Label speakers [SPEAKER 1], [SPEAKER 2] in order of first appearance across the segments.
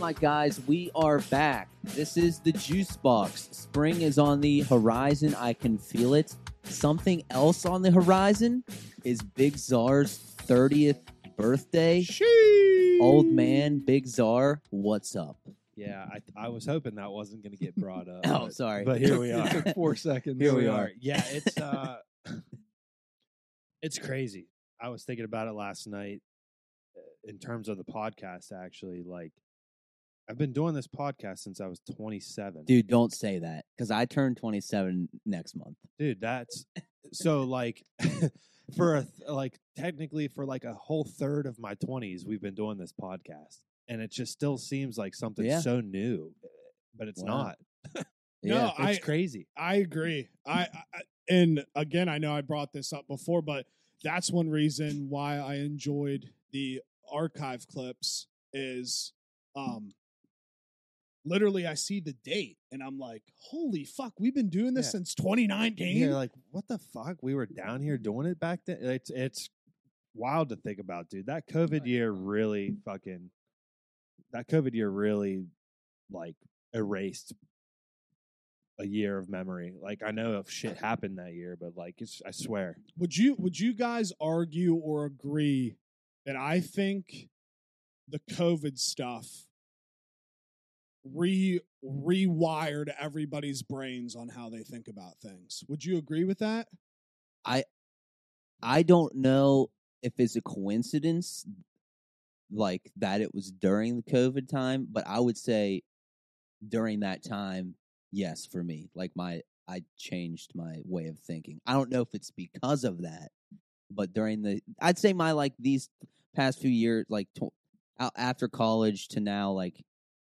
[SPEAKER 1] my guys, we are back. This is the Juice Box. Spring is on the horizon. I can feel it. Something else on the horizon is Big Czar's 30th birthday. Old man, Big Czar, what's up?
[SPEAKER 2] Yeah, I, I was hoping that wasn't going to get brought up.
[SPEAKER 1] Oh,
[SPEAKER 2] but-
[SPEAKER 1] sorry.
[SPEAKER 2] But here we are.
[SPEAKER 1] It took
[SPEAKER 2] four seconds. Here we are. Yeah, it's uh, it's crazy. I was thinking about it last night uh, in terms of the podcast. Actually, like I've been doing this podcast since I was 27.
[SPEAKER 1] Dude, don't say that because I turn 27 next month.
[SPEAKER 2] Dude, that's so like for a th- like technically for like a whole third of my 20s we've been doing this podcast and it just still seems like something
[SPEAKER 1] Yeah.
[SPEAKER 2] so new but it's
[SPEAKER 1] Wow.
[SPEAKER 2] not.
[SPEAKER 3] No,
[SPEAKER 1] yeah.
[SPEAKER 2] It's
[SPEAKER 3] I-
[SPEAKER 2] crazy.
[SPEAKER 3] I agree. I, I and again, I know I brought this up before, but that's one reason why I enjoyed the archive clips is um literally I see the date and I'm like, "Holy fuck, we've been doing this
[SPEAKER 2] Yeah.
[SPEAKER 3] since 2019."
[SPEAKER 2] Yeah, like what the fuck? We were down here doing it back then. It's it's wild to think about, dude. That COVID year really fucking that COVID year really like erased a year of memory. Like I know if shit happened that year, but like it's I swear.
[SPEAKER 3] Would you would you guys argue or agree that I think the COVID stuff re rewired everybody's brains on how they think about things? Would you agree with that?
[SPEAKER 1] I don't know if it's a coincidence, like that it was during the COVID time, but I would say during that time, yes, for me, like my I changed my way of thinking. I don't know if it's because of that, but during the I'd say my like these past few years, like tw- out after college to now, like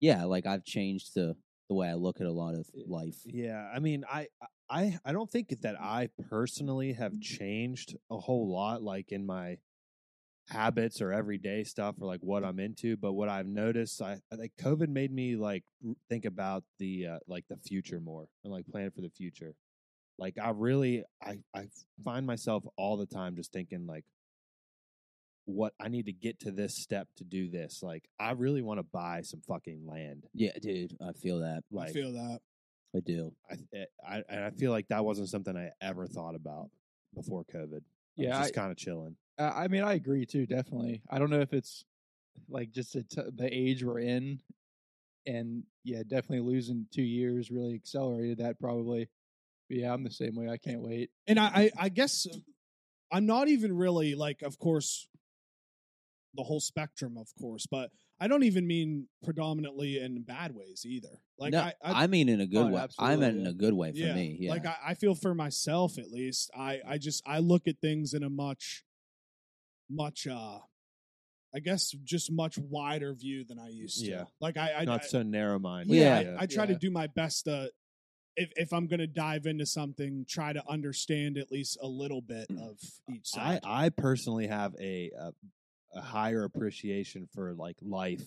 [SPEAKER 1] yeah, like I've changed the the way I look at a lot of life.
[SPEAKER 2] Yeah, I mean, I I I don't think that I personally have changed a whole lot, like in my habits or everyday stuff or like what I'm into. But what I've noticed, I I think COVID made me like r- think about the uh, like the future more and like plan for the future. Like I really I I find myself all the time just thinking like what I need to get to this step to do this. Like I really want to buy some fucking land.
[SPEAKER 1] Yeah, dude, I feel that.
[SPEAKER 2] Like
[SPEAKER 3] I feel that.
[SPEAKER 1] I do.
[SPEAKER 2] I, th- I and I feel like that wasn't something I ever thought about before COVID.
[SPEAKER 4] Yeah,
[SPEAKER 2] I was
[SPEAKER 4] I,
[SPEAKER 2] just kind of chilling.
[SPEAKER 4] I Uh, I mean, I agree too. Definitely. I don't know if it's like just the, t- the age we're in, and yeah, definitely losing two years really accelerated that probably. But yeah, I'm the same way. I can't wait.
[SPEAKER 3] And I, I, I guess I'm not even really like, of course, the whole spectrum, of course, but I don't even mean predominantly in bad ways either. Like
[SPEAKER 1] no,
[SPEAKER 3] I, I,
[SPEAKER 1] mean in a good
[SPEAKER 4] Oh,
[SPEAKER 1] way. I
[SPEAKER 4] absolutely,
[SPEAKER 1] meant in
[SPEAKER 4] yeah.
[SPEAKER 1] a good way for me. Yeah.
[SPEAKER 3] Like I, I feel for myself at least. I, I just I look at things in a much much uh I guess just much wider view than I used to.
[SPEAKER 2] Yeah.
[SPEAKER 3] Like I, I
[SPEAKER 2] Not
[SPEAKER 3] I,
[SPEAKER 2] so narrow minded.
[SPEAKER 1] Yeah.
[SPEAKER 3] I- I, try to
[SPEAKER 4] Yeah.
[SPEAKER 3] do my best to if if I'm gonna dive into something, try to understand at least a little bit
[SPEAKER 1] Mm.
[SPEAKER 3] of each
[SPEAKER 2] I
[SPEAKER 3] side.
[SPEAKER 2] I personally have a, a a higher appreciation for like life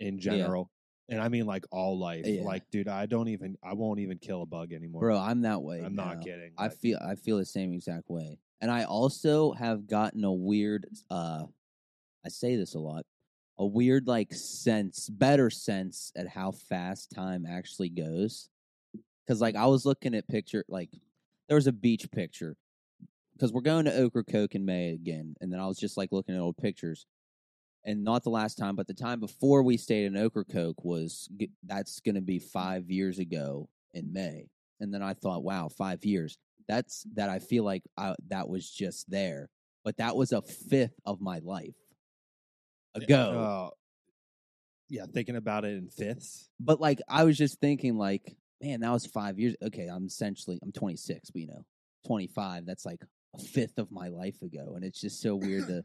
[SPEAKER 2] in general, and I mean like all life.
[SPEAKER 1] Yeah.
[SPEAKER 2] Like, dude, I don't even I won't even kill a bug anymore,
[SPEAKER 1] bro, I'm that way.
[SPEAKER 2] I'm not
[SPEAKER 1] now.
[SPEAKER 2] kidding.
[SPEAKER 1] I
[SPEAKER 2] Like,
[SPEAKER 1] feel I feel the same exact way. And I also have gotten a weird uh I say this a lot, a weird like sense, better sense at how fast time actually goes. Cuz like I was looking at picture like there was a beach picture cuz we're going to Ocracoke in May again and then I was just like looking at old pictures and not the last time, but the time before we stayed in Ocracoke was g- that's going to be five years ago in May. And then I thought, wow, five years. That's that I feel like I, that was just there, but that was a fifth of my life ago.
[SPEAKER 2] uh, yeah, thinking about it in fifths.
[SPEAKER 1] but like, I was just thinking, like, man, that was five years. Okay, I'm essentially I'm 26, but you know, 25. That's like a fifth of my life ago, and it's just so weird to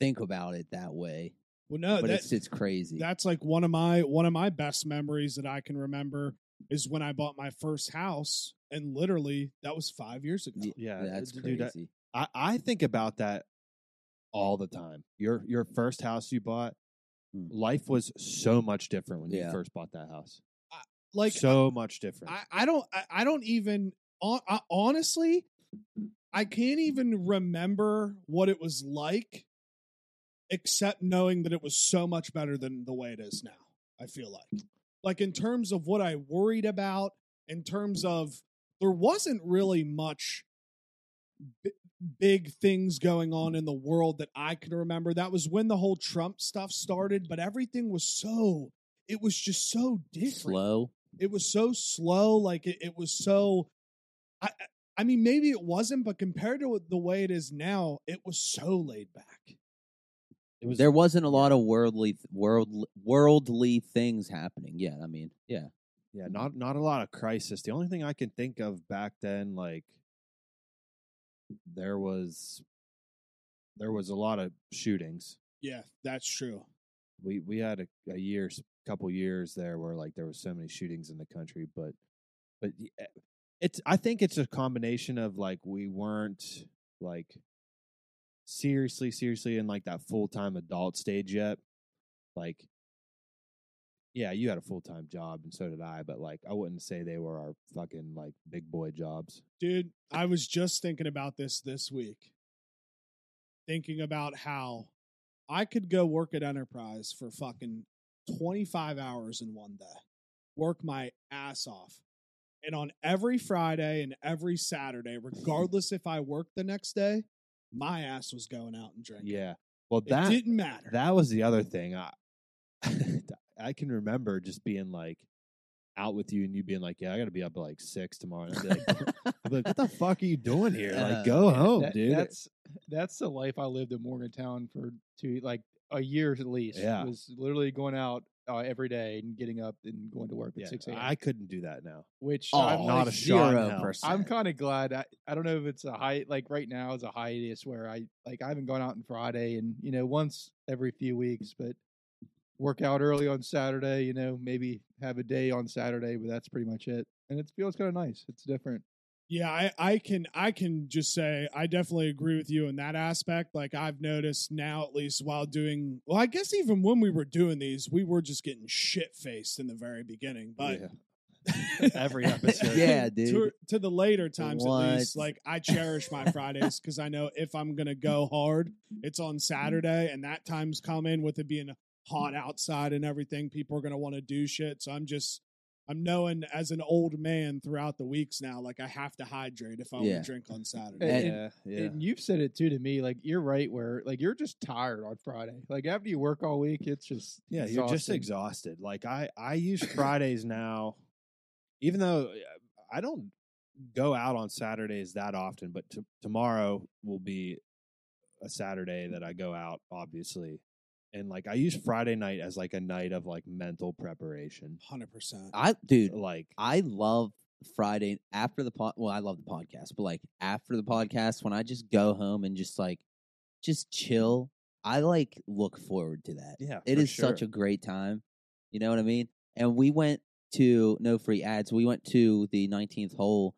[SPEAKER 1] think about it that way.
[SPEAKER 3] well no
[SPEAKER 1] but
[SPEAKER 3] that-
[SPEAKER 1] it's it's crazy.
[SPEAKER 3] that's like one of my one of my best memories that I can remember is when I bought my first house, and literally that was five years ago.
[SPEAKER 1] Yeah,
[SPEAKER 2] Yeah,
[SPEAKER 1] that's
[SPEAKER 2] dude,
[SPEAKER 1] crazy.
[SPEAKER 2] that- I, I think about that all the time. Your your first house you bought,
[SPEAKER 1] Mm.
[SPEAKER 2] life was so much different when
[SPEAKER 1] Yeah.
[SPEAKER 2] you first bought that house.
[SPEAKER 3] Like
[SPEAKER 2] so much different.
[SPEAKER 3] I, I don't I, I don't even hon- I, honestly I can't even remember what it was like, except knowing that it was so much better than the way it is now. I feel like. Like in terms of what I worried about, in terms of there wasn't really much b- big things going on in the world that I can remember. That was when the whole Trump stuff started, but everything was so it was just so different
[SPEAKER 1] Slow.
[SPEAKER 3] it was so slow like it, it was so I, I- I mean maybe it wasn't but compared to what- the way it is now it was so laid back
[SPEAKER 2] It was
[SPEAKER 1] There wasn't a lot of worldly, th- world, worldly things happening. Yeah, I mean, yeah,
[SPEAKER 2] yeah, not not a lot of crisis. The only thing I can think of back then, like there was there was a lot of shootings.
[SPEAKER 3] yeah that's true
[SPEAKER 2] We we had a, a year, s- couple years there where like there was so many shootings in the country, but but y- eh, it's I think it's a combination of like we weren't like seriously seriously in like that full time adult stage yet, like. Yeah, you had a full time job and so did I, but like I wouldn't say they were our fucking like big boy jobs.
[SPEAKER 3] dude i was just thinking about this this week thinking about how i could go work at enterprise for fucking 25 hours in one day work my ass off and on every friday and every saturday regardless if i worked the next day my ass was going out and drinking
[SPEAKER 2] Yeah. Well,
[SPEAKER 3] it
[SPEAKER 2] that
[SPEAKER 3] didn't matter
[SPEAKER 2] that was the other thing. I I can remember just being like out with you and you being like, "Yeah, I got to be up at like six tomorrow." And I'd be like, I'd be like, "What the fuck are you doing here?
[SPEAKER 1] Uh,
[SPEAKER 2] Like, go home,
[SPEAKER 4] That-
[SPEAKER 2] Oh, dude."
[SPEAKER 4] That's that's the life I lived in Morgantown for two like a year at least.
[SPEAKER 2] Yeah.
[SPEAKER 4] was literally going out uh, every day and getting up and going to work at
[SPEAKER 2] yeah,
[SPEAKER 4] six a.m.
[SPEAKER 2] I couldn't do that now.
[SPEAKER 4] which
[SPEAKER 1] Oh,
[SPEAKER 4] I'm
[SPEAKER 2] not a
[SPEAKER 4] like,
[SPEAKER 2] shot in
[SPEAKER 1] zero
[SPEAKER 2] hell.
[SPEAKER 1] percent.
[SPEAKER 4] I'm kind of glad. I, I don't know if it's a high like right now is a hiatus where I like I haven't gone out on Friday and you know once every few weeks, but work out early on Saturday. You know maybe have a day on Saturday, but that's pretty much it. And it feels kind of nice. It's different.
[SPEAKER 3] Yeah, I, I can I can just say I definitely agree with you in that aspect. Like I've noticed now, at least while doing well, I guess even when we were doing these, we were just getting shit faced in the very beginning. But
[SPEAKER 2] Yeah. Every episode.
[SPEAKER 1] Yeah,
[SPEAKER 3] to,
[SPEAKER 1] dude.
[SPEAKER 3] to the later times at least,
[SPEAKER 1] What?
[SPEAKER 3] like I cherish my Fridays because I know if I'm gonna go hard, it's on Saturday, and that time's coming with it being hot outside and everything. People are gonna want to do shit, so I'm just. I'm knowing as an old man throughout the weeks now, like I have to hydrate if I
[SPEAKER 1] Yeah.
[SPEAKER 3] want to drink on Saturday.
[SPEAKER 4] And-
[SPEAKER 2] yeah, yeah.
[SPEAKER 4] And you've said it too to me. Like you're right where like you're just tired on Friday. Like after you work all week, it's just
[SPEAKER 2] Yeah, you're just
[SPEAKER 4] exhausting.
[SPEAKER 2] exhausted. Like I, I use Fridays now, even though uh, I don't go out on Saturdays that often. But t- tomorrow will be a Saturday that I go out, obviously, and like I use Friday night as like a night of like mental preparation.
[SPEAKER 3] Hundred percent.
[SPEAKER 1] I, dude,
[SPEAKER 2] Like
[SPEAKER 1] I love Friday after the pod. Well, I love the podcast, but like after the
[SPEAKER 2] Mm.
[SPEAKER 1] podcast, when I just go home and just like just chill, I like look forward to that.
[SPEAKER 2] yeah,
[SPEAKER 1] It
[SPEAKER 2] for
[SPEAKER 1] is such
[SPEAKER 2] sure.
[SPEAKER 1] a great time. You know what I mean? And we went to no free ads. We went to the 19th hole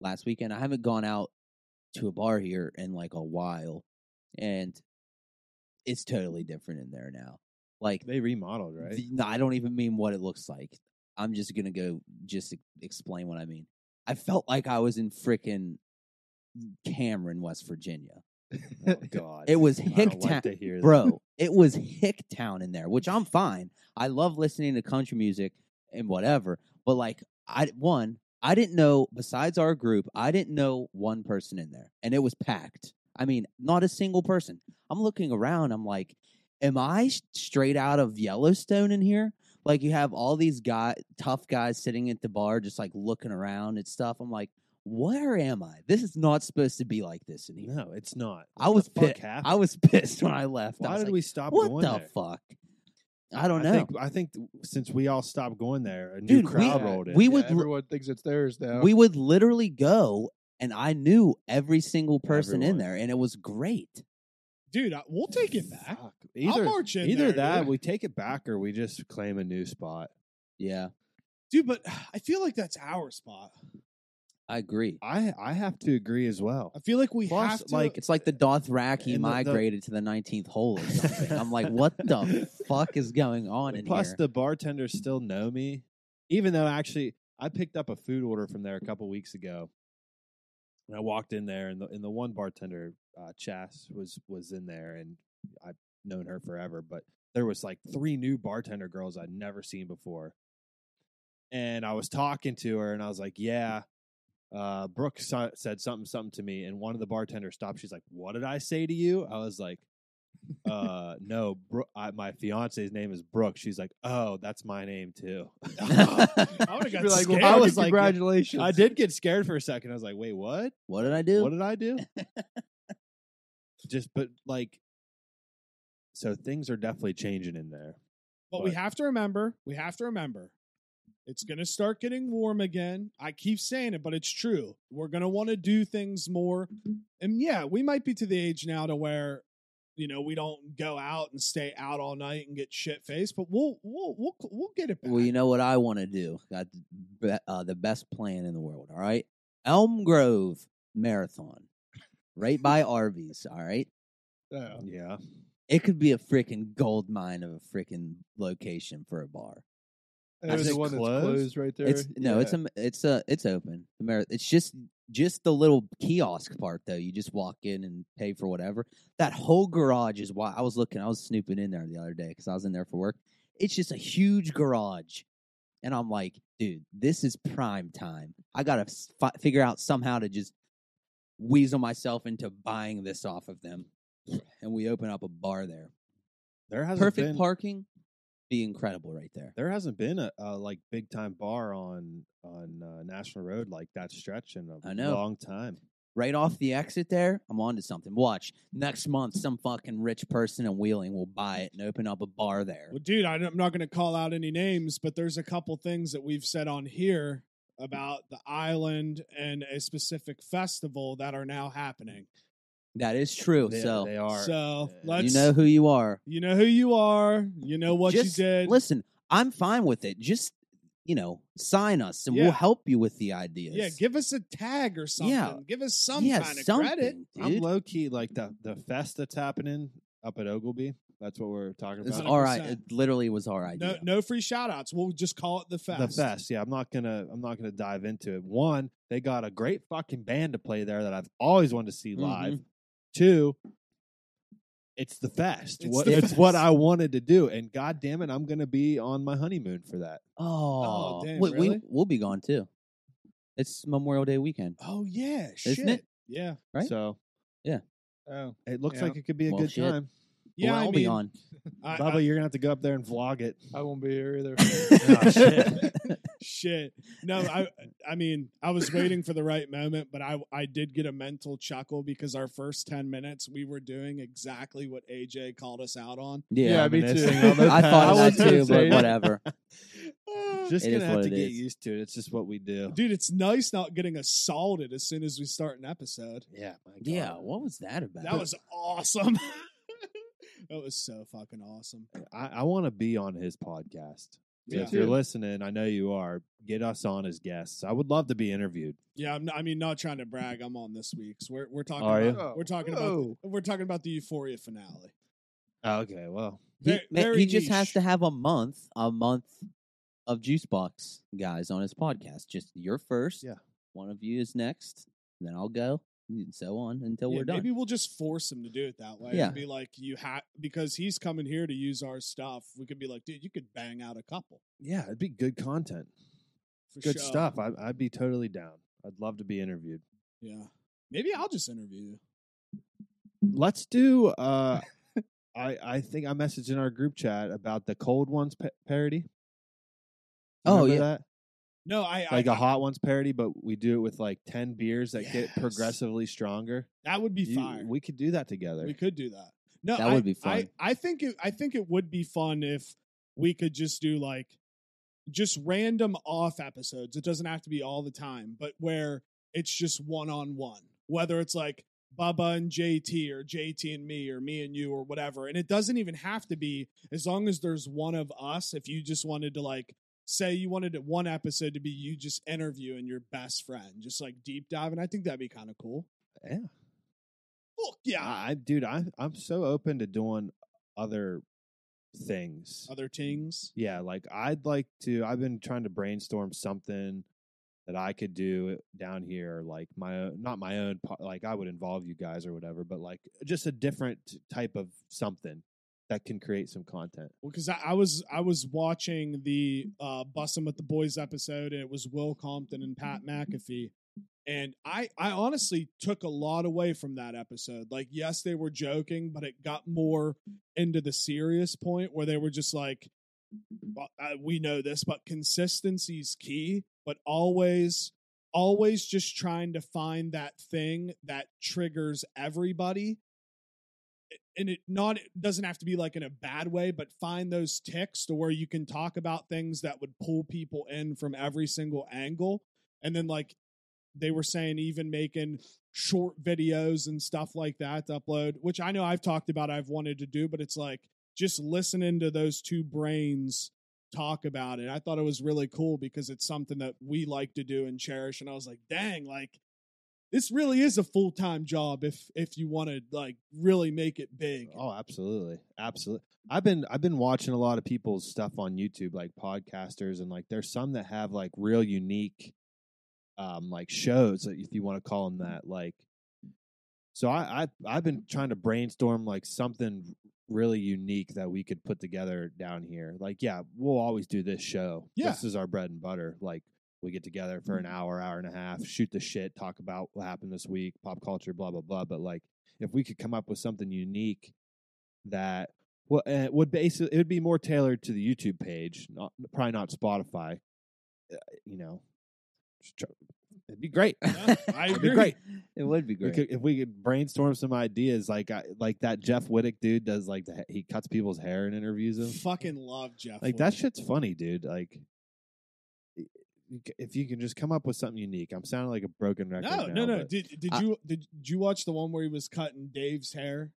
[SPEAKER 1] last weekend. I haven't gone out to a bar here in like a while, and it's totally different in there now. Like
[SPEAKER 2] they remodeled right.
[SPEAKER 1] the- no, I don't even mean what it looks like. I'm just gonna go just e- explain what I mean. I felt like I was in frickin' Cameron, West Virginia.
[SPEAKER 2] oh God,
[SPEAKER 1] It was
[SPEAKER 2] I don't
[SPEAKER 1] Hicktown,
[SPEAKER 2] like to hear that.
[SPEAKER 1] bro. It was Hicktown in there, which I'm fine. I love listening to country music and whatever. But like, I one, I didn't know. Besides our group, I didn't know one person in there, and it was packed. I mean, not a single person. I'm looking around. I'm like, am I s- straight out of Yellowstone in here? Like, you have all these guy, tough guys sitting at the bar, just like looking around and stuff. I'm like, where am I? This is not supposed to be like this in here.
[SPEAKER 2] No, it's not.
[SPEAKER 1] I
[SPEAKER 2] What
[SPEAKER 1] was
[SPEAKER 2] the fuck
[SPEAKER 1] pit- I
[SPEAKER 2] happened?
[SPEAKER 1] was pissed when I left. I
[SPEAKER 2] Why
[SPEAKER 1] was
[SPEAKER 2] did
[SPEAKER 1] like,
[SPEAKER 2] we stop
[SPEAKER 1] What
[SPEAKER 2] going
[SPEAKER 1] the
[SPEAKER 2] there?
[SPEAKER 1] fuck? I don't know.
[SPEAKER 2] I think, I think th- since we all stopped going there, a
[SPEAKER 1] Dude,
[SPEAKER 2] new
[SPEAKER 1] we-
[SPEAKER 2] crowd
[SPEAKER 4] Yeah,
[SPEAKER 2] rolled in.
[SPEAKER 1] we
[SPEAKER 4] yeah,
[SPEAKER 1] would l-
[SPEAKER 4] everyone thinks it's theirs though.
[SPEAKER 1] we would literally go, and I knew every single person in
[SPEAKER 2] Everyone.
[SPEAKER 1] there, and it was great.
[SPEAKER 3] Dude, I, we'll take it back.
[SPEAKER 2] Fuck. Either
[SPEAKER 3] I'll march in
[SPEAKER 2] either
[SPEAKER 3] there,
[SPEAKER 2] that,
[SPEAKER 3] dude.
[SPEAKER 2] we take it back, or we just claim a new spot.
[SPEAKER 1] Yeah,
[SPEAKER 3] dude. But I feel like that's our spot.
[SPEAKER 1] I agree.
[SPEAKER 2] I I have to agree as well.
[SPEAKER 3] I feel like we
[SPEAKER 2] Plus,
[SPEAKER 3] have to.
[SPEAKER 2] like-
[SPEAKER 1] It's like the Dothraki
[SPEAKER 2] And the- the-
[SPEAKER 1] migrated to the nineteenth hole or something. I'm like, what the fuck is going on in
[SPEAKER 2] Plus,
[SPEAKER 1] here?
[SPEAKER 2] the bartenders still know me, even though actually I picked up a food order from there a couple weeks ago. And I walked in there, and the and the one bartender, uh, Chas, was was in there, and I've known her forever, but there was like three new bartender girls I'd never seen before. And I was talking to her and I was like, yeah, uh, Brooke so- said something, something to me. And one of the bartenders stopped. She's like, what did I say to you? I was like, uh, no, Bro- I, my fiance's name is Brooke. She's like, oh, that's my name too.
[SPEAKER 3] I would have got
[SPEAKER 4] Be like, well,
[SPEAKER 3] scared.
[SPEAKER 2] I
[SPEAKER 4] fucking
[SPEAKER 2] was like,
[SPEAKER 4] congratulations.
[SPEAKER 2] I did get scared for a second. I was like, wait, what?
[SPEAKER 1] What did I do?
[SPEAKER 2] What did I do? Just, but like, so things are definitely changing in there.
[SPEAKER 3] But we
[SPEAKER 2] But-
[SPEAKER 3] have to remember, we have to remember, it's going to start getting warm again. I keep saying it, but it's true. We're going to want to do things more. And yeah, we might be to the age now to where, you know, we don't go out and stay out all night and get shit faced, but we'll, we'll, we'll, we'll get it back.
[SPEAKER 1] Well, you know what I want to do. Got the be- uh, the best plan in the world. All right, Elm Grove Marathon, right by Arby's. All right,
[SPEAKER 4] Oh,
[SPEAKER 2] Yeah.
[SPEAKER 1] it could be a freaking gold mine of a freaking location for a bar.
[SPEAKER 4] that was
[SPEAKER 2] it
[SPEAKER 4] the one
[SPEAKER 2] closed?
[SPEAKER 4] that's closed right there.
[SPEAKER 1] It's no, it's
[SPEAKER 4] Yeah.
[SPEAKER 1] a, it's a, it's open. The mar- it's just just the little kiosk part though. You just walk in and pay for whatever. That whole garage is why I was looking. I was snooping in there the other day because I was in there for work. It's just a huge garage, and I'm like, dude, this is prime time. I gotta s- fi- figure out somehow to just weasel myself into buying this off of them. And we open up a bar there.
[SPEAKER 2] There hasn't
[SPEAKER 1] Perfect
[SPEAKER 2] been,
[SPEAKER 1] parking, be incredible right there.
[SPEAKER 2] There hasn't been a, a like big time bar on on uh, National Road like that stretch in a
[SPEAKER 1] I know.
[SPEAKER 2] long time.
[SPEAKER 1] right off the exit there, I'm onto something. Watch next month, some fucking rich person in Wheeling will buy it and open up a bar there.
[SPEAKER 3] Well, dude, I- I'm not going to call out any names, but there's a couple things that we've said on here about the island and a specific festival that are now happening.
[SPEAKER 1] That is true.
[SPEAKER 2] They,
[SPEAKER 1] so
[SPEAKER 2] they are.
[SPEAKER 3] So
[SPEAKER 2] Yeah.
[SPEAKER 3] let's
[SPEAKER 1] you know who you are.
[SPEAKER 3] you know who you are, you know what
[SPEAKER 1] Just
[SPEAKER 3] you did.
[SPEAKER 1] listen. I'm fine with it. Just you know, sign us and
[SPEAKER 3] Yeah.
[SPEAKER 1] we'll help you with the ideas.
[SPEAKER 3] Yeah, give us a tag or something. Give us some
[SPEAKER 1] Yeah,
[SPEAKER 3] kind of
[SPEAKER 1] something,
[SPEAKER 3] credit.
[SPEAKER 2] I'm
[SPEAKER 1] dude.
[SPEAKER 2] low key like the the fest that's happening up at Ogilby. That's what we're talking
[SPEAKER 1] It's
[SPEAKER 2] about.
[SPEAKER 1] all right.
[SPEAKER 3] 100%.
[SPEAKER 1] It literally was all right.
[SPEAKER 3] No no free shout outs. We'll just call it the fest.
[SPEAKER 2] The fest. Yeah, I'm not gonna I'm not gonna dive into it. One, they got a great fucking band to play there that I've always wanted to see live.
[SPEAKER 1] Mm-hmm.
[SPEAKER 2] Two, it's the fest.
[SPEAKER 3] It's
[SPEAKER 2] what
[SPEAKER 3] the
[SPEAKER 2] it's what
[SPEAKER 3] fest.
[SPEAKER 2] I wanted to do, and god damn it, I'm gonna be on my honeymoon for that.
[SPEAKER 1] Oh,
[SPEAKER 3] damn,
[SPEAKER 1] we, we
[SPEAKER 3] really?
[SPEAKER 1] we'll be gone too. It's Memorial Day weekend.
[SPEAKER 3] Oh yeah.
[SPEAKER 1] Isn't
[SPEAKER 3] shit.
[SPEAKER 1] it?
[SPEAKER 3] Yeah.
[SPEAKER 1] Right?
[SPEAKER 2] So
[SPEAKER 4] Oh,
[SPEAKER 2] it looks
[SPEAKER 4] Yeah.
[SPEAKER 2] like it could be a
[SPEAKER 1] Well,
[SPEAKER 2] good
[SPEAKER 1] shit.
[SPEAKER 2] time.
[SPEAKER 3] Yeah,
[SPEAKER 1] well,
[SPEAKER 3] I
[SPEAKER 1] I'll
[SPEAKER 3] mean,
[SPEAKER 1] be gone.
[SPEAKER 3] I- I-
[SPEAKER 2] Bubba, you're gonna have to go up there and vlog it.
[SPEAKER 4] I won't be here either.
[SPEAKER 2] Oh, shit.
[SPEAKER 3] shit. No, I I mean, I was waiting for the right moment, but I I did get a mental chuckle because our first 10 minutes we were doing exactly what AJ called us out on.
[SPEAKER 1] Yeah,
[SPEAKER 4] me too.
[SPEAKER 2] Reminiscing on the
[SPEAKER 1] I thought
[SPEAKER 4] I
[SPEAKER 1] of
[SPEAKER 4] was
[SPEAKER 1] that
[SPEAKER 2] past.
[SPEAKER 4] gonna
[SPEAKER 1] too, but
[SPEAKER 4] say-
[SPEAKER 1] whatever.
[SPEAKER 2] Just
[SPEAKER 1] It is
[SPEAKER 2] gonna have
[SPEAKER 1] what
[SPEAKER 2] to
[SPEAKER 1] it
[SPEAKER 2] get
[SPEAKER 1] is.
[SPEAKER 2] used to it. It's just what we do.
[SPEAKER 3] Dude, it's nice not getting assaulted as soon as we start an episode.
[SPEAKER 2] Yeah, my God.
[SPEAKER 1] Yeah, what was that about?
[SPEAKER 3] That was awesome. that was so fucking awesome.
[SPEAKER 2] I, I want to be on his podcast. So
[SPEAKER 4] Me
[SPEAKER 2] if you're
[SPEAKER 4] too.
[SPEAKER 2] listening, I know you are. Get us on as guests. I would love to be interviewed.
[SPEAKER 3] Yeah, I'm, I mean, not trying to brag. I'm on this week's. We're we're talking.
[SPEAKER 2] Are Oh.
[SPEAKER 3] about,
[SPEAKER 4] you?
[SPEAKER 3] We're talking
[SPEAKER 4] Whoa.
[SPEAKER 3] about. We're talking about the Euphoria finale.
[SPEAKER 2] okay, well,
[SPEAKER 1] he,
[SPEAKER 3] Ve-
[SPEAKER 1] ma-
[SPEAKER 3] very
[SPEAKER 1] he just has
[SPEAKER 3] niche.
[SPEAKER 1] to have a month, a month of juice box guys on his podcast. Just you're first.
[SPEAKER 2] Yeah.
[SPEAKER 1] One of you is next. Then I'll go, and so on until
[SPEAKER 3] Yeah,
[SPEAKER 1] we're done.
[SPEAKER 3] Maybe we'll just force him to do it that way.
[SPEAKER 1] Yeah.
[SPEAKER 3] and be like, you have because he's coming here to use our stuff. We could be like, dude, you could bang out a couple.
[SPEAKER 2] yeah, it'd be good content,
[SPEAKER 3] For
[SPEAKER 2] good
[SPEAKER 3] sure.
[SPEAKER 2] stuff. I, I'd be totally down. I'd love to be interviewed.
[SPEAKER 3] Yeah, maybe I'll just interview you.
[SPEAKER 2] Let's do. uh I I think I messaged in our group chat about the cold ones pa- parody. Do you
[SPEAKER 1] Oh,
[SPEAKER 2] remember
[SPEAKER 1] yeah.
[SPEAKER 2] that?
[SPEAKER 3] No, I,
[SPEAKER 2] like
[SPEAKER 3] I
[SPEAKER 2] a hot ones parody, but we do it with like ten beers that get
[SPEAKER 3] Yes.
[SPEAKER 2] progressively stronger.
[SPEAKER 3] that would be
[SPEAKER 2] You-
[SPEAKER 3] fire.
[SPEAKER 2] we could do that together.
[SPEAKER 3] We could do that. No,
[SPEAKER 1] That
[SPEAKER 3] I-
[SPEAKER 1] would be fun.
[SPEAKER 3] I, I think it. I think it would be fun if we could just do like just random off episodes. It doesn't have to be all the time, but where it's just one on one. Whether it's like Bubba and JT or JT and me or me and you or whatever, and it doesn't even have to be as long as there's one of us. If you just wanted to like say you wanted it- one episode to be you just interviewing your best friend, just like deep diving, I think that'd be kind of cool.
[SPEAKER 2] yeah.
[SPEAKER 3] Fuck yeah,
[SPEAKER 2] I, I dude, I I'm so open to doing other things.
[SPEAKER 3] other things.
[SPEAKER 2] Yeah, like I'd like to. I've been trying to brainstorm something that I could do down here, like my own, not my own. po- Like I would involve you guys or whatever, but like just a different type of something. that can create some content.
[SPEAKER 3] Well, because I, I was I was watching the uh Bussum with the Boys episode, and it was Will Compton and Pat McAfee, and I I honestly took a lot away from that episode. Like, yes, they were joking, but it got more into the serious point where they were just like, well, uh, we know this, but consistency's key. But always, always just trying to find that thing that triggers everybody and it not it doesn't have to be like in a bad way, but find those ticks to where you can talk about things that would pull people in from every single angle. And then like they were saying, even making short videos and stuff like that to upload, which I know I've talked about, I've wanted to do, but it's like just listening to those two brains talk about it. I thought it was really cool because it's something that we like to do and cherish. And I was like, dang, like this really is a full time job if if you want to like really make it big.
[SPEAKER 2] Oh, absolutely, absolutely. I've been I've been watching a lot of people's stuff on YouTube, like podcasters, and like there's some that have like real unique, um, like shows like, if you want to call them that. Like, so I, I I've been trying to brainstorm like something really unique that we could put together down here. Like, yeah, we'll always do this show.
[SPEAKER 3] Yeah.
[SPEAKER 2] this is our bread and butter. Like. We get together for an hour, hour and a half, shoot the shit, talk about what happened this week, pop culture, blah blah blah. But like, if we could come up with something unique that well, and it would basically it would be more tailored to the YouTube page, not probably not Spotify. Uh, You know, Just try- it'd be great.
[SPEAKER 3] Yeah, I
[SPEAKER 2] It'd be
[SPEAKER 3] agree.
[SPEAKER 2] great.
[SPEAKER 1] It would be
[SPEAKER 2] We
[SPEAKER 1] great.
[SPEAKER 2] could, if we could brainstorm some ideas, like I, like that Jeff Wittick dude does, like the, he cuts people's hair and interviews them.
[SPEAKER 3] Fucking love Jeff.
[SPEAKER 2] Like that
[SPEAKER 3] Lynne.
[SPEAKER 2] shit's funny, dude. Like i- i- if you can just come up with something unique, I'm sounding like a broken record.
[SPEAKER 3] No,
[SPEAKER 2] now,
[SPEAKER 3] no, no.
[SPEAKER 2] but-
[SPEAKER 3] Did did
[SPEAKER 1] I-
[SPEAKER 3] you did, did you watch the one where he was cutting Dave's hair,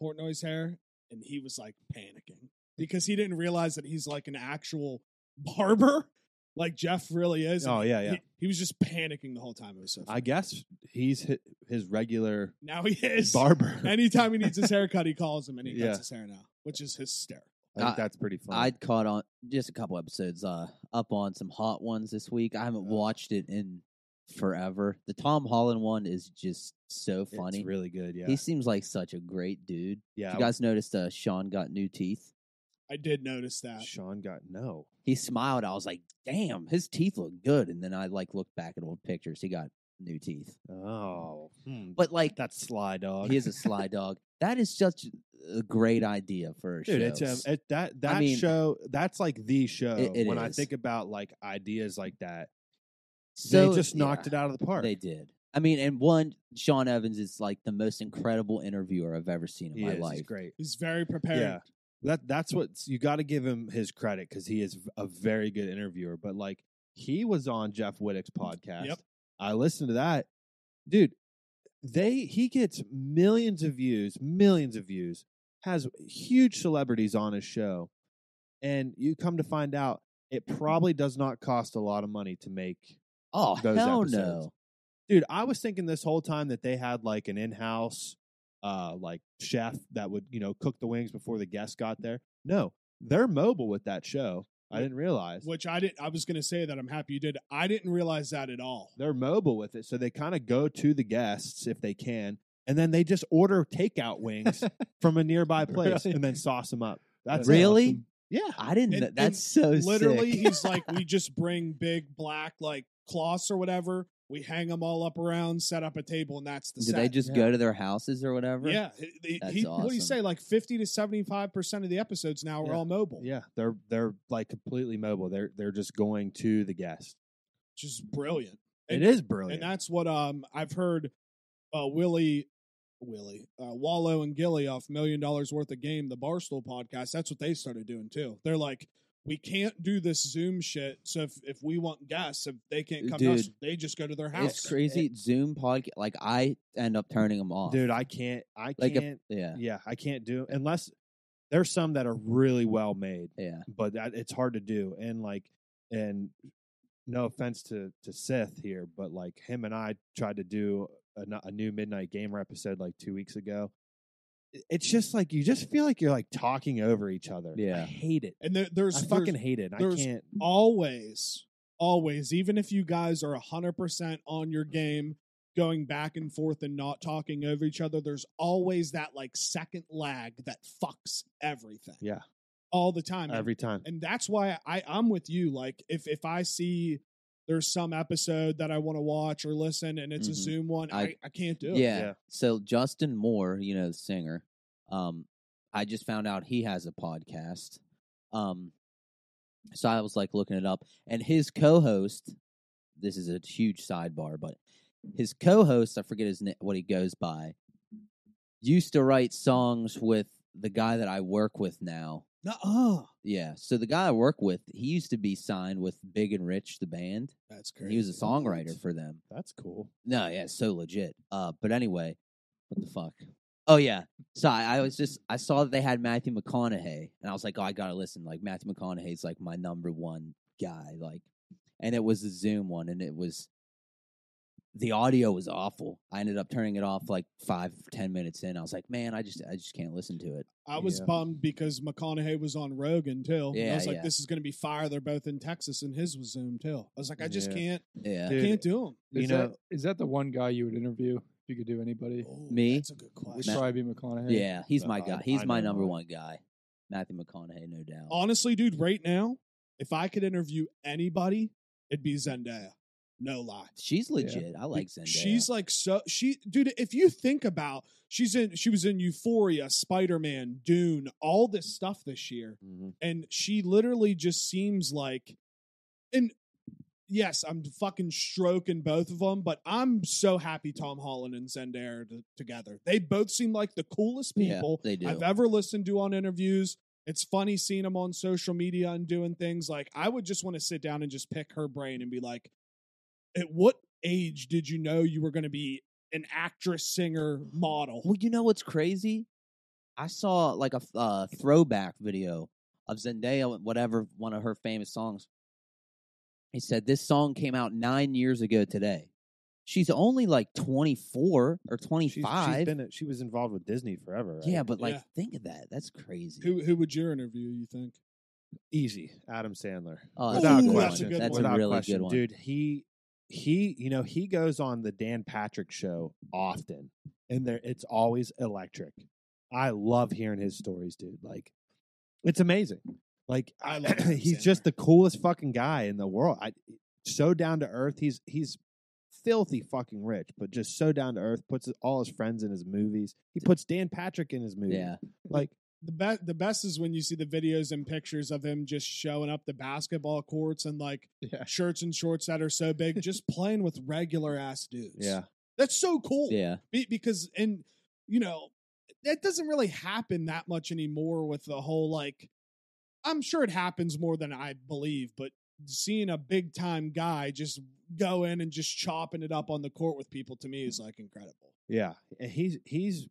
[SPEAKER 3] Portnoy's hair, and he was like panicking because he didn't realize that he's like an actual barber, like Jeff really is.
[SPEAKER 2] oh yeah, yeah.
[SPEAKER 3] He, he was just panicking the whole time. It was so. Funny.
[SPEAKER 2] I guess he's his, his regular
[SPEAKER 3] now he is.
[SPEAKER 2] barber.
[SPEAKER 3] Anytime he needs his haircut, he calls him and he cuts
[SPEAKER 2] Yeah.
[SPEAKER 3] his hair now, which is hysterical.
[SPEAKER 2] I think
[SPEAKER 1] I-
[SPEAKER 2] that's pretty funny.
[SPEAKER 1] I'd caught on just a couple episodes uh, up on some hot ones this week. I haven't
[SPEAKER 2] Yeah.
[SPEAKER 1] watched it in forever. The Tom Holland one is just so funny.
[SPEAKER 2] It's really good. Yeah.
[SPEAKER 1] He seems like such a great dude.
[SPEAKER 2] yeah.
[SPEAKER 1] you guys noticed uh, Sean got new teeth?
[SPEAKER 3] I did notice that.
[SPEAKER 2] Sean got no.
[SPEAKER 1] He smiled. I was like, "Damn, his teeth look good." And then I like looked back at old pictures. He got new teeth,
[SPEAKER 2] Oh. Hmm.
[SPEAKER 1] but like
[SPEAKER 2] that's sly dog.
[SPEAKER 1] he is a sly dog. That is such a great idea for a
[SPEAKER 2] Dude,
[SPEAKER 1] show.
[SPEAKER 2] it's um, it, that that
[SPEAKER 1] mean-
[SPEAKER 2] show. That's like the show.
[SPEAKER 1] It- it
[SPEAKER 2] when I
[SPEAKER 1] is.
[SPEAKER 2] think about like ideas like that,
[SPEAKER 1] so
[SPEAKER 2] they just knocked
[SPEAKER 1] yeah.
[SPEAKER 2] it out of the park.
[SPEAKER 1] They did. I mean, and one, Sean Evans is like the most incredible interviewer I've ever seen in
[SPEAKER 2] He
[SPEAKER 1] my
[SPEAKER 2] is, he's
[SPEAKER 1] life.
[SPEAKER 2] great.
[SPEAKER 3] He's very prepared.
[SPEAKER 2] Yeah. That that's what you got to give him his credit because he is a very good interviewer. But like he was on Jeff Wittick's podcast.
[SPEAKER 3] Yep.
[SPEAKER 2] I listened to that, dude. They he gets millions of views, millions of views. Has huge celebrities on his show, and you come to find out it probably does not cost a lot of money to make
[SPEAKER 1] Oh
[SPEAKER 2] those
[SPEAKER 1] hell
[SPEAKER 2] episodes.
[SPEAKER 1] no!
[SPEAKER 2] dude i was thinking this whole time that they had like an in-house uh like chef that would you know cook the wings before the guests got there no they're mobile with that show i didn't realize
[SPEAKER 3] Which I didn't. I was going to say that I'm happy you did. I didn't realize that at all.
[SPEAKER 2] they're mobile with it so they kind of go to the guests if they can and then they just order takeout wings from a nearby place
[SPEAKER 4] Really?
[SPEAKER 2] and then sauce them up that's
[SPEAKER 1] Really?
[SPEAKER 4] awesome.
[SPEAKER 2] yeah
[SPEAKER 1] I didn't.
[SPEAKER 3] And-
[SPEAKER 1] kn- that's so
[SPEAKER 3] Literally,
[SPEAKER 1] sick.
[SPEAKER 3] he's like, we just bring big black like cloths or whatever. We hang them all up around, set up a table, and that's the
[SPEAKER 1] Did
[SPEAKER 3] set.
[SPEAKER 1] they just go to their houses or whatever?
[SPEAKER 3] Yeah, he- he-
[SPEAKER 1] That's
[SPEAKER 3] he- what do
[SPEAKER 1] awesome.
[SPEAKER 3] you say? Like fifty to seventy-five percent of the episodes now are
[SPEAKER 2] Yeah.
[SPEAKER 3] all mobile.
[SPEAKER 2] yeah they're they're like completely mobile they're they're just going to the guest
[SPEAKER 3] which is brilliant.
[SPEAKER 2] it
[SPEAKER 3] And-
[SPEAKER 2] is
[SPEAKER 1] Oh,
[SPEAKER 2] brilliant
[SPEAKER 3] And that's what um I've heard uh Willie Willie, uh, Wallow and Gilly off Million Dollars Worth of Game, the Barstool podcast. That's what they started doing too. They're like, we can't do this Zoom shit. So if, if we want guests, if they can't come to us,
[SPEAKER 1] Uh, Dude.
[SPEAKER 3] they just go to their house.
[SPEAKER 1] it's crazy. Zoom podcast. Like I end up turning them off,
[SPEAKER 2] dude i can't i
[SPEAKER 1] Like if-
[SPEAKER 2] can't
[SPEAKER 1] yeah,
[SPEAKER 2] yeah i can't do unless there's some that are really well made
[SPEAKER 1] yeah.
[SPEAKER 2] but that, it's hard to do and like and no offense to to seth here but like him and i tried to do a, n- a new midnight gamer episode like two weeks ago I- it's just like you just feel like you're like talking over each other i
[SPEAKER 1] Yeah.
[SPEAKER 2] hate it
[SPEAKER 3] And there, there's
[SPEAKER 2] i
[SPEAKER 3] fucking
[SPEAKER 2] fucking hate it and i
[SPEAKER 3] there's-
[SPEAKER 2] can't
[SPEAKER 3] always, always, even if you guys are hundred percent on your game going back and forth and not talking over each other, there's always that like second lag that fucks everything.
[SPEAKER 2] Yeah.
[SPEAKER 3] All the time. And
[SPEAKER 2] every time.
[SPEAKER 3] and that's why I I'm with you. Like if if I see there's some episode that I want to watch or listen, and it's
[SPEAKER 1] Mhm.
[SPEAKER 3] a Zoom one, I,
[SPEAKER 1] I-
[SPEAKER 3] I, can't do it.
[SPEAKER 1] Yeah.
[SPEAKER 2] Mm-hmm. Yeah.
[SPEAKER 1] So Justin Moore, you know, the singer, um, I just found out he has a podcast. Um, so I was like looking it up, and his co-host. This is a huge sidebar, but his co-host, I forget his na- what he goes by, used to write songs with the guy that I work with now.
[SPEAKER 3] Nuh-uh.
[SPEAKER 1] Yeah, so the guy I work with, he used to be signed with Big and Rich, the band.
[SPEAKER 3] That's
[SPEAKER 1] and
[SPEAKER 3] crazy.
[SPEAKER 1] He was a songwriter for them.
[SPEAKER 2] That's cool.
[SPEAKER 1] No, yeah, it's so legit. Uh, but anyway, what the fuck? Oh yeah. So I, I was just I saw that they had Matthew McConaughey, and I was like, oh, I gotta listen. Like Matthew McConaughey's like my number one guy. Like, and it was the Zoom one, and it was the audio was awful. I ended up turning it off like five ten minutes in. I was like, man, I just I just can't listen to it.
[SPEAKER 3] I was
[SPEAKER 2] Yeah.
[SPEAKER 3] bummed because McConaughey was on Rogan too. And I
[SPEAKER 1] Yeah,
[SPEAKER 3] was like,
[SPEAKER 1] yeah.
[SPEAKER 3] this is going to be fire. They're both in Texas, and his was Zoom too. I was like, I just
[SPEAKER 2] Yeah.
[SPEAKER 3] can't,
[SPEAKER 1] Yeah.
[SPEAKER 2] Dude,
[SPEAKER 3] can't do him.
[SPEAKER 2] You
[SPEAKER 4] Is that,
[SPEAKER 2] know-
[SPEAKER 4] is that the one guy you would interview if you could do anybody?
[SPEAKER 1] Me?
[SPEAKER 3] Oh, That's a good
[SPEAKER 4] It'd
[SPEAKER 3] question.
[SPEAKER 1] Matt-
[SPEAKER 4] probably be McConaughey.
[SPEAKER 1] Yeah, he's
[SPEAKER 2] Uh,
[SPEAKER 1] my
[SPEAKER 2] I-
[SPEAKER 1] guy. He's
[SPEAKER 2] I
[SPEAKER 1] my
[SPEAKER 2] know
[SPEAKER 1] number
[SPEAKER 2] mine.
[SPEAKER 1] one guy. Matthew McConaughey, no doubt.
[SPEAKER 3] Honestly, dude, right now, if I could interview anybody, it'd be Zendaya. No lie.
[SPEAKER 1] She's legit. I
[SPEAKER 3] Be-
[SPEAKER 1] like Zendaya.
[SPEAKER 3] She's like so she dude, if you think about she's in she was in Euphoria, Spider-Man, Dune, all this stuff this year.
[SPEAKER 1] Mm-hmm.
[SPEAKER 2] Mhm.
[SPEAKER 3] And she literally just seems like and yes, I'm fucking stroking both of them, but I'm so happy Tom Holland and Zendaya are t- together. They both seem like the coolest
[SPEAKER 1] yeah,
[SPEAKER 3] people
[SPEAKER 1] they do.
[SPEAKER 3] I've ever listened to on interviews. It's funny seeing them on social media and doing things like I would just want to sit down and just pick her brain and be like, at what age did you know you were going to be an actress, singer, model?
[SPEAKER 1] Well, you know what's crazy? I saw like a f- uh, throwback video of Zendaya, and whatever one of her famous songs. He said this song came out nine years ago today. She's only like twenty four or twenty
[SPEAKER 2] She's- she's
[SPEAKER 1] five.
[SPEAKER 2] been she was involved with Disney forever. Right?
[SPEAKER 1] Yeah, but like
[SPEAKER 3] Yeah.
[SPEAKER 1] think of that. That's crazy.
[SPEAKER 3] Who who would your interview? You think?
[SPEAKER 2] easy. Adam Sandler.
[SPEAKER 1] Oh,
[SPEAKER 3] that's
[SPEAKER 2] Without
[SPEAKER 3] a good
[SPEAKER 2] question.
[SPEAKER 3] one. That's a
[SPEAKER 2] Without
[SPEAKER 1] really good
[SPEAKER 2] question.
[SPEAKER 1] one.
[SPEAKER 2] dude. He he, you know, he goes on the Dan Patrick show often, and there it's always electric. I love hearing his stories, dude. Like, it's amazing. Like,
[SPEAKER 3] I love Adam
[SPEAKER 2] he's
[SPEAKER 3] Sandler.
[SPEAKER 2] just the coolest fucking guy in the world. I so down to earth. He's he's filthy fucking rich, but just so down to earth. Puts all his friends in his movies. He puts Dan Patrick in his movies.
[SPEAKER 1] yeah,
[SPEAKER 2] like
[SPEAKER 3] The best the best is when you see the videos and pictures of him just showing up the basketball courts and like
[SPEAKER 4] Yeah.
[SPEAKER 3] shirts and shorts that are so big, just playing with regular ass dudes.
[SPEAKER 2] yeah.
[SPEAKER 3] that's so cool.
[SPEAKER 1] yeah.
[SPEAKER 3] Be- because and you know that doesn't really happen that much anymore with the whole like i'm sure it happens more than i believe but seeing a big time guy just go in and just chopping it up on the court with people to me is like incredible
[SPEAKER 2] Yeah, and he's he's.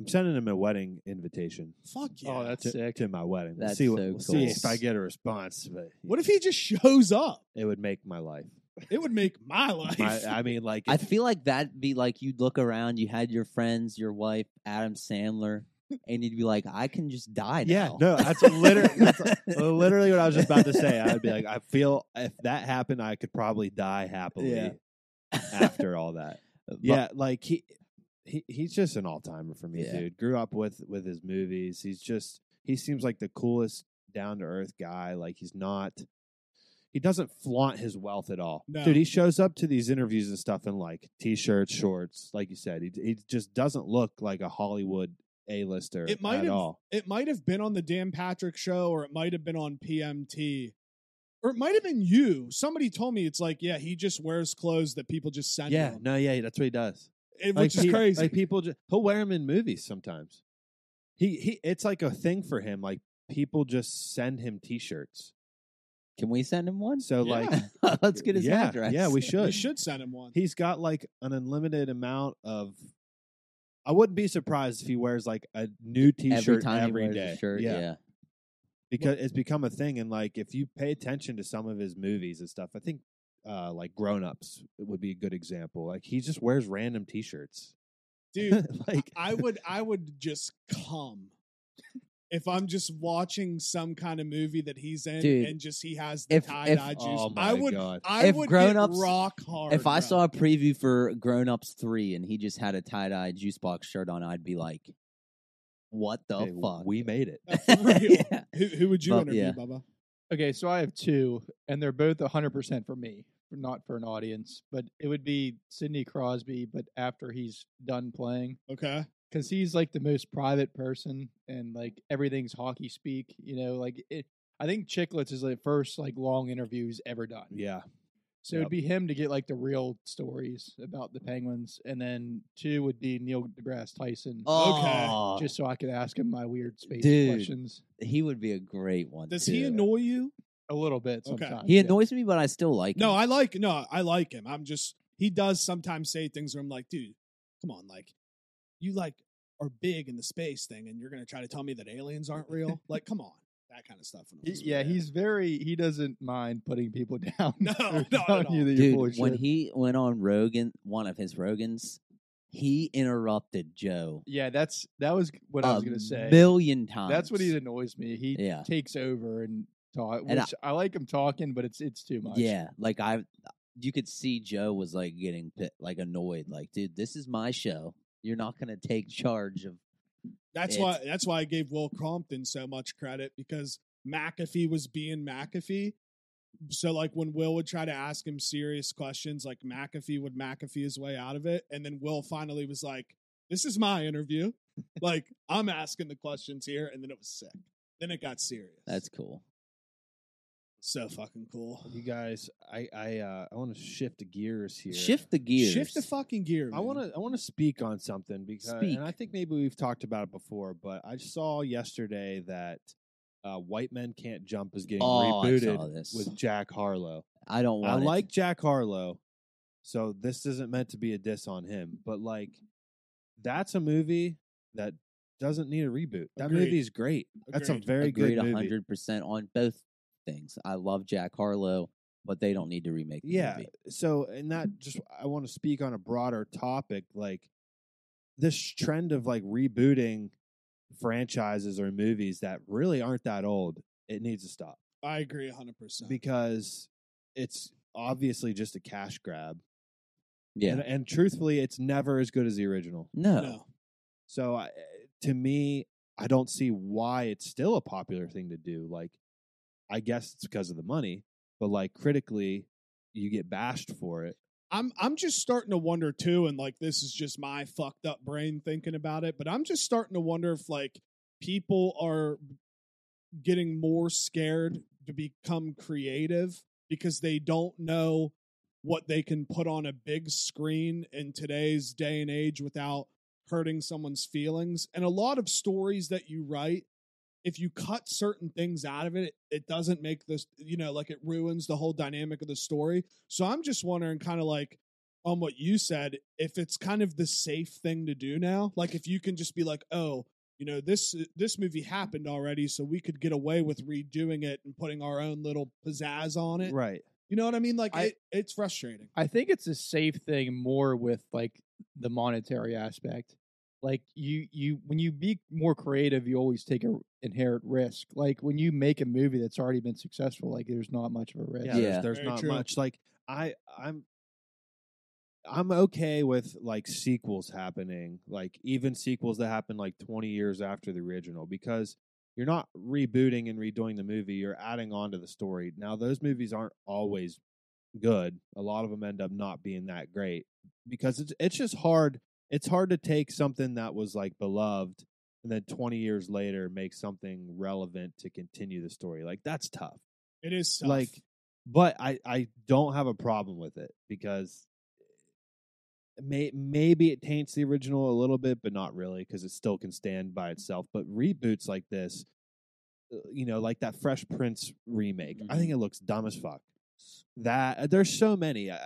[SPEAKER 2] I'm sending him a wedding invitation.
[SPEAKER 3] fuck yeah
[SPEAKER 4] Oh, that's
[SPEAKER 2] to,
[SPEAKER 4] sick.
[SPEAKER 2] to my wedding. We'll
[SPEAKER 1] That's
[SPEAKER 2] see what,
[SPEAKER 1] so
[SPEAKER 2] we'll see if
[SPEAKER 1] cool.
[SPEAKER 2] I get a response, but
[SPEAKER 3] what if he just shows up
[SPEAKER 2] it would make my life.
[SPEAKER 3] it would make my life
[SPEAKER 2] My, I mean, like
[SPEAKER 1] I
[SPEAKER 2] if-
[SPEAKER 1] feel like that'd be like you'd look around, you had your friends, your wife, Adam Sandler, and you'd be like, I can just die
[SPEAKER 2] yeah,
[SPEAKER 1] now.
[SPEAKER 2] no, that's literally that's literally what I was just about to say. I would be like, I feel if that happened, I could probably die happily
[SPEAKER 1] Yeah.
[SPEAKER 2] after all that.
[SPEAKER 1] But-
[SPEAKER 2] yeah, like he, he he's just an all timer for me,
[SPEAKER 1] Yeah.
[SPEAKER 2] dude. Grew up with with his movies. He's just he seems like the coolest down to earth guy. Like he's not he doesn't flaunt his wealth at all,
[SPEAKER 3] No.
[SPEAKER 2] dude. He shows up to these interviews and stuff in like t-shirts, shorts, like you said. He he just doesn't look like a Hollywood a lister
[SPEAKER 3] It
[SPEAKER 2] at
[SPEAKER 3] might have-
[SPEAKER 2] all.
[SPEAKER 3] it might have been on the Dan Patrick show or it might have been on PMT or it might have been you somebody told me it's like yeah he just wears clothes that people just send
[SPEAKER 2] Yeah,
[SPEAKER 3] him
[SPEAKER 2] no, yeah, that's what he does.
[SPEAKER 3] It-
[SPEAKER 2] Like,
[SPEAKER 3] which is
[SPEAKER 2] he-
[SPEAKER 3] crazy
[SPEAKER 2] Like people, just, he'll wear them in movies sometimes. He he, it's like a thing for him. Like people just send him t-shirts.
[SPEAKER 1] Can we send him one?
[SPEAKER 2] So like
[SPEAKER 1] Let's get his
[SPEAKER 2] yeah,
[SPEAKER 1] address.
[SPEAKER 2] Yeah, we should.
[SPEAKER 3] We should send him one.
[SPEAKER 2] He's got like an unlimited amount of. I wouldn't be surprised if he wears like a new T-shirt
[SPEAKER 1] every time
[SPEAKER 2] every
[SPEAKER 1] he wears
[SPEAKER 2] day.
[SPEAKER 1] a shirt. Yeah.
[SPEAKER 2] because it's become a thing, and like if you pay attention to some of his movies and stuff, I think uh like Grown Ups would be a good example. Like he just wears random T-shirts,
[SPEAKER 3] Dude,
[SPEAKER 2] like
[SPEAKER 3] I would I would just come if I'm just watching some kind of movie that he's in
[SPEAKER 1] Dude,
[SPEAKER 3] and just he has the
[SPEAKER 1] if-
[SPEAKER 3] tie
[SPEAKER 1] if-
[SPEAKER 3] dye juice,
[SPEAKER 2] Oh my
[SPEAKER 3] I would
[SPEAKER 2] God.
[SPEAKER 3] I
[SPEAKER 1] If
[SPEAKER 3] would
[SPEAKER 1] Grown
[SPEAKER 3] get
[SPEAKER 1] Ups-
[SPEAKER 3] rock hard.
[SPEAKER 1] If I
[SPEAKER 3] bro.
[SPEAKER 1] saw a preview for Grown Ups 3 and he just had a tie dye juice box shirt on, I'd be like, what the
[SPEAKER 2] Hey,
[SPEAKER 1] fuck?
[SPEAKER 2] We made it.
[SPEAKER 3] Uh, for real,
[SPEAKER 1] Yeah.
[SPEAKER 3] who, who would you
[SPEAKER 1] But,
[SPEAKER 3] interview,
[SPEAKER 1] yeah.
[SPEAKER 3] Bubba?
[SPEAKER 4] Okay, so I have two, and they're both 100% for me, not for an audience, but it would be Sidney Crosby, but after he's done playing,
[SPEAKER 3] Okay,
[SPEAKER 4] because he's like the most private person, and like everything's hockey speak, you know, like it. I think Chicklets is the first like long interview he's ever done.
[SPEAKER 2] Yeah.
[SPEAKER 4] So
[SPEAKER 2] Yep.
[SPEAKER 4] it'd be him to get like the real stories about the Penguins, and then two would be Neil deGrasse Tyson,
[SPEAKER 1] Oh,
[SPEAKER 4] Uh, just so I could ask him my weird space
[SPEAKER 1] Dude.
[SPEAKER 4] questions
[SPEAKER 1] he would be a great one.
[SPEAKER 3] does he
[SPEAKER 1] too.
[SPEAKER 3] annoy you?
[SPEAKER 4] a little bit.
[SPEAKER 3] Okay.
[SPEAKER 4] Sometimes
[SPEAKER 1] He
[SPEAKER 4] yeah.
[SPEAKER 1] annoys me, but I still like
[SPEAKER 3] No,
[SPEAKER 1] him.
[SPEAKER 3] I like no, I like him. I'm just he does sometimes say things where I'm like, dude, come on, like you like are big in the space thing, and you're gonna try to tell me that aliens aren't real? like, come on, that kind of stuff.
[SPEAKER 4] He-
[SPEAKER 3] annoys me.
[SPEAKER 4] yeah, he's very. He doesn't mind putting people down.
[SPEAKER 3] No,
[SPEAKER 4] or
[SPEAKER 3] not at
[SPEAKER 4] telling you
[SPEAKER 3] all.
[SPEAKER 4] that you're full
[SPEAKER 1] Dude,
[SPEAKER 4] of
[SPEAKER 1] when
[SPEAKER 4] shit.
[SPEAKER 1] he went on Rogan, one of his Rogans, he interrupted Joe
[SPEAKER 4] yeah, that's that was what I was
[SPEAKER 1] a
[SPEAKER 4] gonna say.
[SPEAKER 1] million times.
[SPEAKER 4] That's what he annoys me. He
[SPEAKER 1] Yeah.
[SPEAKER 4] takes over and talk. Which
[SPEAKER 1] And I-
[SPEAKER 4] I, like him talking, but it's it's too much.
[SPEAKER 1] Yeah, like I, you could see Joe was like getting pit, like annoyed. Like, dude, this is my show. You're not gonna take charge of.
[SPEAKER 3] That's
[SPEAKER 1] It's-
[SPEAKER 3] why that's why I gave Will Crompton so much credit because McAfee was being McAfee. So like when Will would try to ask him serious questions, like McAfee would McAfee his way out of it, and then Will finally was like, "This is my interview. like I'm asking the questions here," and then it was sick. Then it got serious.
[SPEAKER 1] That's cool.
[SPEAKER 3] so fucking cool.
[SPEAKER 2] You guys, I I uh, I want to shift gears here.
[SPEAKER 1] Shift the gears.
[SPEAKER 3] Shift the fucking gear.
[SPEAKER 2] I want
[SPEAKER 3] to.
[SPEAKER 2] to I want to speak on something because
[SPEAKER 1] Speak.
[SPEAKER 2] and I think maybe we've talked about it before, but I saw yesterday that uh, White Men Can't Jump is getting
[SPEAKER 1] Oh, I saw
[SPEAKER 2] rebooted
[SPEAKER 1] this.
[SPEAKER 2] with Jack Harlow.
[SPEAKER 1] I don't
[SPEAKER 2] I
[SPEAKER 1] want. it.
[SPEAKER 2] like Jack Harlow, so this isn't meant to be a diss on him, but like that's a movie that doesn't need a reboot. That
[SPEAKER 3] Agreed.
[SPEAKER 2] movie's great. That's a
[SPEAKER 3] Agreed.
[SPEAKER 2] very
[SPEAKER 1] agreed
[SPEAKER 2] good movie.
[SPEAKER 1] hundred percent on both things. I love Jack Harlow, but they don't need to remake. The
[SPEAKER 2] yeah
[SPEAKER 1] movie.
[SPEAKER 2] so and that just i want to speak on a broader topic like this trend of like rebooting franchises or movies that really aren't that old it needs to stop
[SPEAKER 3] I agree 100.
[SPEAKER 1] Uh-huh.
[SPEAKER 3] percent
[SPEAKER 2] because it's obviously just a cash grab
[SPEAKER 1] yeah.
[SPEAKER 2] and, and truthfully it's never as good as the original
[SPEAKER 1] no.
[SPEAKER 3] No,
[SPEAKER 2] so I, to me i don't see why it's still a popular thing to do like i guess it's because of the money but like critically you get bashed for it
[SPEAKER 3] I'm I'm just starting to wonder too, and like this is just my fucked up brain thinking about it, but I'm just starting to wonder if like people are getting more scared to become creative because they don't know what they can put on a big screen in today's day and age without hurting someone's feelings. And a lot of stories that you write, if you cut certain things out of it, it doesn't make this, you know, like it ruins the whole dynamic of the story. So I'm just wondering, kind of like on what you said, if it's kind of the safe thing to do now. Like if you can just be like, oh, you know, this this movie happened already, so we could get away with redoing it and putting our own little pizzazz on it.
[SPEAKER 2] right
[SPEAKER 3] You know what I mean? Like
[SPEAKER 4] I-
[SPEAKER 3] it, it's frustrating.
[SPEAKER 4] I think it's a safe thing more with like the monetary aspect. Like you, you when you be more creative, you always take a inherent risk. Like when you make a movie that's already been successful, like there's not much of a risk.
[SPEAKER 2] yeah,
[SPEAKER 1] Yeah.
[SPEAKER 2] there's, there's
[SPEAKER 3] Very
[SPEAKER 2] not
[SPEAKER 3] true.
[SPEAKER 2] much like i i'm i'm okay with like sequels happening like even sequels that happen like 20 years after the original because you're not rebooting and redoing the movie you're adding on to the story now those movies aren't always good a lot of them end up not being that great because it's it's just hard it's hard to take something that was like beloved and then 20 years later make something relevant to continue the story like that's tough
[SPEAKER 3] It is tough.
[SPEAKER 2] like but i i don't have a problem with it because may, maybe it taints the original a little bit but not really because it still can stand by itself but reboots like this uh, you know like that fresh prince remake i
[SPEAKER 3] Mm-hmm.
[SPEAKER 2] think it looks dumb as fuck that uh, there's so many i,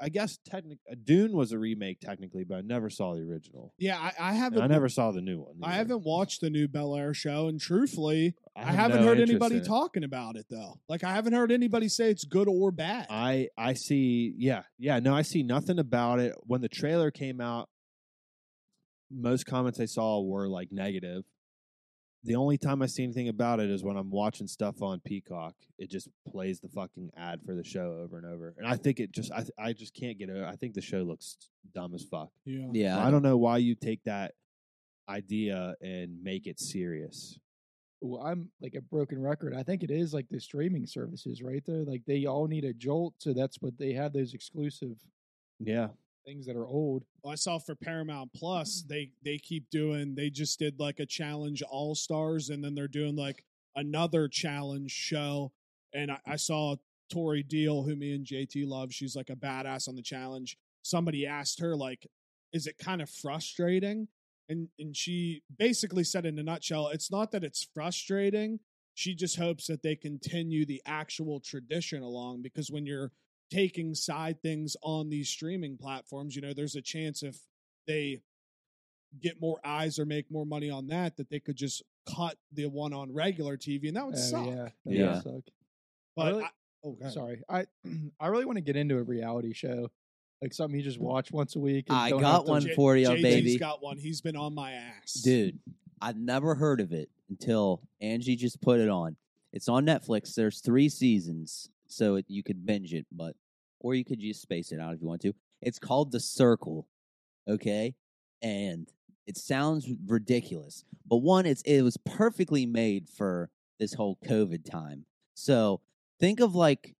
[SPEAKER 2] I guess technic- uh, dune was a remake technically but i never saw the original
[SPEAKER 3] yeah, I, I
[SPEAKER 2] and
[SPEAKER 3] haven't.
[SPEAKER 2] i never saw the new one
[SPEAKER 3] I
[SPEAKER 2] either.
[SPEAKER 3] haven't watched the new Bel Air show, and truthfully, I,
[SPEAKER 2] have
[SPEAKER 3] haven't
[SPEAKER 2] no
[SPEAKER 3] heard
[SPEAKER 2] interest
[SPEAKER 3] anybody
[SPEAKER 2] in it.
[SPEAKER 3] talking about it though. Like I haven't heard anybody say it's good or bad.
[SPEAKER 2] I I see yeah yeah no I see nothing about it when the trailer came out most comments I saw were like negative the only time I see anything about it is when I'm watching stuff on Peacock. It just plays the fucking ad for the show over and over, and I think it just I th- I just can't get over. I think the show looks dumb as fuck.
[SPEAKER 3] Yeah.
[SPEAKER 1] Yeah,
[SPEAKER 2] I don't know why you take that idea and make it serious.
[SPEAKER 4] Well, I'm like a broken record. I think it is like the streaming services, right? There, like they all need a jolt, so that's what they have those exclusive
[SPEAKER 2] Yeah,
[SPEAKER 4] things that are old.
[SPEAKER 3] Well, I saw for Paramount Plus, they they keep doing. They just did like a challenge All Stars, and then they're doing like another challenge show. And I, I saw Tori Deal, who me and JT love. She's like a badass on the challenge. Somebody asked her like, "Is it kind of frustrating?" And and she basically said in a nutshell, "It's not that it's frustrating." She just hopes that they continue the actual tradition along because when you're taking side things on these streaming platforms. You know, there's a chance if they get more eyes or make more money on that, that they could just cut the one on regular TV, and that would
[SPEAKER 4] Oh,
[SPEAKER 3] suck.
[SPEAKER 4] Yeah, that would
[SPEAKER 1] Yeah.
[SPEAKER 4] suck.
[SPEAKER 3] But
[SPEAKER 4] really-
[SPEAKER 3] I, oh, go ahead.
[SPEAKER 4] Sorry, I I really want to get into a reality show, like something you just watch once a week. and
[SPEAKER 1] I
[SPEAKER 4] don't
[SPEAKER 1] got
[SPEAKER 4] have to-
[SPEAKER 1] one for you,
[SPEAKER 3] JT's
[SPEAKER 1] baby.
[SPEAKER 3] got one. He's been on my ass,
[SPEAKER 1] dude. I'd never heard of it until Angie just put it on. It's on Netflix. There's three seasons, so it, you could binge it, but or you could just space it out if you want to. It's called The Circle, okay? And it sounds ridiculous, but one, it's it was perfectly made for this whole COVID time. So think of like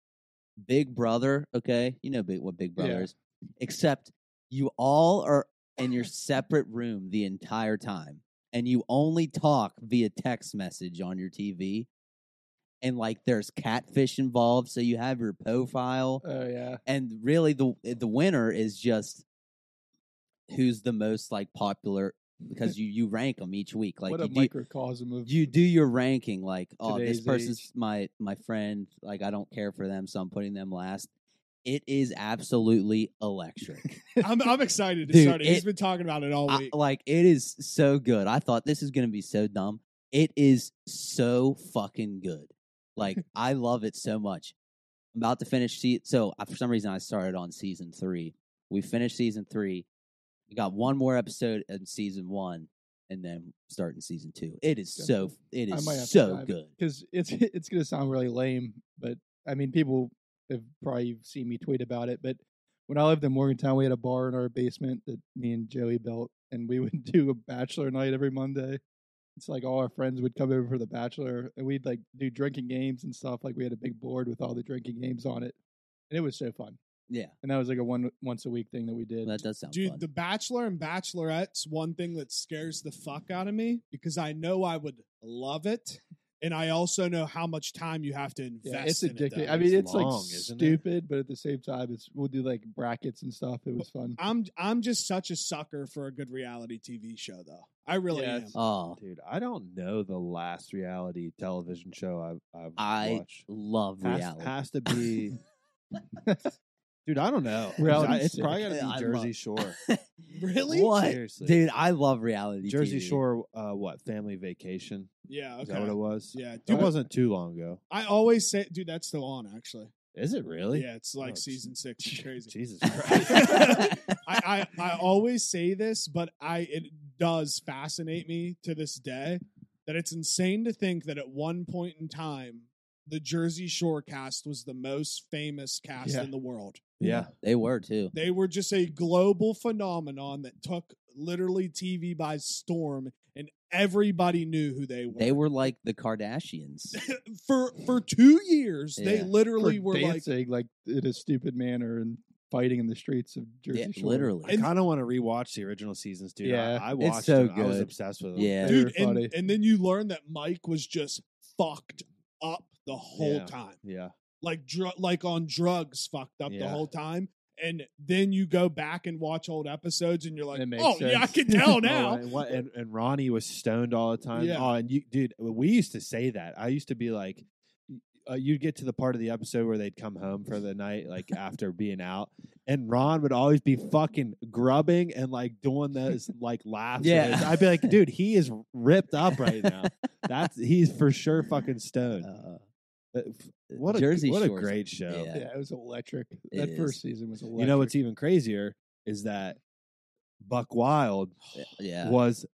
[SPEAKER 1] Big Brother, okay? You know big, what Big Brother
[SPEAKER 4] Yeah.
[SPEAKER 1] is, except you all are in your separate room the entire time, and you only talk via text message on your TV. And like, there's catfish involved, so you have your profile
[SPEAKER 4] Oh yeah,
[SPEAKER 1] and really the eh, the winner is just who's the most like popular because you you rank them each week like
[SPEAKER 4] what
[SPEAKER 1] you
[SPEAKER 4] a
[SPEAKER 1] do,
[SPEAKER 4] microcosm of
[SPEAKER 1] you do your ranking like oh this
[SPEAKER 4] Today's
[SPEAKER 1] person's
[SPEAKER 4] age.
[SPEAKER 1] my my friend like I don't care for them so I'm putting them last it is absolutely electric
[SPEAKER 3] I'm, I'm excited to
[SPEAKER 1] Dude,
[SPEAKER 3] start it. He's
[SPEAKER 1] it-
[SPEAKER 3] been talking about it all
[SPEAKER 1] I-
[SPEAKER 3] week.
[SPEAKER 1] like it is so good I thought this is going to be so dumb it is so fucking good like I love it so much I'm about to finish se- so I- for some reason I started on season 3 we finished season 3 we got one more episode in season 1 and then starting season 2 it is
[SPEAKER 4] Gotcha.
[SPEAKER 1] so it
[SPEAKER 4] I might have to
[SPEAKER 1] is so
[SPEAKER 4] dive-
[SPEAKER 1] good
[SPEAKER 4] because it's it's gonna sound really lame, but I mean people have probably seen me tweet about it. But when I lived in Morgantown, we had a bar in our basement that me and Joey built, and we would do a bachelor night every Monday. It's like all our friends would come over for the bachelor, and we'd like do drinking games and stuff. Like we had a big board with all the drinking games on it, and it was so fun.
[SPEAKER 1] yeah
[SPEAKER 4] And that was like a one once a week thing that we did.
[SPEAKER 1] that does sound
[SPEAKER 3] Dude,
[SPEAKER 1] fun
[SPEAKER 3] The Bachelor and Bachelorette's one thing that scares the fuck out of me because I know I would love it, and I also know how much time you have to invest.
[SPEAKER 4] yeah, it's
[SPEAKER 3] in it,
[SPEAKER 4] addictive.
[SPEAKER 3] though.
[SPEAKER 4] I mean,
[SPEAKER 2] It's
[SPEAKER 4] it's
[SPEAKER 2] long,
[SPEAKER 4] like
[SPEAKER 2] isn't it?
[SPEAKER 4] stupid, but at the same time, it's we'll do like brackets and stuff. It was fun.
[SPEAKER 3] I'm I'm just such a sucker for a good reality TV show, though. I really
[SPEAKER 4] Yeah,
[SPEAKER 3] am.
[SPEAKER 4] it's-
[SPEAKER 1] oh
[SPEAKER 2] dude, I don't know the last reality television show I've, I've
[SPEAKER 1] I
[SPEAKER 2] watched.
[SPEAKER 1] love
[SPEAKER 2] Has-
[SPEAKER 1] reality
[SPEAKER 2] has to be. Dude, I don't know.
[SPEAKER 4] Reality
[SPEAKER 2] it's
[SPEAKER 4] sick.
[SPEAKER 2] probably got to
[SPEAKER 1] I
[SPEAKER 2] be Jersey
[SPEAKER 1] love-
[SPEAKER 2] Shore.
[SPEAKER 3] Really?
[SPEAKER 1] what
[SPEAKER 2] Seriously.
[SPEAKER 1] dude I love reality
[SPEAKER 2] Jersey
[SPEAKER 1] TV.
[SPEAKER 2] Shore, uh, what Family Vacation?
[SPEAKER 3] Yeah.
[SPEAKER 2] Is
[SPEAKER 3] Okay.
[SPEAKER 2] that what it was?
[SPEAKER 3] yeah,
[SPEAKER 2] It
[SPEAKER 3] dude.
[SPEAKER 2] wasn't too long ago.
[SPEAKER 3] I always say, dude, that's still on actually.
[SPEAKER 2] Is it really?
[SPEAKER 3] Yeah, it's like
[SPEAKER 2] Oh,
[SPEAKER 3] season six. It's crazy.
[SPEAKER 2] Jesus Christ.
[SPEAKER 3] Right. I, I I always say this, but I it does fascinate me to this day that it's insane to think that at one point in time the Jersey Shore cast was the most famous cast
[SPEAKER 4] Yeah.
[SPEAKER 3] in the world.
[SPEAKER 2] yeah.
[SPEAKER 1] they were too
[SPEAKER 3] They were just a global phenomenon that took literally TV by storm, and everybody knew who they were.
[SPEAKER 1] they were like the Kardashians
[SPEAKER 3] for for two years. They
[SPEAKER 1] Yeah.
[SPEAKER 3] literally
[SPEAKER 4] for
[SPEAKER 3] were like,
[SPEAKER 4] dancing like, in a stupid manner and fighting in the streets of Jersey
[SPEAKER 1] yeah,
[SPEAKER 4] Shore.
[SPEAKER 1] literally
[SPEAKER 2] I kind of want to rewatch the original seasons, dude.
[SPEAKER 4] Yeah.
[SPEAKER 2] I, I
[SPEAKER 1] It's
[SPEAKER 2] watched
[SPEAKER 1] so
[SPEAKER 2] them. I was
[SPEAKER 1] good.
[SPEAKER 2] obsessed with them.
[SPEAKER 1] Yeah.
[SPEAKER 4] They were
[SPEAKER 3] dude, and,
[SPEAKER 4] funny.
[SPEAKER 3] and then you learn that Mike was just fucked up the whole
[SPEAKER 2] Yeah.
[SPEAKER 3] time,
[SPEAKER 2] Yeah.
[SPEAKER 3] like dr- like on drugs, fucked up the
[SPEAKER 2] Yeah.
[SPEAKER 3] whole time. And then you go back and watch old episodes, and you're like,
[SPEAKER 4] It makes
[SPEAKER 3] oh yeah, I
[SPEAKER 4] sense."
[SPEAKER 3] can tell
[SPEAKER 4] Oh,
[SPEAKER 3] now.
[SPEAKER 2] and, what, and, and Ronnie was stoned all the time.
[SPEAKER 3] Yeah.
[SPEAKER 2] Oh, and you, dude, we used to say that. I used to be like, uh, you'd get to the part of the episode where they'd come home for the night, like after being out, and Ron would always be fucking grubbing and like doing those like laughs.
[SPEAKER 1] Yeah.
[SPEAKER 2] and it's- I'd be like, dude, he is ripped up right now. That's he's for sure fucking stoned.
[SPEAKER 1] Uh,
[SPEAKER 2] Uh, f- what a
[SPEAKER 1] Jersey
[SPEAKER 2] what a
[SPEAKER 1] Shore's-
[SPEAKER 2] great show.
[SPEAKER 1] Yeah.
[SPEAKER 4] Yeah. it was electric.
[SPEAKER 1] It
[SPEAKER 4] that
[SPEAKER 1] is.
[SPEAKER 4] first season was electric.
[SPEAKER 2] You know what's even crazier is that Buck Wild
[SPEAKER 1] uh, yeah
[SPEAKER 2] was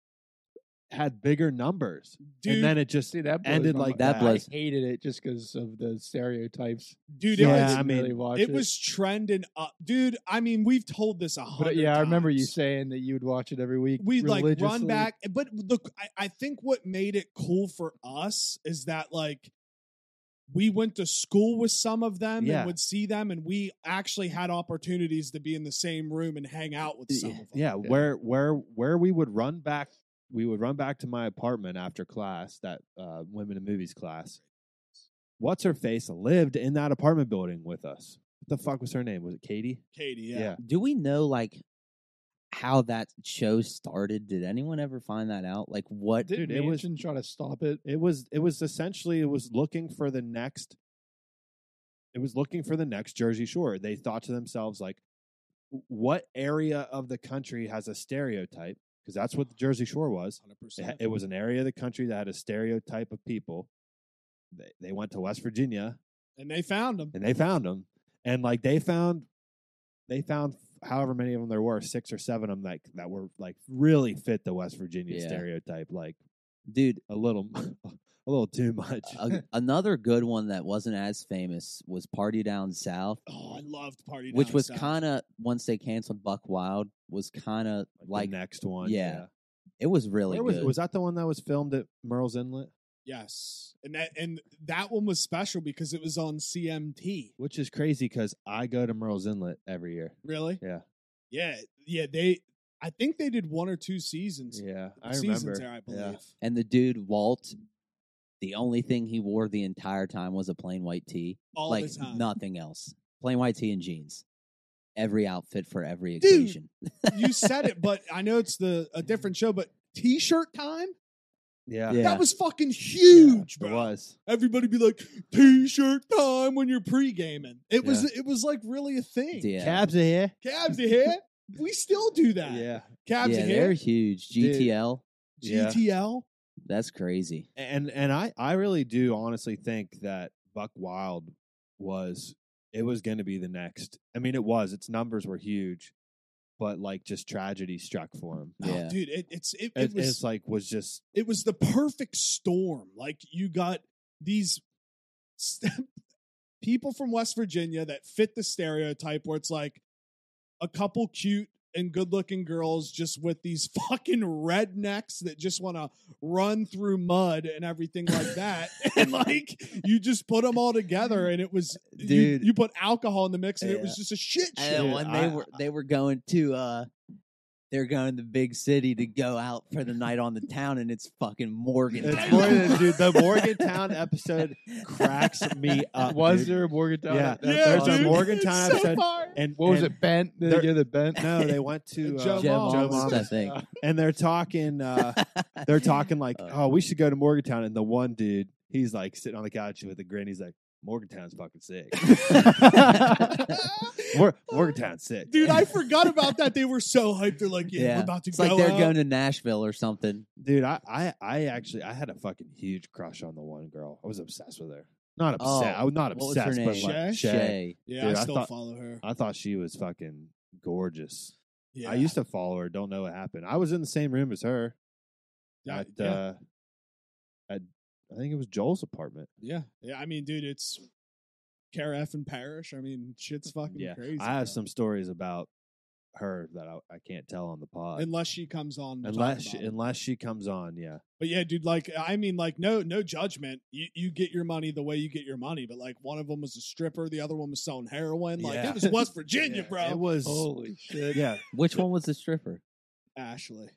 [SPEAKER 2] had bigger numbers,
[SPEAKER 3] dude.
[SPEAKER 2] and then it just
[SPEAKER 4] See that blows
[SPEAKER 2] ended
[SPEAKER 4] my
[SPEAKER 2] like
[SPEAKER 4] mind.
[SPEAKER 1] That
[SPEAKER 2] that.
[SPEAKER 1] blows-
[SPEAKER 4] I hated it just because of the stereotypes.
[SPEAKER 3] dude,
[SPEAKER 2] Yeah,
[SPEAKER 3] it was
[SPEAKER 2] I mean,
[SPEAKER 4] really watch
[SPEAKER 3] it was trending up, dude. I mean, we've told this a
[SPEAKER 4] But uh,
[SPEAKER 3] hundred.
[SPEAKER 4] yeah, I remember you
[SPEAKER 3] times.
[SPEAKER 4] saying that you would watch it every week.
[SPEAKER 3] we like run
[SPEAKER 4] religiously.
[SPEAKER 3] back but look I, I think what made it cool for us is that like we went to school with some of them
[SPEAKER 2] Yeah.
[SPEAKER 3] and would see them and we actually had opportunities to be in the same room and hang out with some of them
[SPEAKER 2] yeah, where where where we would run back we would run back to my apartment after class that uh, women in movies class what's her face lived in that apartment building with us what the fuck was her name was it katie
[SPEAKER 3] katie yeah,
[SPEAKER 1] Do we know like how that show started? Did anyone ever find that out? Like what?
[SPEAKER 4] Didn't
[SPEAKER 2] Dude, it was-
[SPEAKER 4] Manchin try to stop it.
[SPEAKER 2] it was it was essentially it was looking for the next it was looking for the next jersey shore they thought to themselves like what area of the country has a stereotype because that's what the jersey shore was It, ha-
[SPEAKER 3] 100%
[SPEAKER 2] it was an area of the country that had a stereotype of people. They, they went to West Virginia
[SPEAKER 3] and they found them
[SPEAKER 2] and they found them, and like they found, they found however many of them there were, six or seven of them like that were like really fit the West Virginia
[SPEAKER 1] Yeah.
[SPEAKER 2] stereotype, like
[SPEAKER 1] Dude,
[SPEAKER 2] a little, a little too much.
[SPEAKER 1] a, another good one that wasn't as famous was Party Down South,
[SPEAKER 3] oh i loved party
[SPEAKER 1] which
[SPEAKER 3] Down
[SPEAKER 1] was
[SPEAKER 3] South.
[SPEAKER 1] kind of once they canceled Buck Wild was kind of
[SPEAKER 2] The
[SPEAKER 1] like
[SPEAKER 2] next one,
[SPEAKER 1] yeah, it was really
[SPEAKER 2] Where was
[SPEAKER 1] good.
[SPEAKER 2] was that the one that was filmed at Merle's Inlet,
[SPEAKER 3] yes and that and that one was special because it was on cmt
[SPEAKER 2] which is crazy because I go to Merle's Inlet every year.
[SPEAKER 3] really
[SPEAKER 2] Yeah.
[SPEAKER 3] yeah yeah they i think they did one or two seasons
[SPEAKER 2] Yeah, I
[SPEAKER 3] seasons
[SPEAKER 2] remember.
[SPEAKER 3] there i believe
[SPEAKER 2] Yeah.
[SPEAKER 1] and the dude Walt, the only thing he wore the entire time was a plain white tee,
[SPEAKER 3] all
[SPEAKER 1] like
[SPEAKER 3] the time
[SPEAKER 1] nothing else. Plain white tee and jeans. Every outfit for every
[SPEAKER 3] Dude.
[SPEAKER 1] occasion.
[SPEAKER 3] you said it, but I know it's the a different show, but t-shirt time?
[SPEAKER 2] yeah,
[SPEAKER 1] Yeah.
[SPEAKER 3] That was fucking
[SPEAKER 2] Yeah,
[SPEAKER 3] huge,
[SPEAKER 2] It
[SPEAKER 3] bro.
[SPEAKER 2] was.
[SPEAKER 3] Everybody be like, t-shirt time when you're pre-gaming. It was it was like really a thing.
[SPEAKER 1] Yeah.
[SPEAKER 2] Cabs are here.
[SPEAKER 3] Cabs are here. We still do that.
[SPEAKER 2] Yeah.
[SPEAKER 3] Cabs
[SPEAKER 1] yeah,
[SPEAKER 3] are
[SPEAKER 1] they're
[SPEAKER 3] here.
[SPEAKER 1] huge.
[SPEAKER 2] Dude.
[SPEAKER 1] GTL.
[SPEAKER 2] Yeah.
[SPEAKER 3] GTL.
[SPEAKER 1] That's crazy.
[SPEAKER 2] And and I I really do honestly think that Buck Wild was it was going to be the next. I mean, it was. Its numbers were huge, but like just tragedy struck for him.
[SPEAKER 3] Oh,
[SPEAKER 1] Yeah.
[SPEAKER 3] dude, it, it's it, it,
[SPEAKER 2] It,
[SPEAKER 3] was
[SPEAKER 2] it's like was just
[SPEAKER 3] it was the perfect storm. Like you got these st- people from West Virginia that fit the stereotype where it's like a couple cute and good-looking girls just with these fucking rednecks that just want to run through mud and everything like that. and like you just put them all together and it was you-
[SPEAKER 1] Dude.
[SPEAKER 3] you, put alcohol in the mix and it was just a shit
[SPEAKER 1] And
[SPEAKER 3] show.
[SPEAKER 2] Dude,
[SPEAKER 1] when they
[SPEAKER 2] I-
[SPEAKER 1] were they were going to uh they're going to the big city to go out for the night on the town and it's fucking Morgan.
[SPEAKER 2] it's Morgan, dude. The Morgantown episode cracks me up.
[SPEAKER 4] was
[SPEAKER 2] dude.
[SPEAKER 4] there a Morgantown?
[SPEAKER 2] Yeah.
[SPEAKER 4] at that
[SPEAKER 3] yeah,
[SPEAKER 2] there's
[SPEAKER 4] time?
[SPEAKER 2] a
[SPEAKER 3] dude,
[SPEAKER 2] Morgantown
[SPEAKER 3] it's so
[SPEAKER 2] episode
[SPEAKER 3] far.
[SPEAKER 2] And
[SPEAKER 4] What was
[SPEAKER 2] and-
[SPEAKER 4] it? Bent? Did
[SPEAKER 2] there-
[SPEAKER 4] they give the bent?
[SPEAKER 2] No, they went to uh,
[SPEAKER 3] Joe
[SPEAKER 1] Joe
[SPEAKER 3] Mama's.
[SPEAKER 1] Mama's,
[SPEAKER 2] Mama's.
[SPEAKER 1] I think.
[SPEAKER 2] and they're talking. Uh, they're talking like,
[SPEAKER 1] Uh,
[SPEAKER 2] oh, we should go to Morgantown. And the one dude, he's like sitting on the couch with a grin. He's like, Morgantown's fucking sick. Mor- Morgantown's sick.
[SPEAKER 3] Dude, I forgot about that. They were so hyped. They're like, yeah,
[SPEAKER 1] Yeah.
[SPEAKER 3] we're about to
[SPEAKER 1] it's
[SPEAKER 3] go
[SPEAKER 1] like they're
[SPEAKER 3] out.
[SPEAKER 1] going to Nashville or something.
[SPEAKER 2] Dude, I, I, I actually, I had a fucking huge crush on the one girl. I was obsessed with her. Not upset.
[SPEAKER 1] Oh,
[SPEAKER 2] I was not
[SPEAKER 1] what was her
[SPEAKER 2] obsessed,
[SPEAKER 1] name?
[SPEAKER 2] but like,
[SPEAKER 3] Shay?
[SPEAKER 2] Shay.
[SPEAKER 1] Shay.
[SPEAKER 3] Yeah,
[SPEAKER 2] Dude,
[SPEAKER 3] I
[SPEAKER 2] I
[SPEAKER 3] still
[SPEAKER 2] thought-
[SPEAKER 3] follow her.
[SPEAKER 2] I thought she was fucking gorgeous.
[SPEAKER 3] yeah.
[SPEAKER 2] I used to follow her. Don't know what happened. I was in the same room as her
[SPEAKER 3] yeah,
[SPEAKER 2] at,
[SPEAKER 3] yeah,
[SPEAKER 2] uh, at, I think it was Joel's apartment.
[SPEAKER 3] yeah, yeah. I mean, dude, it's Cara F and Parish. I mean, shit's fucking
[SPEAKER 2] Yeah,
[SPEAKER 3] crazy.
[SPEAKER 2] I have
[SPEAKER 3] bro.
[SPEAKER 2] some stories about her that I, I can't tell on the pod.
[SPEAKER 3] unless she comes on. to talk
[SPEAKER 2] unless she,
[SPEAKER 3] about it.
[SPEAKER 2] unless she comes on, yeah.
[SPEAKER 3] but yeah, dude, like I mean, like no, no judgment. You you get your money the way you get your money. But like one of them was a stripper, the other one was selling heroin. Like
[SPEAKER 2] Yeah.
[SPEAKER 3] it was West Virginia,
[SPEAKER 2] Yeah,
[SPEAKER 3] bro.
[SPEAKER 2] It was
[SPEAKER 1] Oh.
[SPEAKER 4] Holy shit!
[SPEAKER 2] yeah.
[SPEAKER 1] Which one was the stripper?
[SPEAKER 3] Ashley,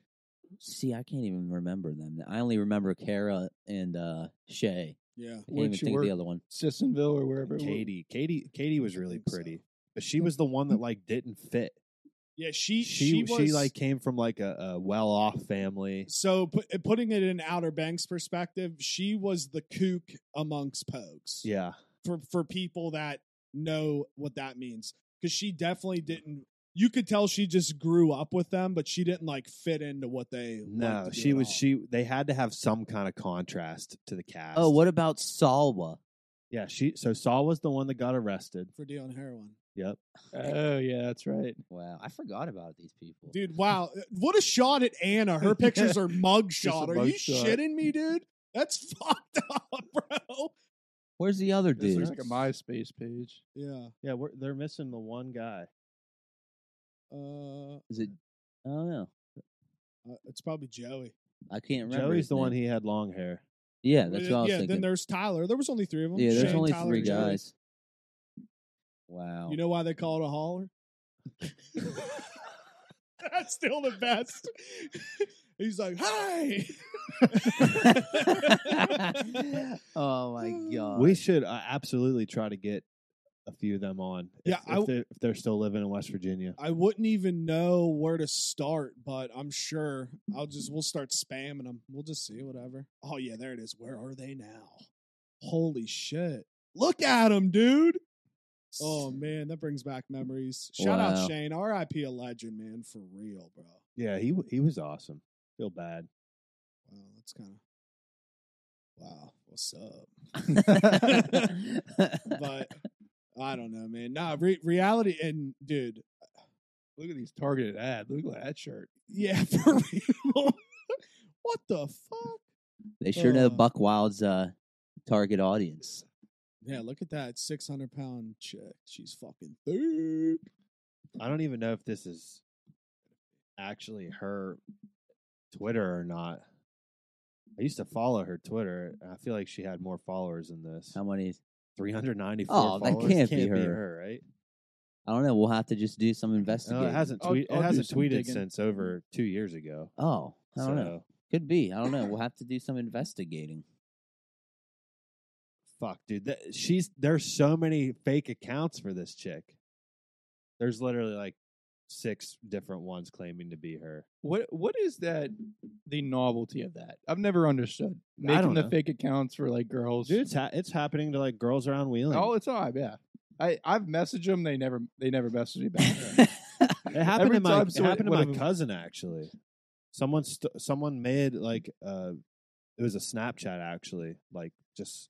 [SPEAKER 1] See, I can't even remember them. I only remember Kara and uh Shay.
[SPEAKER 3] yeah,
[SPEAKER 1] I can't
[SPEAKER 4] Where'd
[SPEAKER 1] even
[SPEAKER 4] she
[SPEAKER 1] think of the
[SPEAKER 4] work?
[SPEAKER 1] other one.
[SPEAKER 4] Sissonville or wherever. it was.
[SPEAKER 2] Katie. Katie Katie was really
[SPEAKER 3] think so.
[SPEAKER 2] pretty. But she was the one that like didn't fit.
[SPEAKER 3] yeah. She
[SPEAKER 2] She she,
[SPEAKER 3] was,
[SPEAKER 2] like came from like a, a well off family.
[SPEAKER 3] So put, putting it in Outer Banks perspective, she was the kook amongst pogues.
[SPEAKER 2] Yeah.
[SPEAKER 3] for for people that know what that means because she definitely didn't you could tell she just grew up with them but she didn't like fit into what they liked
[SPEAKER 2] No,
[SPEAKER 3] to do
[SPEAKER 2] she
[SPEAKER 3] at
[SPEAKER 2] was
[SPEAKER 3] all.
[SPEAKER 2] she they had to have some kind of contrast to the cast.
[SPEAKER 1] Oh, what about Salwa?
[SPEAKER 2] Yeah, she so Saul was the one that got arrested.
[SPEAKER 3] for dealing heroin
[SPEAKER 2] Yep.
[SPEAKER 4] Oh yeah, that's right.
[SPEAKER 1] Wow, I forgot about these people.
[SPEAKER 3] Dude, wow. Uh, What a shot at Anna. Her pictures are mug
[SPEAKER 4] a
[SPEAKER 3] shot. Are
[SPEAKER 4] mug
[SPEAKER 3] you
[SPEAKER 4] shot.
[SPEAKER 3] shitting me, dude? That's fucked up, bro.
[SPEAKER 1] Where's the other
[SPEAKER 4] This
[SPEAKER 1] dude?
[SPEAKER 4] looks like a MySpace page.
[SPEAKER 3] Yeah.
[SPEAKER 2] Yeah, we're, they're missing the one guy.
[SPEAKER 3] Uh,
[SPEAKER 1] Is it? I don't know.
[SPEAKER 3] uh, it's probably Joey.
[SPEAKER 1] I can't remember.
[SPEAKER 2] Joey's
[SPEAKER 1] his
[SPEAKER 2] the one
[SPEAKER 1] name.
[SPEAKER 2] he had long hair.
[SPEAKER 1] Yeah, that's what I was
[SPEAKER 3] yeah, then
[SPEAKER 1] thinking.
[SPEAKER 3] there's Tyler. There was only three of them.
[SPEAKER 1] yeah, there's
[SPEAKER 3] Shane,
[SPEAKER 1] only
[SPEAKER 3] Tyler,
[SPEAKER 1] three
[SPEAKER 3] and Joey.
[SPEAKER 1] guys. Wow.
[SPEAKER 3] You know why they call it a holler? That's still the best. He's like, hey.
[SPEAKER 1] oh my god.
[SPEAKER 2] We should uh, absolutely try to get a few of them on. If,
[SPEAKER 3] Yeah, I
[SPEAKER 2] if,
[SPEAKER 3] w-
[SPEAKER 2] they're, if they're still living in West Virginia.
[SPEAKER 3] I wouldn't even know where to start, but I'm sure I'll just we'll start spamming them. We'll just see whatever. Oh yeah, there it is. Where are they now? Holy shit! Look at them, dude. Oh man, that brings back memories. Shout
[SPEAKER 1] Wow.
[SPEAKER 3] out Shane, R.I.P. a legend, man, for real, bro.
[SPEAKER 2] Yeah, he w- he was awesome. Feel bad.
[SPEAKER 3] Wow, that's kind of wow. What's up? But I don't know, man. Nah, re- reality and dude,
[SPEAKER 4] Look at these targeted ad. Look at that shirt.
[SPEAKER 3] yeah, for real. what the fuck?
[SPEAKER 1] they sure know
[SPEAKER 3] uh,
[SPEAKER 1] Buck Wild's uh, target audience.
[SPEAKER 3] Yeah, look at that 600 pound chick. She's fucking thick.
[SPEAKER 2] I don't even know if this is actually her Twitter or not. I used to
[SPEAKER 1] Mm.
[SPEAKER 2] follow her Twitter. and I feel like she had more followers than this.
[SPEAKER 1] How many?
[SPEAKER 2] 394
[SPEAKER 1] Oh, that
[SPEAKER 2] followers.
[SPEAKER 1] can't be her.
[SPEAKER 2] right?
[SPEAKER 1] I don't know. We'll have to just do some
[SPEAKER 2] Oh,
[SPEAKER 1] investigation.
[SPEAKER 2] it hasn't
[SPEAKER 4] I'll-
[SPEAKER 2] tweet,
[SPEAKER 4] I'll
[SPEAKER 2] it
[SPEAKER 4] do
[SPEAKER 2] hasn't
[SPEAKER 4] some
[SPEAKER 2] tweeted
[SPEAKER 4] digging.
[SPEAKER 2] since over 2 years ago.
[SPEAKER 1] Oh, I don't know.
[SPEAKER 2] So,
[SPEAKER 1] Could be. I don't know. We'll have to do some investigating.
[SPEAKER 2] fuck, dude. That, she's there's so many fake accounts for this chick. There's literally like six different ones claiming to be her.
[SPEAKER 4] What what is that? The novelty of that? I've never understood.
[SPEAKER 2] I
[SPEAKER 4] Making
[SPEAKER 2] don't
[SPEAKER 4] the
[SPEAKER 2] know.
[SPEAKER 4] fake accounts for like girls.
[SPEAKER 2] Dude, it's, ha- it's happening to like girls around wheeling.
[SPEAKER 4] all the time. Yeah, I I've messaged them. They never they never messaged me back.
[SPEAKER 1] That's
[SPEAKER 2] It happened
[SPEAKER 4] Every
[SPEAKER 2] to my
[SPEAKER 4] time
[SPEAKER 2] it
[SPEAKER 4] someone-
[SPEAKER 2] happened to
[SPEAKER 4] one
[SPEAKER 2] my
[SPEAKER 4] of 'em-
[SPEAKER 2] cousin actually. Someone st- someone made like uh it was a Snapchat actually, like just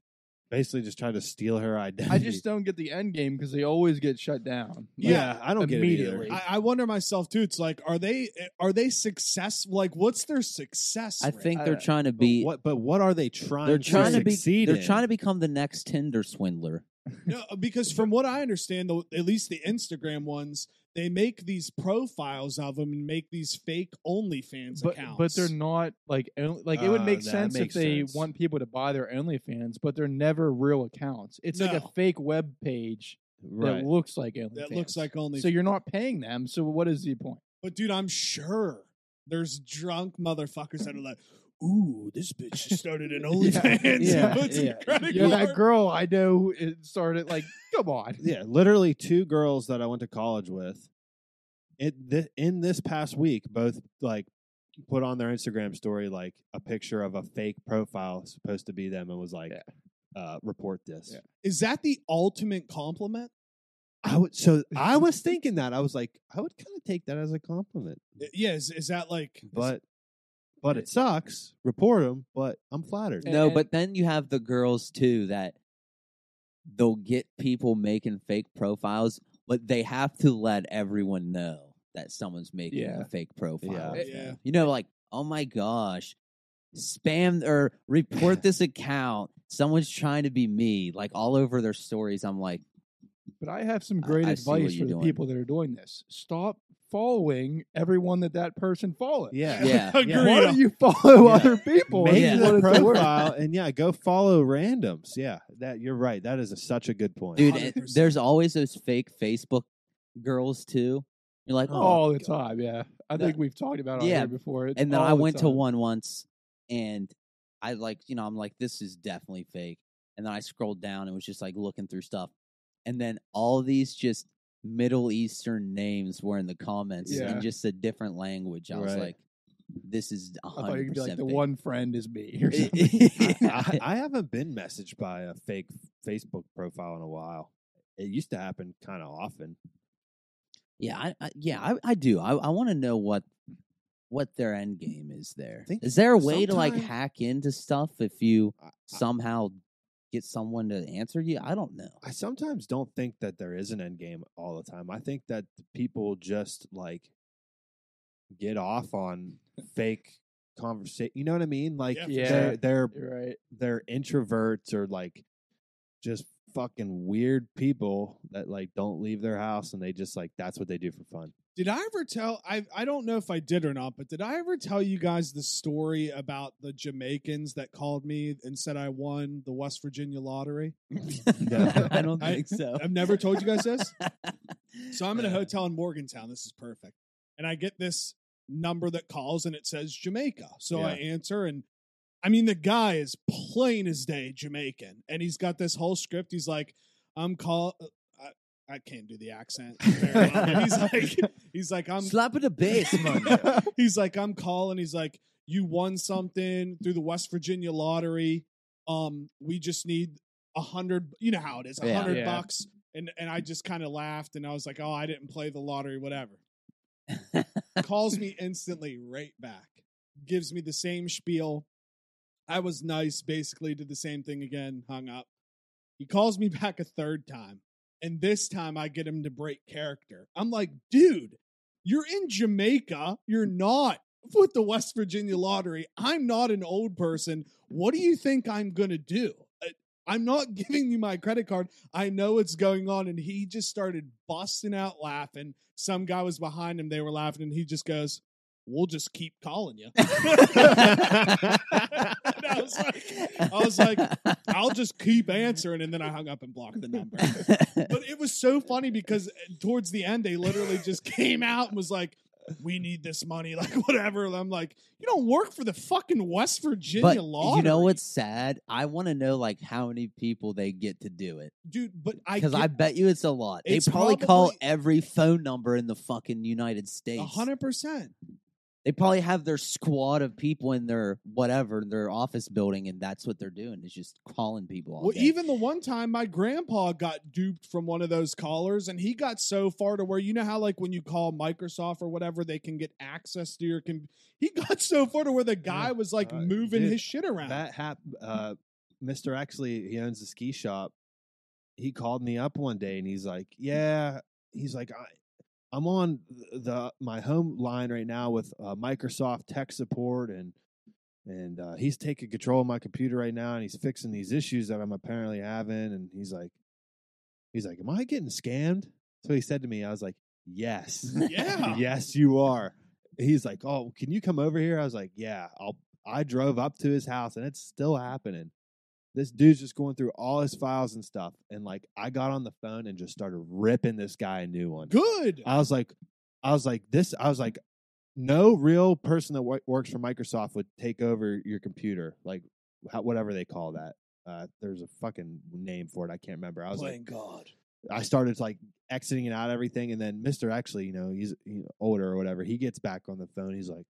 [SPEAKER 2] basically just tried to steal her identity.
[SPEAKER 4] I just don't get the end game because they always get shut down. Like,
[SPEAKER 2] yeah, I don't get it either.
[SPEAKER 4] immediately.
[SPEAKER 3] I, I wonder myself too. It's like, are they eh, are they success? Like, what's their success?
[SPEAKER 1] I
[SPEAKER 3] rate?
[SPEAKER 1] think
[SPEAKER 4] I
[SPEAKER 1] they're
[SPEAKER 4] don't-
[SPEAKER 1] trying to
[SPEAKER 2] But
[SPEAKER 1] be.
[SPEAKER 2] what but what are they trying
[SPEAKER 1] They're trying to be.
[SPEAKER 2] succeed
[SPEAKER 1] They're
[SPEAKER 2] in?
[SPEAKER 1] trying to become the next Tinder swindler.
[SPEAKER 3] no, uh, because from what I understand, though, at least the Instagram ones, they make these profiles of them and make these fake OnlyFans
[SPEAKER 4] but
[SPEAKER 3] accounts.
[SPEAKER 4] but they're not like only, like it would
[SPEAKER 2] Oh,
[SPEAKER 4] make
[SPEAKER 2] that
[SPEAKER 4] sense if
[SPEAKER 2] makes
[SPEAKER 4] they
[SPEAKER 2] sense.
[SPEAKER 4] want people to buy their OnlyFans, but they're never real accounts. It's like a
[SPEAKER 3] No.
[SPEAKER 4] fake web page
[SPEAKER 2] right.
[SPEAKER 4] that looks like OnlyFans.
[SPEAKER 3] that looks like only.
[SPEAKER 4] so you're not paying them. So what is the point?
[SPEAKER 3] but dude, I'm sure there's drunk motherfuckers that are like, "Ooh, this bitch she started an OnlyFans."
[SPEAKER 4] yeah,
[SPEAKER 3] Puts in
[SPEAKER 1] yeah.
[SPEAKER 3] credit
[SPEAKER 4] Yeah, that
[SPEAKER 3] card.
[SPEAKER 4] girl I know it started like come on.
[SPEAKER 2] yeah, literally two girls that I went to college with. It th- in this past week, both like put on their Instagram story like a picture of a fake profile supposed to be them, and was like, uh, "Report this."
[SPEAKER 4] Yeah.
[SPEAKER 3] Is that the ultimate compliment?
[SPEAKER 2] I would. So I was thinking that I was like, I would kind of take that as a compliment,
[SPEAKER 3] Y- Uh, Yeah, is, is that like? is-
[SPEAKER 2] but but it sucks. Report them, but I'm flattered.
[SPEAKER 4] And-
[SPEAKER 1] no, but then you have the girls too that they'll get people making fake profiles, but they have to let everyone know that someone's making
[SPEAKER 4] Yeah.
[SPEAKER 1] a fake profile.
[SPEAKER 4] Yeah.
[SPEAKER 3] Yeah.
[SPEAKER 1] You know, like, oh my gosh, spam or report this account. Someone's trying to be me, like all over their stories. I'm like,
[SPEAKER 4] But I have some
[SPEAKER 1] I-
[SPEAKER 4] great
[SPEAKER 1] I see what
[SPEAKER 4] advice for
[SPEAKER 1] you're
[SPEAKER 4] the
[SPEAKER 1] doing.
[SPEAKER 4] people that are doing this. Stop following everyone that that person follows.
[SPEAKER 2] Yeah,
[SPEAKER 1] yeah,
[SPEAKER 3] Agreed.
[SPEAKER 4] Why do you follow
[SPEAKER 2] Yeah.
[SPEAKER 4] other people?
[SPEAKER 2] Make
[SPEAKER 1] Yeah.
[SPEAKER 4] What
[SPEAKER 2] the
[SPEAKER 4] it's worth.
[SPEAKER 2] profile, and yeah, go follow randoms. Yeah, that you're right. That is a, such a good point,
[SPEAKER 1] dude, and
[SPEAKER 3] 100%.
[SPEAKER 1] there's always those fake Facebook girls too. You're like, oh,
[SPEAKER 4] all the time. Yeah, I
[SPEAKER 1] The-
[SPEAKER 4] think we've talked about it on
[SPEAKER 1] yeah,
[SPEAKER 4] here before. It's
[SPEAKER 1] and then I
[SPEAKER 4] all the
[SPEAKER 1] went to
[SPEAKER 4] time.
[SPEAKER 1] one once, and I like, you know, I'm like, this is definitely fake. And then I scrolled down and was just like looking through stuff, and then all these just Middle Eastern names were in the comments
[SPEAKER 4] Yeah.
[SPEAKER 1] in just a different language. I was
[SPEAKER 2] Right.
[SPEAKER 1] like, this is a
[SPEAKER 4] I thought
[SPEAKER 1] hundred
[SPEAKER 4] you'd be like
[SPEAKER 1] percent
[SPEAKER 4] the
[SPEAKER 1] fake."
[SPEAKER 4] one friend is me. Or something.
[SPEAKER 2] I,
[SPEAKER 1] Yeah.
[SPEAKER 2] I haven't been messaged by a fake Facebook profile in a while. It used to happen kind of often.
[SPEAKER 1] yeah, I, I, yeah, I, I do. I, I want to know what what their end game is there.
[SPEAKER 2] Think
[SPEAKER 1] Is there a way to like
[SPEAKER 2] sometime-
[SPEAKER 1] hack into stuff if you
[SPEAKER 2] I- I-
[SPEAKER 1] somehow get someone to answer you. I don't know.
[SPEAKER 2] I sometimes don't think that there is an end game all the time. I think that the people just like get off on fake conversation. You know what I mean? Like
[SPEAKER 3] Yeah, for
[SPEAKER 4] Yeah.
[SPEAKER 2] they're
[SPEAKER 4] sure.
[SPEAKER 2] they're
[SPEAKER 4] You're right.
[SPEAKER 2] they're introverts or like just fucking weird people that like don't leave their house and they just like that's what they do for fun.
[SPEAKER 3] Did I ever tell I I don't know if I did or not, but did I ever tell you guys the story about the Jamaicans that called me and said I won the West Virginia lottery?
[SPEAKER 2] No.
[SPEAKER 1] I don't
[SPEAKER 3] I-
[SPEAKER 1] think so.
[SPEAKER 3] I've never told you guys this. So I'm in a hotel in Morgantown. This is perfect. And I get this number that calls and it says Jamaica. So I answer and I mean the guy is plain as day Jamaican and he's got this whole script. He's like, I'm call I, I can't do the accent. very well. he's like he's like I'm
[SPEAKER 1] Slap of the bass, man.
[SPEAKER 3] he's like, I'm calling. He's like, you won something through the West Virginia lottery. Um, we just need a hundred. You know how it is, a
[SPEAKER 1] Yeah.
[SPEAKER 3] hundred
[SPEAKER 4] Yeah.
[SPEAKER 3] bucks. And and I just kind of laughed, and I was like, oh, I didn't play the lottery, whatever. Calls me instantly, right back. Gives me the same spiel. I was nice, basically did the same thing again, hung up. He calls me back a third time. And this time I get him to break character. I'm like, dude, you're in Jamaica. You're not with the West Virginia lottery. I'm not an old person. What do you think I'm going to do? Uh, I'm not giving you my credit card. I know it's going on. And he just started busting out laughing. Some guy was behind him. They were laughing. And he just goes, We'll just keep calling you. I was like- I was like, I'll just keep answering. And then I hung up and blocked the number. But it was so funny because eh, towards the end, they literally just came out and was like, we need this money, like whatever. And I'm like, you don't work for the fucking West Virginia
[SPEAKER 1] but
[SPEAKER 3] lottery.
[SPEAKER 1] you know what's sad? I want to know like how many people they get to do it
[SPEAKER 3] dude? But I
[SPEAKER 1] because
[SPEAKER 3] get
[SPEAKER 1] I, bet you it's a lot. They
[SPEAKER 3] It's
[SPEAKER 1] probably, call
[SPEAKER 3] probably-
[SPEAKER 1] every phone number in the fucking United
[SPEAKER 3] a
[SPEAKER 1] States.
[SPEAKER 3] hundred percent.
[SPEAKER 1] They probably have their squad of people in their whatever their office building, and that's what they're doing is just calling people. All
[SPEAKER 3] Well,
[SPEAKER 1] day.
[SPEAKER 3] even the one time my grandpa got duped from one of those callers, and he got so far to where you know how like when you call Microsoft or whatever, they can get access to your. Com- he got so far to where the guy
[SPEAKER 2] Yeah.
[SPEAKER 3] was like
[SPEAKER 2] Uh,
[SPEAKER 3] moving
[SPEAKER 2] dude,
[SPEAKER 3] his shit around.
[SPEAKER 2] That hap- uh Mr. Exley, he owns a ski shop. He called me up one day and he's like, "Yeah, he's like I I'm on the my home line right now with uh, Microsoft tech support and and uh, he's taking control of my computer right now and he's fixing these issues that I'm apparently having and he's like he's like, "Am I getting scammed?" So he said to me, I was like, "Yes."
[SPEAKER 3] yeah,
[SPEAKER 2] yes, you are. He's like, oh, can you come over here? I was like, yeah, I'll. I drove up to his house and it's still happening. This dude's just going through all his files and stuff. And like, I got on the phone and just started ripping this guy a new one.
[SPEAKER 3] good.
[SPEAKER 2] I was like, I was like, this, I was like, no real person that wo- works for Microsoft would take over your computer, like how, whatever they call that. Uh, there's a fucking name for it. I can't remember. I was like,
[SPEAKER 3] Playing God.
[SPEAKER 2] I started like exiting and out of everything, and then Mister actually, you know, he's you know, older or whatever. He gets back on the phone. He's like,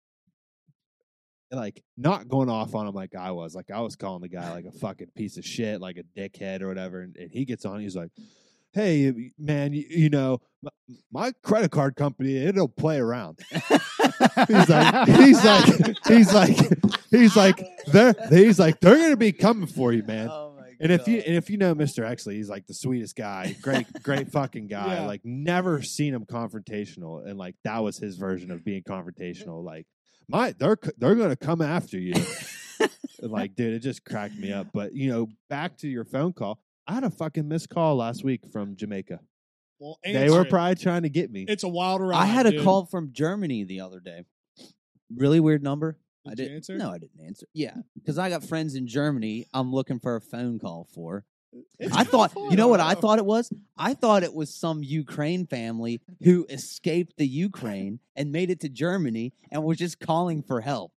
[SPEAKER 2] like not going off on him like I was. Like I was calling the guy like a fucking piece of shit, like a dickhead or whatever. And, and he gets on. He's like, "Hey, man, you, you know, m- my credit card company, it'll play around." he's like, he's like, he's like, he's like, they're he's like, they're gonna be coming for you, man.
[SPEAKER 1] Oh my
[SPEAKER 2] And if you
[SPEAKER 1] God.
[SPEAKER 2] and if you know Mr. Exley, he's like the sweetest guy, great, great fucking guy.
[SPEAKER 3] Yeah.
[SPEAKER 2] Like never seen him confrontational, and like that was his version of being confrontational. Like my, they're c- they're gonna come after you. And, like, dude, it just cracked me up. But you know, back to your phone call. I had a fucking missed call last week from Jamaica.
[SPEAKER 3] Well,
[SPEAKER 2] they were
[SPEAKER 3] answer it.
[SPEAKER 2] probably trying to get me.
[SPEAKER 3] It's a wild ride.
[SPEAKER 1] I had a
[SPEAKER 3] dude.
[SPEAKER 1] call from Germany the other day. Really weird number. I
[SPEAKER 3] Did you
[SPEAKER 1] didn't
[SPEAKER 3] answer?
[SPEAKER 1] No, I didn't answer. Yeah, because I got friends in Germany. I'm looking for a phone call for.
[SPEAKER 3] It's
[SPEAKER 1] I
[SPEAKER 3] kinda
[SPEAKER 1] thought,
[SPEAKER 3] fun.
[SPEAKER 1] you know what I thought it was? I thought it was some Ukraine family who escaped the Ukraine and made it to Germany and was just calling for help.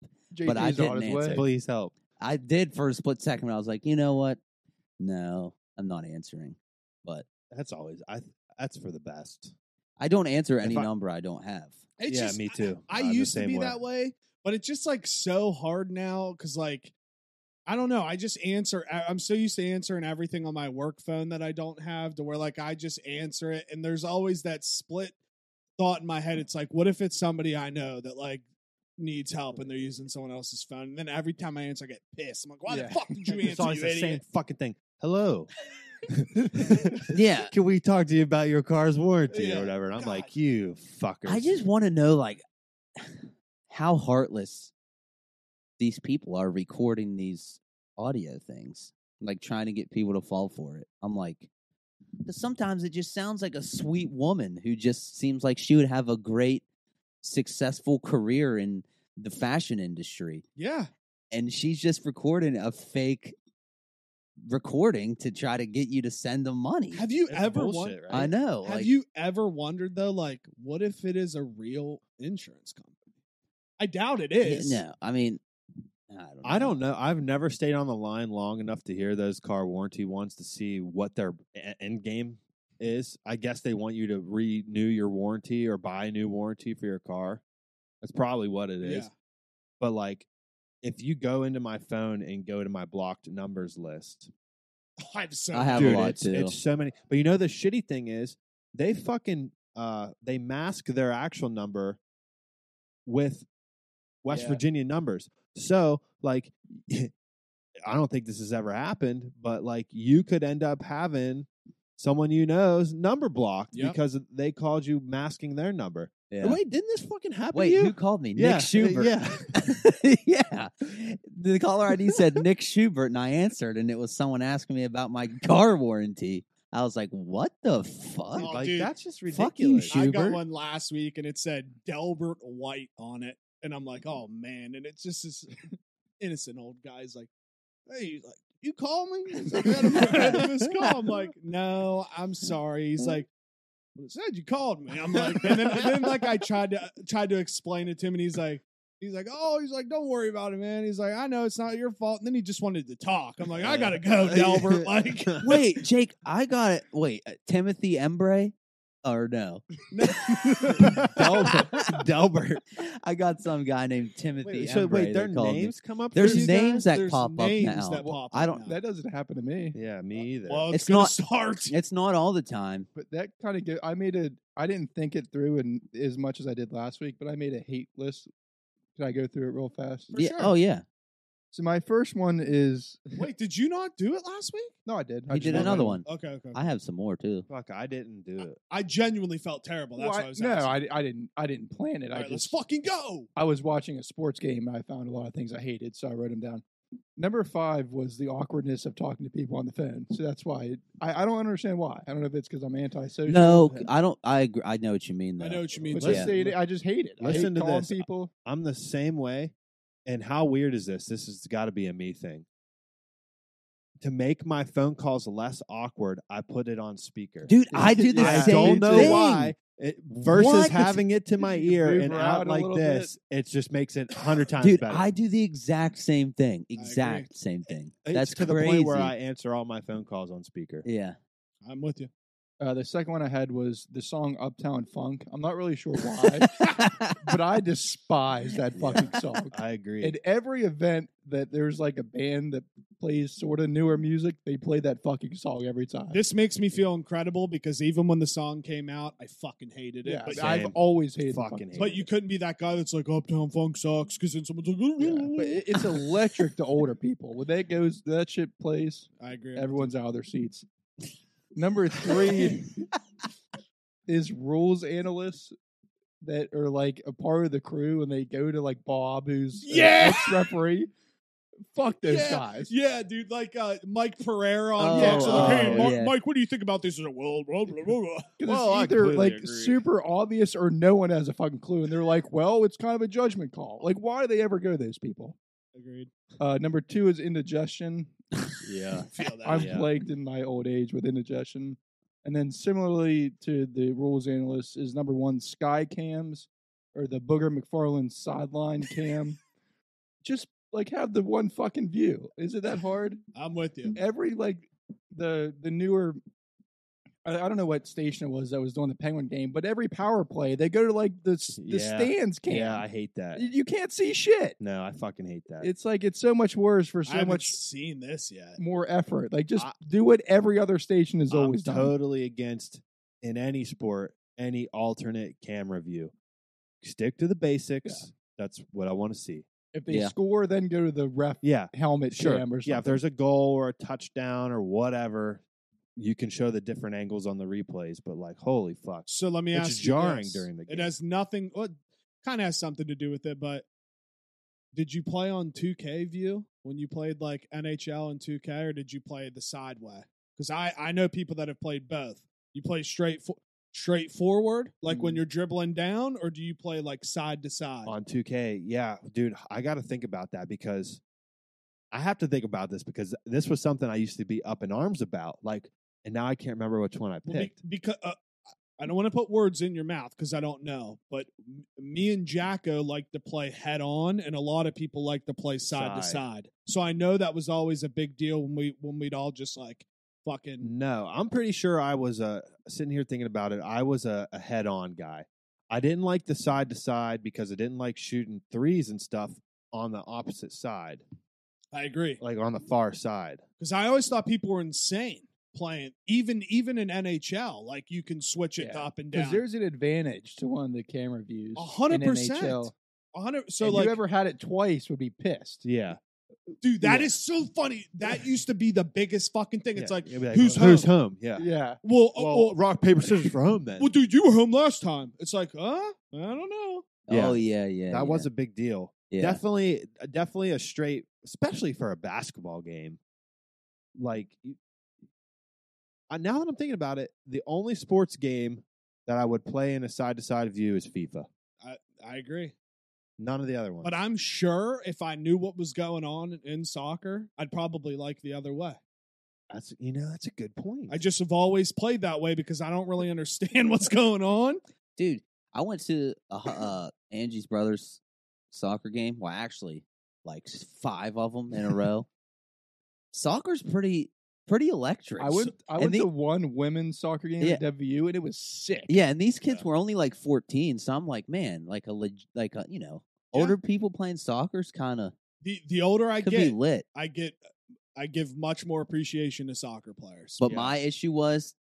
[SPEAKER 1] But I
[SPEAKER 4] JP's on
[SPEAKER 1] didn't
[SPEAKER 4] his
[SPEAKER 1] answer.
[SPEAKER 4] way.
[SPEAKER 2] Please help.
[SPEAKER 1] I did for a split second. But I was like, you know what? No, I'm not answering. But
[SPEAKER 2] That's always I. That's for the best.
[SPEAKER 1] I don't answer
[SPEAKER 2] If
[SPEAKER 1] any
[SPEAKER 2] I-
[SPEAKER 1] number I don't have.
[SPEAKER 3] It's
[SPEAKER 2] yeah,
[SPEAKER 3] just-
[SPEAKER 2] me too.
[SPEAKER 3] I
[SPEAKER 2] I'm the
[SPEAKER 3] used to
[SPEAKER 2] same
[SPEAKER 3] be
[SPEAKER 2] way.
[SPEAKER 3] that way, but it's just like so hard now because like I don't know. I just answer. I- I'm so used to answering everything on my work phone that I don't have to where like I just answer it, and there's always that split thought in my head. It's like, what if it's somebody I know that like needs help and they're using someone else's phone? And then every time I answer, I get pissed. I'm like, why
[SPEAKER 4] Yeah.
[SPEAKER 3] the fuck did you
[SPEAKER 2] It's
[SPEAKER 3] answer,
[SPEAKER 2] always
[SPEAKER 3] you
[SPEAKER 2] the
[SPEAKER 3] idiot?
[SPEAKER 2] same fucking thing. hello.
[SPEAKER 1] Yeah.
[SPEAKER 2] Can we talk to you about your car's warranty
[SPEAKER 3] Yeah,
[SPEAKER 2] or whatever? And I'm
[SPEAKER 3] God.
[SPEAKER 2] like, you fuckers.
[SPEAKER 1] I just want to know, like, how heartless these people are recording these audio things, like trying to get people to fall for it. I'm like, because sometimes it just sounds like a sweet woman who just seems like she would have a great, successful career in the fashion industry,
[SPEAKER 3] Yeah.
[SPEAKER 1] and she's just recording a fake recording to try to get you to send them money.
[SPEAKER 3] Have you
[SPEAKER 2] That's
[SPEAKER 3] ever won-
[SPEAKER 2] bullshit,
[SPEAKER 1] I
[SPEAKER 2] right?
[SPEAKER 1] know.
[SPEAKER 3] Have
[SPEAKER 1] like,
[SPEAKER 3] you ever wondered though, like, what if it is a real insurance company? I doubt it
[SPEAKER 1] Yeah,
[SPEAKER 3] is.
[SPEAKER 1] No, I mean, I don't. Know.
[SPEAKER 2] I don't know. I've never stayed on the line long enough to hear those car warranty ones to see what their e- end game is. I guess they want you to renew your warranty or buy a new warranty for your car. That's probably what it is.
[SPEAKER 3] Yeah.
[SPEAKER 2] But like, if you go into my phone and go to my blocked numbers list,
[SPEAKER 3] I've so
[SPEAKER 1] I have a
[SPEAKER 2] Dude,
[SPEAKER 1] lot
[SPEAKER 2] it's,
[SPEAKER 1] too.
[SPEAKER 2] It's so many. But you know the shitty thing is they fucking uh they mask their actual number with West
[SPEAKER 4] Yeah.
[SPEAKER 2] Virginia numbers. So like I don't think this has ever happened, but like you could end up having someone you know's number blocked
[SPEAKER 3] Yep.
[SPEAKER 2] because they called you masking their number.
[SPEAKER 1] Yeah.
[SPEAKER 2] Wait, didn't this fucking happen? to
[SPEAKER 1] Wait,
[SPEAKER 2] you?
[SPEAKER 1] who called me?
[SPEAKER 2] yeah, uh,
[SPEAKER 1] Nick Schubert.
[SPEAKER 2] Yeah.
[SPEAKER 1] yeah. The caller ID said Nick Schubert, and I answered, and it was someone asking me about my car warranty. I was like, what the fuck?
[SPEAKER 3] Oh,
[SPEAKER 2] like
[SPEAKER 3] dude.
[SPEAKER 2] that's just
[SPEAKER 1] Fuck
[SPEAKER 2] ridiculous.
[SPEAKER 1] you,
[SPEAKER 3] I got
[SPEAKER 1] Schubert.
[SPEAKER 3] one last week and it said Delbert White on it. And I'm like, oh man. And it's just this innocent old guy's like, hey, he's like, you call me? He's like, "Man, I'm afraid of this call. I'm like, no, I'm sorry. He's like, well, it said you called me. I'm like, and then, and then like I tried to uh, tried to explain it to him, and he's like, he's like, oh, he's like, don't worry about it, man. He's like, I know it's not your fault. And then he just wanted to talk. I'm like, I gotta go, Delbert. Like,
[SPEAKER 1] Wait, Jake, I got it. Wait, uh, Timothy Embray? Or no.
[SPEAKER 2] Delbert. Delbert.
[SPEAKER 1] I got some guy named Timothy
[SPEAKER 2] Wait, so wait,
[SPEAKER 1] Embray
[SPEAKER 2] their
[SPEAKER 1] that called me.
[SPEAKER 2] names uh, come up.
[SPEAKER 1] There's
[SPEAKER 2] for you
[SPEAKER 1] names uh,
[SPEAKER 2] guys?
[SPEAKER 1] that
[SPEAKER 3] There's
[SPEAKER 1] pop
[SPEAKER 3] names
[SPEAKER 1] up now.
[SPEAKER 3] that pop
[SPEAKER 1] I
[SPEAKER 3] up
[SPEAKER 1] don't.
[SPEAKER 3] now.
[SPEAKER 4] That doesn't happen to me.
[SPEAKER 2] Yeah, me
[SPEAKER 1] uh,
[SPEAKER 2] either.
[SPEAKER 3] well, it's,
[SPEAKER 1] It's
[SPEAKER 3] gonna
[SPEAKER 1] not-
[SPEAKER 3] start.
[SPEAKER 1] It's not all the time.
[SPEAKER 4] But that kind of I made a I didn't think it through and as much as I did last week, but I made a hate list. Can I go through it real fast?
[SPEAKER 3] For
[SPEAKER 1] yeah.
[SPEAKER 3] sure.
[SPEAKER 1] Oh yeah.
[SPEAKER 4] So my first one is
[SPEAKER 3] Wait, did you not do it last week?
[SPEAKER 4] no, I did. I
[SPEAKER 1] He
[SPEAKER 4] just
[SPEAKER 1] did
[SPEAKER 4] went
[SPEAKER 1] another one.
[SPEAKER 4] random.
[SPEAKER 3] Okay, okay.
[SPEAKER 1] I have some more too.
[SPEAKER 2] fuck, I didn't do it.
[SPEAKER 3] I genuinely felt terrible. That's
[SPEAKER 4] Well,
[SPEAKER 3] why
[SPEAKER 4] I-
[SPEAKER 3] I was
[SPEAKER 4] no,
[SPEAKER 3] asking.
[SPEAKER 4] I, I didn't. I didn't plan it.
[SPEAKER 3] All
[SPEAKER 4] I
[SPEAKER 3] right, let's
[SPEAKER 4] just
[SPEAKER 3] fucking go.
[SPEAKER 4] I was watching a sports game. and I found a lot of things I hated, so I wrote them down. Number five was the awkwardness of talking to people on the phone. So that's why it, I, I don't understand why. I don't know if it's because I'm antisocial.
[SPEAKER 1] No, I don't. I agree. I know what you mean. Though.
[SPEAKER 3] I know what you mean.
[SPEAKER 4] But
[SPEAKER 1] Let's
[SPEAKER 3] Jake.
[SPEAKER 4] just say it- I just hate it. I
[SPEAKER 2] Listen
[SPEAKER 4] hate
[SPEAKER 2] to
[SPEAKER 4] calling
[SPEAKER 2] this.
[SPEAKER 4] people.
[SPEAKER 2] I'm the same way. And how weird is this? This has got to be a me thing. To make my phone calls less awkward, I put it on speaker.
[SPEAKER 1] dude. I do the
[SPEAKER 2] I
[SPEAKER 1] same
[SPEAKER 2] don't know
[SPEAKER 1] thing.
[SPEAKER 2] why. It, versus
[SPEAKER 1] What?
[SPEAKER 2] having it to my ear
[SPEAKER 4] Move
[SPEAKER 2] and
[SPEAKER 4] around
[SPEAKER 2] out
[SPEAKER 4] a
[SPEAKER 2] like
[SPEAKER 4] little bit.
[SPEAKER 2] this, it just makes it a hundred times
[SPEAKER 1] Dude,
[SPEAKER 2] better.
[SPEAKER 1] I do the exact same thing.
[SPEAKER 3] agree.
[SPEAKER 1] Exact same thing.
[SPEAKER 2] It's
[SPEAKER 1] That's
[SPEAKER 2] to
[SPEAKER 1] crazy.
[SPEAKER 2] the point where I answer all my phone calls on speaker.
[SPEAKER 1] yeah.
[SPEAKER 3] I'm with you.
[SPEAKER 4] Uh, the second one I had was the song Uptown Funk. I'm not really sure why, but I despise that fucking song.
[SPEAKER 2] I agree.
[SPEAKER 4] At every event that there's like a band that plays sort of newer music, they play that fucking song every time.
[SPEAKER 3] This makes me feel incredible because even when the song came out, I fucking hated it.
[SPEAKER 4] yeah,
[SPEAKER 3] but,
[SPEAKER 2] same.
[SPEAKER 4] I've always hated the
[SPEAKER 2] Fucking
[SPEAKER 4] fucking
[SPEAKER 2] hate
[SPEAKER 3] but you couldn't be that guy that's like Uptown Funk sucks because then someone's like,
[SPEAKER 4] Yeah, but it- it's electric to older people. When that goes, that shit plays.
[SPEAKER 3] I agree.
[SPEAKER 4] Everyone's out of their seats. Number three is rules analysts that are like a part of the crew, and they go to like Bob, who's
[SPEAKER 3] Yeah!
[SPEAKER 4] ex referee. Fuck those
[SPEAKER 3] Yeah.
[SPEAKER 4] guys.
[SPEAKER 3] Yeah, dude, like uh, Mike Pereira
[SPEAKER 1] Oh,
[SPEAKER 3] on Fox. like, hey,
[SPEAKER 1] oh,
[SPEAKER 3] Mar-
[SPEAKER 1] yeah.
[SPEAKER 3] Mike, what do you think about this? Is a world, blah, blah, blah, blah.
[SPEAKER 4] 'Cause
[SPEAKER 2] Well, I
[SPEAKER 4] it's either
[SPEAKER 2] completely
[SPEAKER 4] like
[SPEAKER 2] agree.
[SPEAKER 4] super obvious or no one has a fucking clue, and they're like, "Well, it's kind of a judgment call." Like, why do they ever go to those people?
[SPEAKER 3] Agreed.
[SPEAKER 4] Uh, number two is indigestion.
[SPEAKER 2] yeah.
[SPEAKER 3] Feel that.
[SPEAKER 4] I'm
[SPEAKER 2] Yeah.
[SPEAKER 4] plagued in my old age with indigestion. And then similarly to the rules analyst is number one sky cams or the Booger McFarland sideline cam. Just like have the one fucking view. Is it that hard?
[SPEAKER 3] I'm with you.
[SPEAKER 4] Every like the the newer I, I don't know what station it was that was doing the Penguin game, but every power play they go to like the s- the
[SPEAKER 2] Yeah.
[SPEAKER 4] stands cam.
[SPEAKER 2] Yeah, I hate that.
[SPEAKER 4] Y- you can't see shit.
[SPEAKER 2] No, I fucking hate that.
[SPEAKER 4] It's like it's so much worse for
[SPEAKER 3] I
[SPEAKER 4] so
[SPEAKER 3] haven't
[SPEAKER 4] much
[SPEAKER 3] seen this yet.
[SPEAKER 4] more effort. Like just
[SPEAKER 2] I-
[SPEAKER 4] do what every other station is always
[SPEAKER 2] I'm
[SPEAKER 4] done.
[SPEAKER 2] totally against in any sport any alternate camera view. Stick to the basics. That's what I want to see.
[SPEAKER 4] If they
[SPEAKER 1] Yeah.
[SPEAKER 4] score, then go to the ref
[SPEAKER 2] Yeah,
[SPEAKER 4] helmet
[SPEAKER 2] sure.
[SPEAKER 4] cam or something.
[SPEAKER 2] Yeah, if there's a goal or a touchdown or whatever, you can show the different angles on the replays. But like, holy fuck!
[SPEAKER 3] So let me
[SPEAKER 2] It's
[SPEAKER 3] ask you
[SPEAKER 2] jarring
[SPEAKER 3] this.
[SPEAKER 2] during the game.
[SPEAKER 3] It has nothing. Well, kind of has something to do with it, but did you play on 2K view when you played like NHL and 2K, or did you play the side way? Because I I know people that have played both. You play straight fo- straight forward, like when
[SPEAKER 2] Mm-hmm.
[SPEAKER 4] Mhm.
[SPEAKER 3] you're dribbling down, or do you play like side to side?
[SPEAKER 2] on 2K. Yeah, dude, I got to think about that because I have to think about this because this was something I used to be up in arms about. Like, and now I can't remember which one I
[SPEAKER 3] Well, be,
[SPEAKER 2] picked.
[SPEAKER 3] because uh, I don't want to put words in your mouth because I don't know, but m- me and Jacko like to play head on, and a lot of people like to play side to
[SPEAKER 2] Side.
[SPEAKER 3] side. So I know that was always a big deal when we when we'd all just like fucking
[SPEAKER 2] No, I'm pretty sure I was uh, sitting here thinking about it. I was a, a head on guy. I didn't like the side to side because I didn't like shooting threes and stuff on the opposite side,
[SPEAKER 3] I agree
[SPEAKER 2] like on the far side.
[SPEAKER 3] because I always thought people were insane playing even even in NHL like you can switch it
[SPEAKER 4] Yeah.
[SPEAKER 3] up and
[SPEAKER 4] because
[SPEAKER 3] down.
[SPEAKER 4] there's an advantage to one of the camera views.
[SPEAKER 3] A hundred
[SPEAKER 4] in
[SPEAKER 3] percent.
[SPEAKER 4] NHL.
[SPEAKER 3] A hundred. So
[SPEAKER 4] and
[SPEAKER 3] like,
[SPEAKER 4] whoever had it twice would be pissed.
[SPEAKER 2] Yeah.
[SPEAKER 3] dude, that
[SPEAKER 2] Yeah.
[SPEAKER 3] is so funny. That used to be the biggest fucking thing. It's
[SPEAKER 2] Yeah.
[SPEAKER 3] like,
[SPEAKER 2] You'll be
[SPEAKER 3] who's
[SPEAKER 2] who's
[SPEAKER 3] home?
[SPEAKER 2] home? Yeah.
[SPEAKER 4] Yeah.
[SPEAKER 3] well, uh,
[SPEAKER 2] Well, rock, paper, scissors for home then.
[SPEAKER 3] Well, dude, you were home last time. It's like, huh? I don't know.
[SPEAKER 2] Yeah.
[SPEAKER 1] Oh yeah, yeah.
[SPEAKER 2] that
[SPEAKER 1] yeah,
[SPEAKER 2] was a big deal.
[SPEAKER 1] yeah.
[SPEAKER 2] Definitely, uh, definitely a straight, especially for a basketball game. Like, you- I- now that I'm thinking about it, the only sports game that I would play in a side to side view is FIFA.
[SPEAKER 3] I agree.
[SPEAKER 2] None of the other ones.
[SPEAKER 3] But I'm sure if I knew what was going on in soccer, I'd probably like the other way.
[SPEAKER 2] that's you know that's a good point.
[SPEAKER 3] I just have always played that way because I don't really understand what's going on.
[SPEAKER 1] dude. I went to uh, uh, Angie's brother's soccer game. Well, actually, like s- five of them in a row. Soccer's pretty pretty electric.
[SPEAKER 4] I went. I
[SPEAKER 1] and
[SPEAKER 4] went
[SPEAKER 1] the-
[SPEAKER 4] to one women's soccer game
[SPEAKER 1] Yeah.
[SPEAKER 4] at WU, and it was sick.
[SPEAKER 1] Yeah, and these kids
[SPEAKER 3] Yeah.
[SPEAKER 1] were only like 14, so I'm like, man, like a leg- like a, you know,
[SPEAKER 3] Yeah.
[SPEAKER 1] older people playing soccer's kind of
[SPEAKER 3] The the older I
[SPEAKER 1] could
[SPEAKER 3] get,
[SPEAKER 1] be lit.
[SPEAKER 3] I get I give much more appreciation to soccer players.
[SPEAKER 1] But
[SPEAKER 2] Yeah.
[SPEAKER 1] my issue was,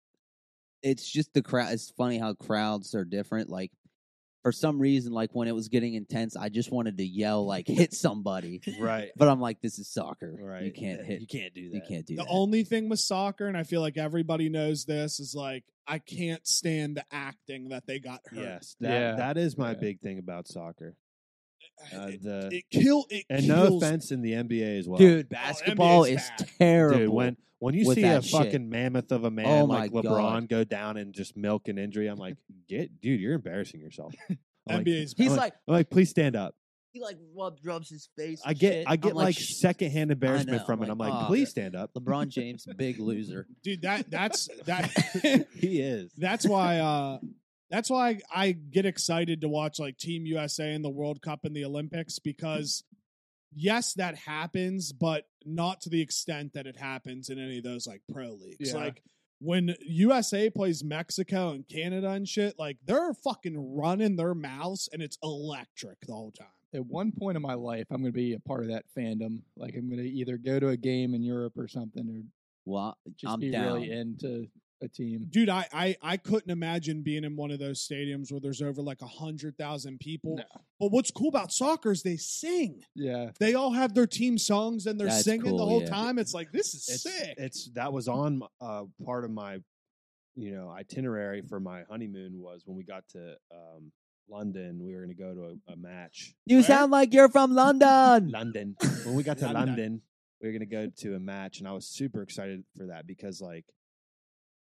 [SPEAKER 1] it's just the crowd. It's funny how crowds are different. Like for some reason, like when it was getting intense, I just wanted to yell like hit somebody.
[SPEAKER 2] right,
[SPEAKER 1] But I'm like, this is soccer.
[SPEAKER 2] right.
[SPEAKER 1] You can't
[SPEAKER 2] Yeah,
[SPEAKER 1] hit.
[SPEAKER 2] You can't do that.
[SPEAKER 1] You can't do
[SPEAKER 3] the
[SPEAKER 1] that.
[SPEAKER 3] only thing with soccer, and I feel like everybody knows this, is like I can't stand the acting that they got hurt.
[SPEAKER 2] Yes, that,
[SPEAKER 4] Yeah.
[SPEAKER 2] that is my
[SPEAKER 4] Yeah.
[SPEAKER 2] big thing about soccer. Uh,
[SPEAKER 3] it,
[SPEAKER 2] the
[SPEAKER 3] it kill it
[SPEAKER 2] and
[SPEAKER 3] kills
[SPEAKER 2] no offense in the NBA as well,
[SPEAKER 1] Dude, basketball
[SPEAKER 3] NBA 's
[SPEAKER 1] is
[SPEAKER 3] bad.
[SPEAKER 1] terrible.
[SPEAKER 2] Dude, when when you
[SPEAKER 1] with
[SPEAKER 2] see a
[SPEAKER 1] that shit.
[SPEAKER 2] fucking mammoth of a man
[SPEAKER 1] Oh
[SPEAKER 2] like
[SPEAKER 1] my
[SPEAKER 2] LeBron
[SPEAKER 1] God.
[SPEAKER 2] go down and just milk an injury, I'm like, get dude, you're embarrassing yourself. I'm like,
[SPEAKER 3] NBA's
[SPEAKER 1] he's
[SPEAKER 2] I'm
[SPEAKER 1] like,
[SPEAKER 2] I'm like, please stand up.
[SPEAKER 1] he like rubs, rubs his face.
[SPEAKER 2] I
[SPEAKER 1] and
[SPEAKER 2] get
[SPEAKER 1] shit.
[SPEAKER 2] I
[SPEAKER 1] I'm
[SPEAKER 2] get like,
[SPEAKER 1] "Sh-
[SPEAKER 2] secondhand embarrassment
[SPEAKER 1] know.
[SPEAKER 2] from
[SPEAKER 1] I'm
[SPEAKER 2] it. I'm
[SPEAKER 1] like,
[SPEAKER 2] like,
[SPEAKER 1] "Oh, dude."
[SPEAKER 2] please stand up.
[SPEAKER 1] LeBron James, big loser.
[SPEAKER 3] dude that that's that
[SPEAKER 2] He is.
[SPEAKER 3] that's why uh that's why I, I get excited to watch like team usa in the world cup and the olympics because yes that happens but not to the extent that it happens in any of those like pro leagues
[SPEAKER 4] Yeah.
[SPEAKER 3] like when usa plays mexico and canada and shit like they're fucking running their mouths and it's electric the whole time
[SPEAKER 4] At one point in my life, I'm going to be a part of that fandom. Like I'm going to either go to a game in Europe or something, or
[SPEAKER 1] Well,
[SPEAKER 4] just
[SPEAKER 1] I'm
[SPEAKER 4] be
[SPEAKER 1] down.
[SPEAKER 4] really into a team.
[SPEAKER 3] dude I, I i couldn't imagine being in one of those stadiums where there's over like a hundred thousand people
[SPEAKER 4] No.
[SPEAKER 3] but what's cool about soccer is they sing
[SPEAKER 4] Yeah,
[SPEAKER 3] they all have their team songs and they're
[SPEAKER 1] That's
[SPEAKER 3] singing the
[SPEAKER 1] cool,
[SPEAKER 3] whole
[SPEAKER 1] yeah.
[SPEAKER 3] time. It's like this is
[SPEAKER 2] it's,
[SPEAKER 3] sick.
[SPEAKER 2] It's that was on uh, part of my, you know, itinerary for my honeymoon was when we got to um, London. We were going to go to a, a match.
[SPEAKER 1] You
[SPEAKER 3] Where?
[SPEAKER 1] sound like you're from London.
[SPEAKER 2] London. When we got to
[SPEAKER 3] London.
[SPEAKER 2] London, we were going to go to a match, and I was super excited for that because like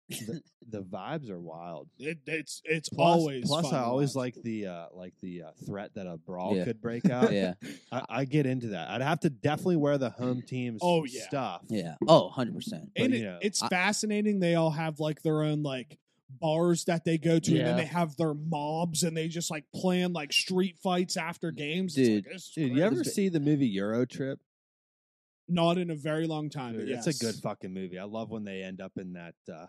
[SPEAKER 2] the, the vibes are wild.
[SPEAKER 3] It, it's it's
[SPEAKER 2] Plus,
[SPEAKER 3] always
[SPEAKER 2] plus
[SPEAKER 3] fun
[SPEAKER 2] I
[SPEAKER 3] to
[SPEAKER 2] always
[SPEAKER 3] watch.
[SPEAKER 2] like the uh, like the uh, threat that a brawl
[SPEAKER 1] Yeah.
[SPEAKER 2] could break out.
[SPEAKER 1] yeah,
[SPEAKER 2] I, I get into that. I'd have to definitely wear the home team's
[SPEAKER 3] Oh, yeah.
[SPEAKER 2] stuff.
[SPEAKER 1] yeah. Oh, 100 percent.
[SPEAKER 2] but,
[SPEAKER 3] and
[SPEAKER 2] you
[SPEAKER 3] it-
[SPEAKER 2] know,
[SPEAKER 3] it's
[SPEAKER 1] I-
[SPEAKER 3] fascinating. They all have like their own like bars that they go to, and then
[SPEAKER 4] Yeah.
[SPEAKER 3] they have their mobs, and they just like plan like street fights after games.
[SPEAKER 1] Dude.
[SPEAKER 3] it's like, this is
[SPEAKER 2] Dude,
[SPEAKER 3] great.
[SPEAKER 2] you ever see the movie Euro Trip?
[SPEAKER 3] not in a very long time.
[SPEAKER 2] Dude,
[SPEAKER 3] but
[SPEAKER 2] It's
[SPEAKER 3] yes.
[SPEAKER 2] a good fucking movie. I love when they end up in that. Uh,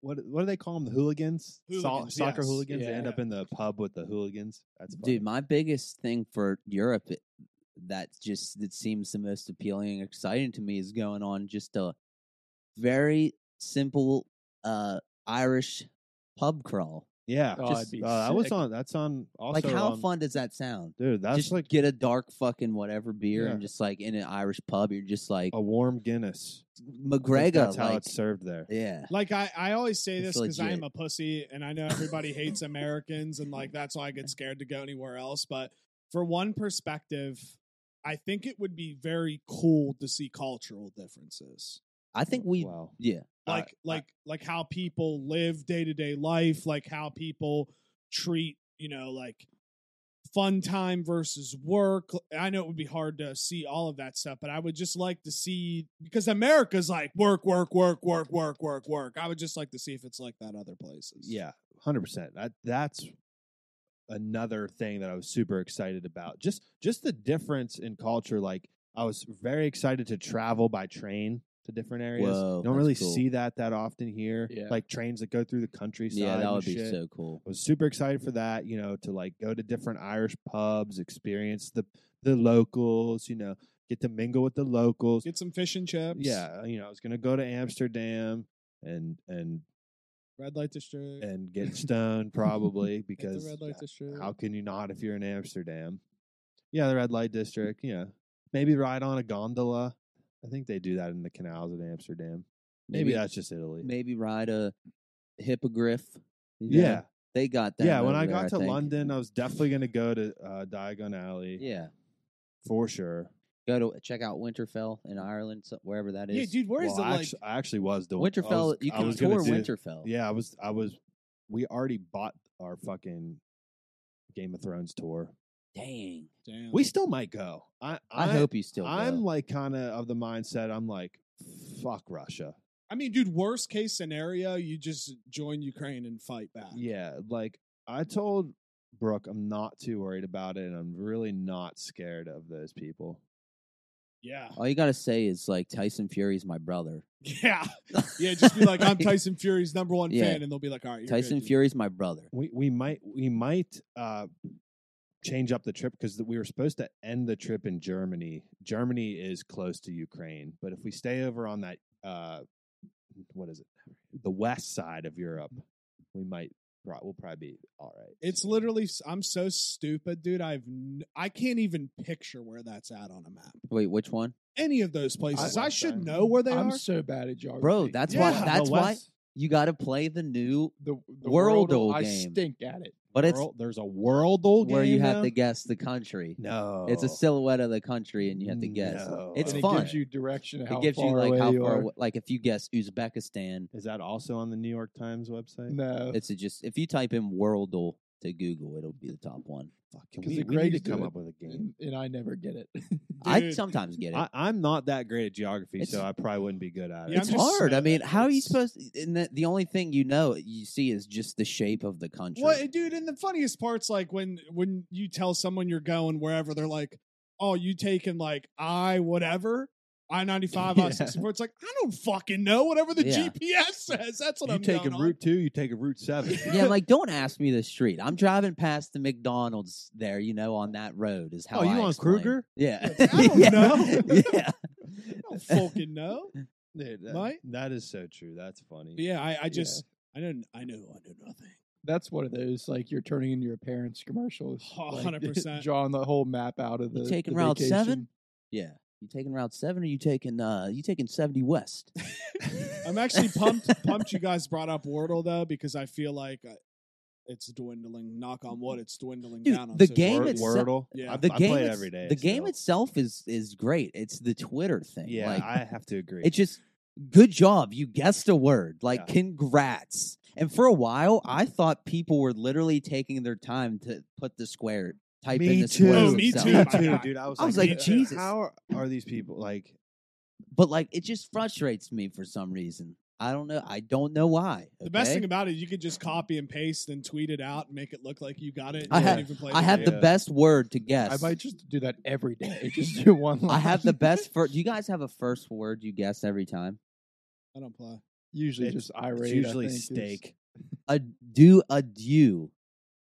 [SPEAKER 2] what what do they call them? The hooligans, So-
[SPEAKER 3] Hooligans,
[SPEAKER 2] soccer
[SPEAKER 3] yes.
[SPEAKER 2] hooligans. They
[SPEAKER 4] Yeah.
[SPEAKER 2] end up in the pub with the hooligans. That's funny.
[SPEAKER 1] Dude, my biggest thing for Europe it- that just that seems the most appealing and exciting to me is going on just a very simple uh Irish pub crawl.
[SPEAKER 2] Yeah,
[SPEAKER 4] Oh,
[SPEAKER 1] Just-
[SPEAKER 4] I'd be
[SPEAKER 2] Uh, that was
[SPEAKER 4] sick.
[SPEAKER 2] on. That's on. Also
[SPEAKER 1] like, how
[SPEAKER 2] on-
[SPEAKER 1] fun does that sound?
[SPEAKER 2] dude? That's
[SPEAKER 1] just
[SPEAKER 2] like
[SPEAKER 1] get a dark fucking whatever beer
[SPEAKER 2] Yeah.
[SPEAKER 1] and just like in an Irish pub, you're just like
[SPEAKER 2] a warm Guinness. I think
[SPEAKER 1] McGregor.
[SPEAKER 2] That's how
[SPEAKER 1] uh, like,
[SPEAKER 2] it's served there.
[SPEAKER 1] yeah,
[SPEAKER 3] Like I, I always say
[SPEAKER 1] It's
[SPEAKER 3] this because I
[SPEAKER 1] legit.
[SPEAKER 3] am a pussy, and I know everybody hates Americans, and like that's why I get scared to go anywhere else. But for one perspective, I think it would be very cool to see cultural differences,
[SPEAKER 1] I think we.
[SPEAKER 2] Wow.
[SPEAKER 1] Yeah,
[SPEAKER 2] I-
[SPEAKER 3] like like like how people live day to day life, like how people treat you know like fun time versus work. I know it would be hard to see all of that stuff, but I would just like to see because America's like work, work, work, work, work, work, work. I would just like to see if it's like that other places.
[SPEAKER 2] Yeah, hundred percent. That that's another thing that I was super excited about. Just just the difference in culture. Like I was very excited to travel by train to different areas.
[SPEAKER 1] Whoa,
[SPEAKER 2] Don't
[SPEAKER 1] that's
[SPEAKER 2] really
[SPEAKER 1] cool.
[SPEAKER 2] see that that often here.
[SPEAKER 4] Yeah.
[SPEAKER 2] Like trains that go through the countryside.
[SPEAKER 1] yeah, that
[SPEAKER 2] and
[SPEAKER 1] would be
[SPEAKER 2] shit.
[SPEAKER 1] so cool.
[SPEAKER 2] I was super excited for that, you know, to like go to different Irish pubs, experience the the locals, you know, get to mingle with the locals.
[SPEAKER 3] Get some fish and chips.
[SPEAKER 2] Yeah, you know, I was gonna go to Amsterdam and and
[SPEAKER 3] Red light district. Hit
[SPEAKER 2] and get stoned probably
[SPEAKER 3] the
[SPEAKER 2] because
[SPEAKER 3] red light district.
[SPEAKER 2] how can you not if you're in Amsterdam? Yeah, the red light district. Yeah, maybe ride on a gondola. I think they do that in the canals in Amsterdam. Maybe, that's just Italy.
[SPEAKER 1] maybe ride a hippogriff. you know?
[SPEAKER 2] yeah,
[SPEAKER 1] they got that.
[SPEAKER 2] yeah. When
[SPEAKER 1] over
[SPEAKER 2] I
[SPEAKER 1] there,
[SPEAKER 2] got to
[SPEAKER 1] think.
[SPEAKER 2] London, I was definitely gonna go to uh, Diagon Alley
[SPEAKER 1] yeah,
[SPEAKER 2] for sure.
[SPEAKER 1] go to check out Winterfell in Ireland, so, wherever that is.
[SPEAKER 3] yeah, dude, where is
[SPEAKER 2] Well,
[SPEAKER 3] the
[SPEAKER 2] uh, I,
[SPEAKER 3] like?
[SPEAKER 2] actually, I actually was doing I
[SPEAKER 1] Winterfell,
[SPEAKER 2] was-
[SPEAKER 1] you
[SPEAKER 2] I
[SPEAKER 1] can
[SPEAKER 2] was gonna
[SPEAKER 1] tour
[SPEAKER 2] do-
[SPEAKER 1] Winterfell.
[SPEAKER 2] Yeah, I was. I was. We already bought our fucking Game of Thrones tour.
[SPEAKER 1] Dang,
[SPEAKER 3] Damn.
[SPEAKER 2] We still might go. I
[SPEAKER 1] Mm. I, hope you still.
[SPEAKER 2] I'm
[SPEAKER 1] go.
[SPEAKER 2] like kind of of the mindset. I'm like, fuck Russia.
[SPEAKER 3] I mean, dude, worst case scenario, you just join Ukraine and fight back.
[SPEAKER 2] Yeah, like I told Brooke, I'm not too worried about it, and I'm really not scared of those people.
[SPEAKER 3] Yeah.
[SPEAKER 1] All you gotta say is like Tyson Fury's my brother.
[SPEAKER 3] Yeah. Yeah, just be like, I'm Tyson Fury's number one
[SPEAKER 1] Yeah.
[SPEAKER 3] fan, and they'll be like, all right, you're good,
[SPEAKER 1] Tyson
[SPEAKER 3] dude."
[SPEAKER 1] Fury's my brother.
[SPEAKER 2] We we might we might uh change up the trip because we were supposed to end the trip in Germany. Germany is close to Ukraine, but if we stay over on that uh what is it, the west side of Europe, we might pro- we'll probably be all right.
[SPEAKER 3] It's literally, s- I'm so stupid, dude. I've, n- I can't even picture where that's at on a map.
[SPEAKER 1] Wait, which one,
[SPEAKER 3] Any of those places, I,
[SPEAKER 2] West
[SPEAKER 3] should
[SPEAKER 2] Side.
[SPEAKER 3] know where they
[SPEAKER 4] I'm
[SPEAKER 3] are.
[SPEAKER 4] so bad at geography,
[SPEAKER 1] bro? That's
[SPEAKER 2] Yeah,
[SPEAKER 1] why.
[SPEAKER 2] the
[SPEAKER 1] That's why
[SPEAKER 2] west-
[SPEAKER 1] you gotta play the new.
[SPEAKER 4] the, the
[SPEAKER 1] World
[SPEAKER 4] world.
[SPEAKER 1] old
[SPEAKER 4] I
[SPEAKER 1] game.
[SPEAKER 4] stink at it.
[SPEAKER 1] But it's
[SPEAKER 2] World- there's a worldle game
[SPEAKER 1] where you have
[SPEAKER 2] now?
[SPEAKER 1] to guess the country.
[SPEAKER 2] No,
[SPEAKER 1] It's a silhouette of the country, and you have to guess.
[SPEAKER 2] No.
[SPEAKER 1] It's
[SPEAKER 4] and It
[SPEAKER 1] fun.
[SPEAKER 4] gives you direction. Of how
[SPEAKER 1] it gives
[SPEAKER 4] far
[SPEAKER 1] you like
[SPEAKER 4] away
[SPEAKER 1] how
[SPEAKER 4] you
[SPEAKER 1] far,
[SPEAKER 4] are.
[SPEAKER 1] awa- like if you guess Uzbekistan,
[SPEAKER 2] Is that also on the New York Times website?
[SPEAKER 4] No,
[SPEAKER 1] it's a just if you type in Worldle to Google, it'll be the top one.
[SPEAKER 2] Fuck, can
[SPEAKER 4] 'Cause
[SPEAKER 2] we,
[SPEAKER 4] the
[SPEAKER 2] we need to
[SPEAKER 4] Greys do
[SPEAKER 2] come
[SPEAKER 4] it.
[SPEAKER 2] up with a game.
[SPEAKER 4] and, and I never get it.
[SPEAKER 1] I
[SPEAKER 3] Dude.
[SPEAKER 1] sometimes get it.
[SPEAKER 2] I, I'm not that great at geography,
[SPEAKER 1] It's-
[SPEAKER 2] so I probably wouldn't be good at it.
[SPEAKER 3] Yeah, I'm
[SPEAKER 1] it's
[SPEAKER 3] just
[SPEAKER 1] hard. I
[SPEAKER 3] sad
[SPEAKER 1] mean,
[SPEAKER 3] that
[SPEAKER 1] how are you
[SPEAKER 3] it's-
[SPEAKER 1] supposed? and the, the only thing you know, you see, is just the shape of the country.
[SPEAKER 3] Well, dude, and the funniest part's like when when you tell someone you're going wherever, they're like, "Oh, you taking like I whatever." I ninety five, I
[SPEAKER 2] Yeah.
[SPEAKER 3] sixty four. It's like I don't fucking know. Whatever the
[SPEAKER 1] Yeah.
[SPEAKER 3] GPS says, that's what
[SPEAKER 2] you
[SPEAKER 3] I'm
[SPEAKER 2] take a
[SPEAKER 3] going on.
[SPEAKER 2] route two, you take a route seven.
[SPEAKER 1] yeah, like don't ask me the street. I'm driving past the McDonald's there, you know, on that road is how.
[SPEAKER 2] Oh, you
[SPEAKER 1] I
[SPEAKER 2] on
[SPEAKER 1] explain.
[SPEAKER 2] Kruger?
[SPEAKER 1] Yeah,
[SPEAKER 3] I don't
[SPEAKER 1] Yeah.
[SPEAKER 3] know.
[SPEAKER 1] yeah,
[SPEAKER 3] I don't fucking know.
[SPEAKER 2] Dude, that-
[SPEAKER 3] Mate?
[SPEAKER 2] that is so true. That's funny.
[SPEAKER 3] But yeah, I, I just I know I know I know nothing.
[SPEAKER 4] That's one of those like you're turning into your parents' commercials.
[SPEAKER 3] Oh,
[SPEAKER 4] like,
[SPEAKER 3] 100%.
[SPEAKER 4] Drawing the whole map out of
[SPEAKER 1] You
[SPEAKER 4] the
[SPEAKER 1] taking
[SPEAKER 4] the
[SPEAKER 1] Route
[SPEAKER 4] vacation.
[SPEAKER 1] 7? yeah. You taking Route Seven, or you taking uh, you taking seventy West?
[SPEAKER 3] I'm actually pumped pumped you guys brought up Wordle though because I feel like uh, it's dwindling. Knock on wood, it's dwindling
[SPEAKER 1] Dude,
[SPEAKER 3] down. On
[SPEAKER 1] the
[SPEAKER 3] social
[SPEAKER 1] game
[SPEAKER 2] Word-
[SPEAKER 3] media.
[SPEAKER 1] itse-
[SPEAKER 2] Wordle.
[SPEAKER 3] Yeah.
[SPEAKER 2] I,
[SPEAKER 1] The
[SPEAKER 2] I
[SPEAKER 1] game,
[SPEAKER 2] play it
[SPEAKER 1] it's-
[SPEAKER 2] every day.
[SPEAKER 1] the game
[SPEAKER 2] still.
[SPEAKER 1] itself is is great. It's the Twitter thing.
[SPEAKER 2] Yeah,
[SPEAKER 1] like,
[SPEAKER 2] I have to agree.
[SPEAKER 1] It's just good job. You guessed a word. Like
[SPEAKER 2] Yeah.
[SPEAKER 1] congrats. And for a while, I thought people were literally taking their time to put the square, type in
[SPEAKER 2] me
[SPEAKER 1] the
[SPEAKER 2] too.
[SPEAKER 1] square.
[SPEAKER 3] Oh, me
[SPEAKER 1] themselves.
[SPEAKER 3] too, my
[SPEAKER 2] too,
[SPEAKER 3] God.
[SPEAKER 2] dude. I was,
[SPEAKER 1] I was
[SPEAKER 3] like,
[SPEAKER 2] "Man,
[SPEAKER 1] Jesus."
[SPEAKER 2] How are, are these people like?
[SPEAKER 1] But like, it just frustrates me for some reason. I don't know. I don't know why.
[SPEAKER 3] The best
[SPEAKER 1] okay?
[SPEAKER 3] thing about it, you could just copy and paste and tweet it out and make it look like you got it. and
[SPEAKER 1] I
[SPEAKER 3] you
[SPEAKER 1] have-
[SPEAKER 3] don't even play
[SPEAKER 1] I have
[SPEAKER 3] game.
[SPEAKER 1] the
[SPEAKER 2] Yeah.
[SPEAKER 1] best word to
[SPEAKER 4] I
[SPEAKER 1] guess. I,
[SPEAKER 4] might just do that every day. Just do one. Line.
[SPEAKER 1] have the best first. Do you guys have a first word you guess every time?
[SPEAKER 3] I don't play.
[SPEAKER 4] Usually
[SPEAKER 2] It's-
[SPEAKER 4] just irate.
[SPEAKER 2] It's
[SPEAKER 4] I
[SPEAKER 2] usually
[SPEAKER 4] think, is-
[SPEAKER 2] steak.
[SPEAKER 1] A do a do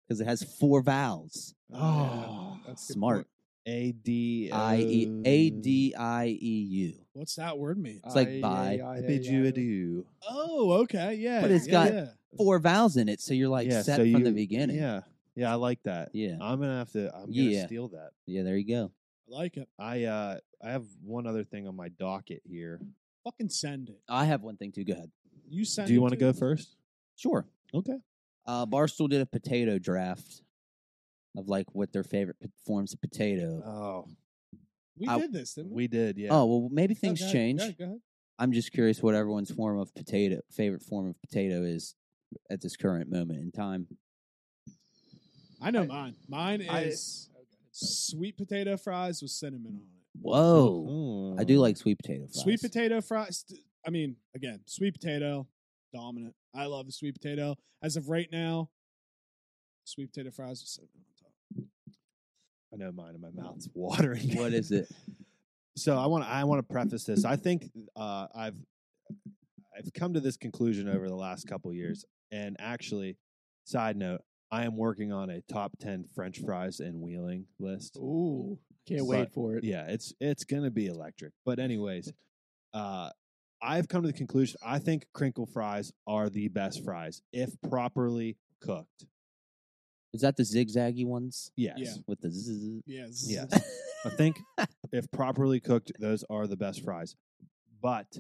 [SPEAKER 1] because it has four vowels.
[SPEAKER 4] Yeah,
[SPEAKER 2] Oh,
[SPEAKER 4] that's a good
[SPEAKER 1] smart.
[SPEAKER 4] point.
[SPEAKER 2] A D
[SPEAKER 1] I E A D I E U.
[SPEAKER 3] What's that word mean?
[SPEAKER 2] Uh,
[SPEAKER 1] It's like bye.
[SPEAKER 4] I-
[SPEAKER 2] I
[SPEAKER 4] I-
[SPEAKER 2] bid
[SPEAKER 4] I-
[SPEAKER 2] you
[SPEAKER 4] I-
[SPEAKER 2] adieu.
[SPEAKER 3] Oh, okay, yeah.
[SPEAKER 1] But it's
[SPEAKER 3] yeah,
[SPEAKER 1] got-
[SPEAKER 3] yeah.
[SPEAKER 1] Four vowels in it, so you're like
[SPEAKER 2] yeah,
[SPEAKER 1] set
[SPEAKER 2] so
[SPEAKER 1] from
[SPEAKER 2] you-
[SPEAKER 1] the beginning.
[SPEAKER 2] Yeah, Uh yeah, I like that.
[SPEAKER 1] yeah,
[SPEAKER 2] I'm gonna have to. I'm gonna
[SPEAKER 1] Yeah.
[SPEAKER 2] steal that.
[SPEAKER 1] yeah. There you go.
[SPEAKER 3] I like it.
[SPEAKER 2] I uh, I have one other thing on my docket here.
[SPEAKER 3] Fucking send it.
[SPEAKER 1] I have one thing too. Go ahead.
[SPEAKER 3] You send.
[SPEAKER 2] Do you
[SPEAKER 3] want
[SPEAKER 2] want to go first?
[SPEAKER 1] Sure.
[SPEAKER 2] Okay.
[SPEAKER 1] Uh, Barstool did a potato draft of like what their favorite p- forms of potato.
[SPEAKER 2] Oh,
[SPEAKER 3] We
[SPEAKER 1] I-
[SPEAKER 3] did this, didn't we?
[SPEAKER 2] we did. Yeah.
[SPEAKER 1] Oh well, maybe
[SPEAKER 3] Oh,
[SPEAKER 1] things
[SPEAKER 3] go ahead,
[SPEAKER 1] change.
[SPEAKER 3] Go ahead, go ahead.
[SPEAKER 1] I'm just curious what everyone's form of potato favorite form of potato is at this current moment in time.
[SPEAKER 3] I know mine. Mine
[SPEAKER 4] I-
[SPEAKER 3] is sweet potato fries with cinnamon on it.
[SPEAKER 1] Whoa, oh, I do
[SPEAKER 2] Mm.
[SPEAKER 1] like sweet potato fries.
[SPEAKER 3] Sweet potato fries. th- I mean, again, sweet potato dominant. I love the sweet potato. As of right now, sweet potato fries with cinnamon on top.
[SPEAKER 2] I know mine, and my mouth's watering.
[SPEAKER 1] What is it?
[SPEAKER 2] so I want to I want to preface this. I think uh, I've I've come to this conclusion over the last couple years. And actually, side note, I am working on a top ten French fries and wheeling list.
[SPEAKER 4] Ooh, can't
[SPEAKER 2] But-
[SPEAKER 4] wait for it.
[SPEAKER 2] Yeah, it's it's gonna be electric. But anyways, uh, I've come to the conclusion I think crinkle fries are the best fries if properly cooked.
[SPEAKER 1] Is that the zigzaggy ones
[SPEAKER 2] Yes.
[SPEAKER 3] Yeah.
[SPEAKER 1] with the zzz?
[SPEAKER 3] Yeah. zzz.
[SPEAKER 2] Yeah. I think if properly cooked, those are the best fries, but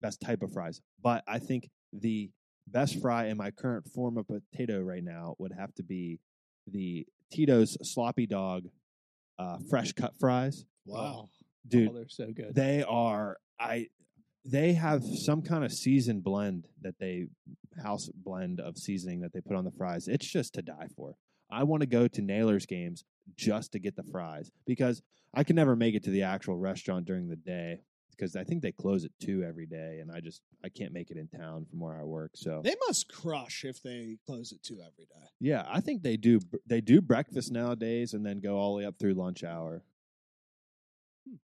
[SPEAKER 2] best type of fries. But I think the best fry in my current form of potato right now would have to be the Tito's sloppy dog uh, fresh cut fries.
[SPEAKER 3] Wow.
[SPEAKER 4] oh,
[SPEAKER 2] Dude,
[SPEAKER 4] they're so good.
[SPEAKER 2] they are I they have some kind of seasoned blend that they house blend of seasoning that they put on the fries. It's just to die for. I want to go to Nailers games just to get the fries because I can never make it to the actual restaurant during the day because I think they close at 2 every day and I just I can't make it in town from where I work. So
[SPEAKER 3] They must crush if they close at two every day.
[SPEAKER 2] yeah, I think they do br- they do breakfast nowadays and then go all the way up through lunch hour.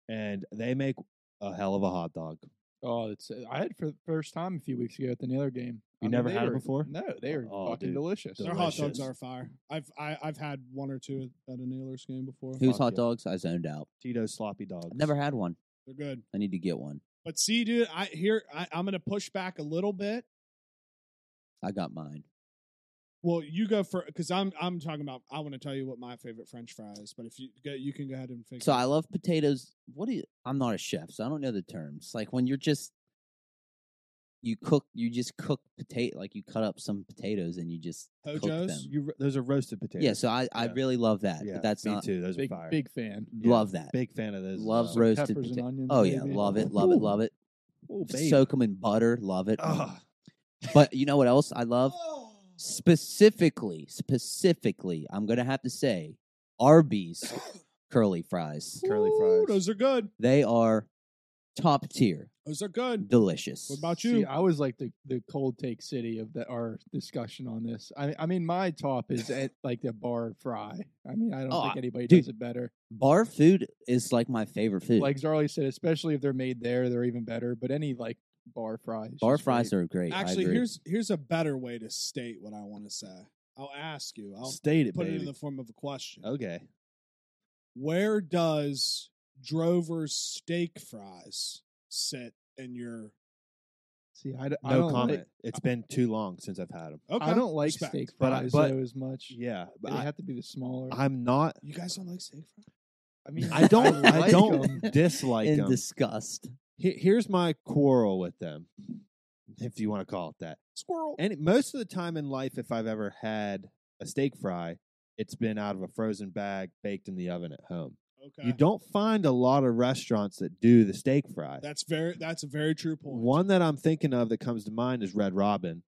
[SPEAKER 2] And they make a hell of a hot dog.
[SPEAKER 4] Oh, it's I had it for the first time a few weeks ago at the Naylor game.
[SPEAKER 2] You
[SPEAKER 4] I mean,
[SPEAKER 2] never
[SPEAKER 4] they
[SPEAKER 2] had it
[SPEAKER 4] were-
[SPEAKER 2] before?
[SPEAKER 4] No, they are
[SPEAKER 2] Oh,
[SPEAKER 4] fucking
[SPEAKER 2] dude.
[SPEAKER 4] delicious.
[SPEAKER 2] They're
[SPEAKER 3] Their hot
[SPEAKER 2] Delicious.
[SPEAKER 3] dogs are fire. I've I, I've had one or two at a Nailers game before.
[SPEAKER 1] Who's
[SPEAKER 2] Fuck
[SPEAKER 1] hot
[SPEAKER 2] yeah.
[SPEAKER 1] dogs? I zoned out.
[SPEAKER 2] Tito's sloppy dogs.
[SPEAKER 1] I've never had one.
[SPEAKER 3] They're good.
[SPEAKER 1] I need to get one.
[SPEAKER 3] But see, dude, I here I, I'm gonna push back a little bit.
[SPEAKER 1] I got mine.
[SPEAKER 3] Well, you go for because I'm I'm talking about. I want to tell you what my favorite French fry is, but if you go, you can go ahead and figure.
[SPEAKER 1] So I love potatoes. What do you? I'm not a chef, so I don't know the terms. Like when you're just you cook, you just cook potato. Like you cut up some potatoes and you just cook
[SPEAKER 3] Pojos?
[SPEAKER 1] them.
[SPEAKER 2] You, ro- those are roasted potatoes.
[SPEAKER 1] Yeah, so I, I
[SPEAKER 2] Yeah.
[SPEAKER 1] really love that.
[SPEAKER 2] Yeah,
[SPEAKER 1] but that's
[SPEAKER 2] me
[SPEAKER 1] not
[SPEAKER 2] too. Those
[SPEAKER 4] big
[SPEAKER 2] are fire.
[SPEAKER 4] big fan.
[SPEAKER 2] yeah,
[SPEAKER 1] love that.
[SPEAKER 2] Big fan of those. as
[SPEAKER 1] Love
[SPEAKER 2] well.
[SPEAKER 4] Some
[SPEAKER 1] roasted
[SPEAKER 4] peppers and
[SPEAKER 1] potato.
[SPEAKER 4] onions,
[SPEAKER 1] Oh yeah,
[SPEAKER 4] maybe.
[SPEAKER 1] love it, love it,
[SPEAKER 4] Ooh.
[SPEAKER 1] love it.
[SPEAKER 2] Oh, babe.
[SPEAKER 1] Soak them in butter, love it.
[SPEAKER 2] Ugh.
[SPEAKER 1] But you know what else I love?
[SPEAKER 3] Oh.
[SPEAKER 1] Specifically, specifically, I'm gonna have to say Arby's curly fries.
[SPEAKER 2] curly
[SPEAKER 3] Ooh,
[SPEAKER 2] fries.
[SPEAKER 3] Those are good.
[SPEAKER 1] They are top tier,
[SPEAKER 3] Those are good.
[SPEAKER 1] delicious.
[SPEAKER 3] What about
[SPEAKER 4] See,
[SPEAKER 3] you?
[SPEAKER 4] I was like the, the cold take city of the, our discussion on this. I I mean, my top is at like the bar fry. I mean, I don't
[SPEAKER 1] Oh,
[SPEAKER 4] think anybody
[SPEAKER 1] dude.
[SPEAKER 4] does it better.
[SPEAKER 1] Bar food is like my favorite food.
[SPEAKER 4] Like Zarly said, especially if they're made there, they're even better. But any like bar fries,
[SPEAKER 1] bar fries are great. I
[SPEAKER 3] Actually,
[SPEAKER 1] agree.
[SPEAKER 3] here's here's a better way to state what I want to say. I'll ask you. I'll
[SPEAKER 2] State it,
[SPEAKER 3] put
[SPEAKER 2] baby. Oh.
[SPEAKER 3] it in the form of a question.
[SPEAKER 2] okay.
[SPEAKER 3] Where does Drover's steak fries sit in your?
[SPEAKER 4] See, I, d- I
[SPEAKER 2] No
[SPEAKER 4] don't
[SPEAKER 2] comment.
[SPEAKER 4] Like,
[SPEAKER 2] it's been too long since I've had them.
[SPEAKER 3] Okay,
[SPEAKER 4] I don't like
[SPEAKER 3] respect.
[SPEAKER 4] steak
[SPEAKER 2] But I-
[SPEAKER 4] fries
[SPEAKER 2] but-
[SPEAKER 4] though as much.
[SPEAKER 2] Yeah, but
[SPEAKER 4] They
[SPEAKER 2] I,
[SPEAKER 4] have to be the smaller.
[SPEAKER 2] I'm not.
[SPEAKER 3] You guys don't like steak fries?
[SPEAKER 4] I mean,
[SPEAKER 2] I don't. I,
[SPEAKER 4] like
[SPEAKER 2] don't
[SPEAKER 4] 'em.
[SPEAKER 2] dislike
[SPEAKER 1] in
[SPEAKER 2] them.
[SPEAKER 1] disgust.
[SPEAKER 2] He- here's my quarrel with them, if you want to call it that.
[SPEAKER 3] Squirrel.
[SPEAKER 2] And most of the time in life, if I've ever had a steak fry, it's been out of a frozen bag, baked in the oven at home.
[SPEAKER 3] Okay.
[SPEAKER 2] You don't find a lot of restaurants that do the steak fry.
[SPEAKER 3] That's very. That's a very true point.
[SPEAKER 2] One that I'm thinking of that comes to mind is Red Robin.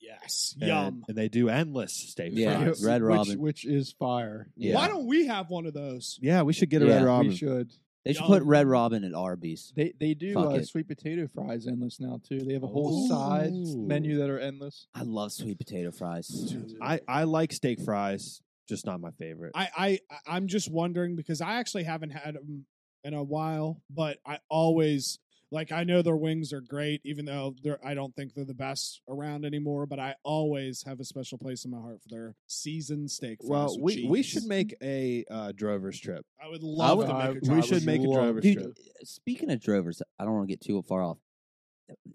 [SPEAKER 3] Yes.
[SPEAKER 2] and-
[SPEAKER 3] Yum.
[SPEAKER 2] And they do endless steak
[SPEAKER 1] Yeah,
[SPEAKER 2] fries.
[SPEAKER 1] Red
[SPEAKER 4] which,
[SPEAKER 1] Robin.
[SPEAKER 4] which is fire.
[SPEAKER 2] Yeah.
[SPEAKER 3] Why don't we have one of those?
[SPEAKER 2] Yeah, we should get a
[SPEAKER 1] Yeah,
[SPEAKER 2] Red
[SPEAKER 1] we
[SPEAKER 2] Robin.
[SPEAKER 4] We should.
[SPEAKER 1] They should put
[SPEAKER 3] Yum.
[SPEAKER 1] Red Robin at Arby's.
[SPEAKER 4] They they do
[SPEAKER 1] Fuck
[SPEAKER 4] uh,
[SPEAKER 1] it.
[SPEAKER 4] sweet potato fries endless now too. They have a whole
[SPEAKER 2] Oh.
[SPEAKER 4] side
[SPEAKER 2] Ooh.
[SPEAKER 4] menu that are endless.
[SPEAKER 1] I love sweet potato fries.
[SPEAKER 2] I, I like steak fries, just not my favorite.
[SPEAKER 3] I, I I'm just wondering because I actually haven't had them in a while, but I always Like I know their wings are great, even though they're I don't think they're the best around anymore. But I always have a special place in my heart for their seasoned steak. fries
[SPEAKER 2] Well,
[SPEAKER 3] with
[SPEAKER 2] we we
[SPEAKER 3] cheese.
[SPEAKER 2] should make a uh, Drovers trip.
[SPEAKER 3] I would love
[SPEAKER 1] would-
[SPEAKER 3] to
[SPEAKER 4] I-
[SPEAKER 3] make a
[SPEAKER 2] we
[SPEAKER 3] drive
[SPEAKER 2] should
[SPEAKER 3] with
[SPEAKER 2] make a
[SPEAKER 3] you.
[SPEAKER 4] love-
[SPEAKER 2] Drovers
[SPEAKER 4] Dude,
[SPEAKER 2] trip.
[SPEAKER 1] Speaking of drovers, I don't want to get too far off.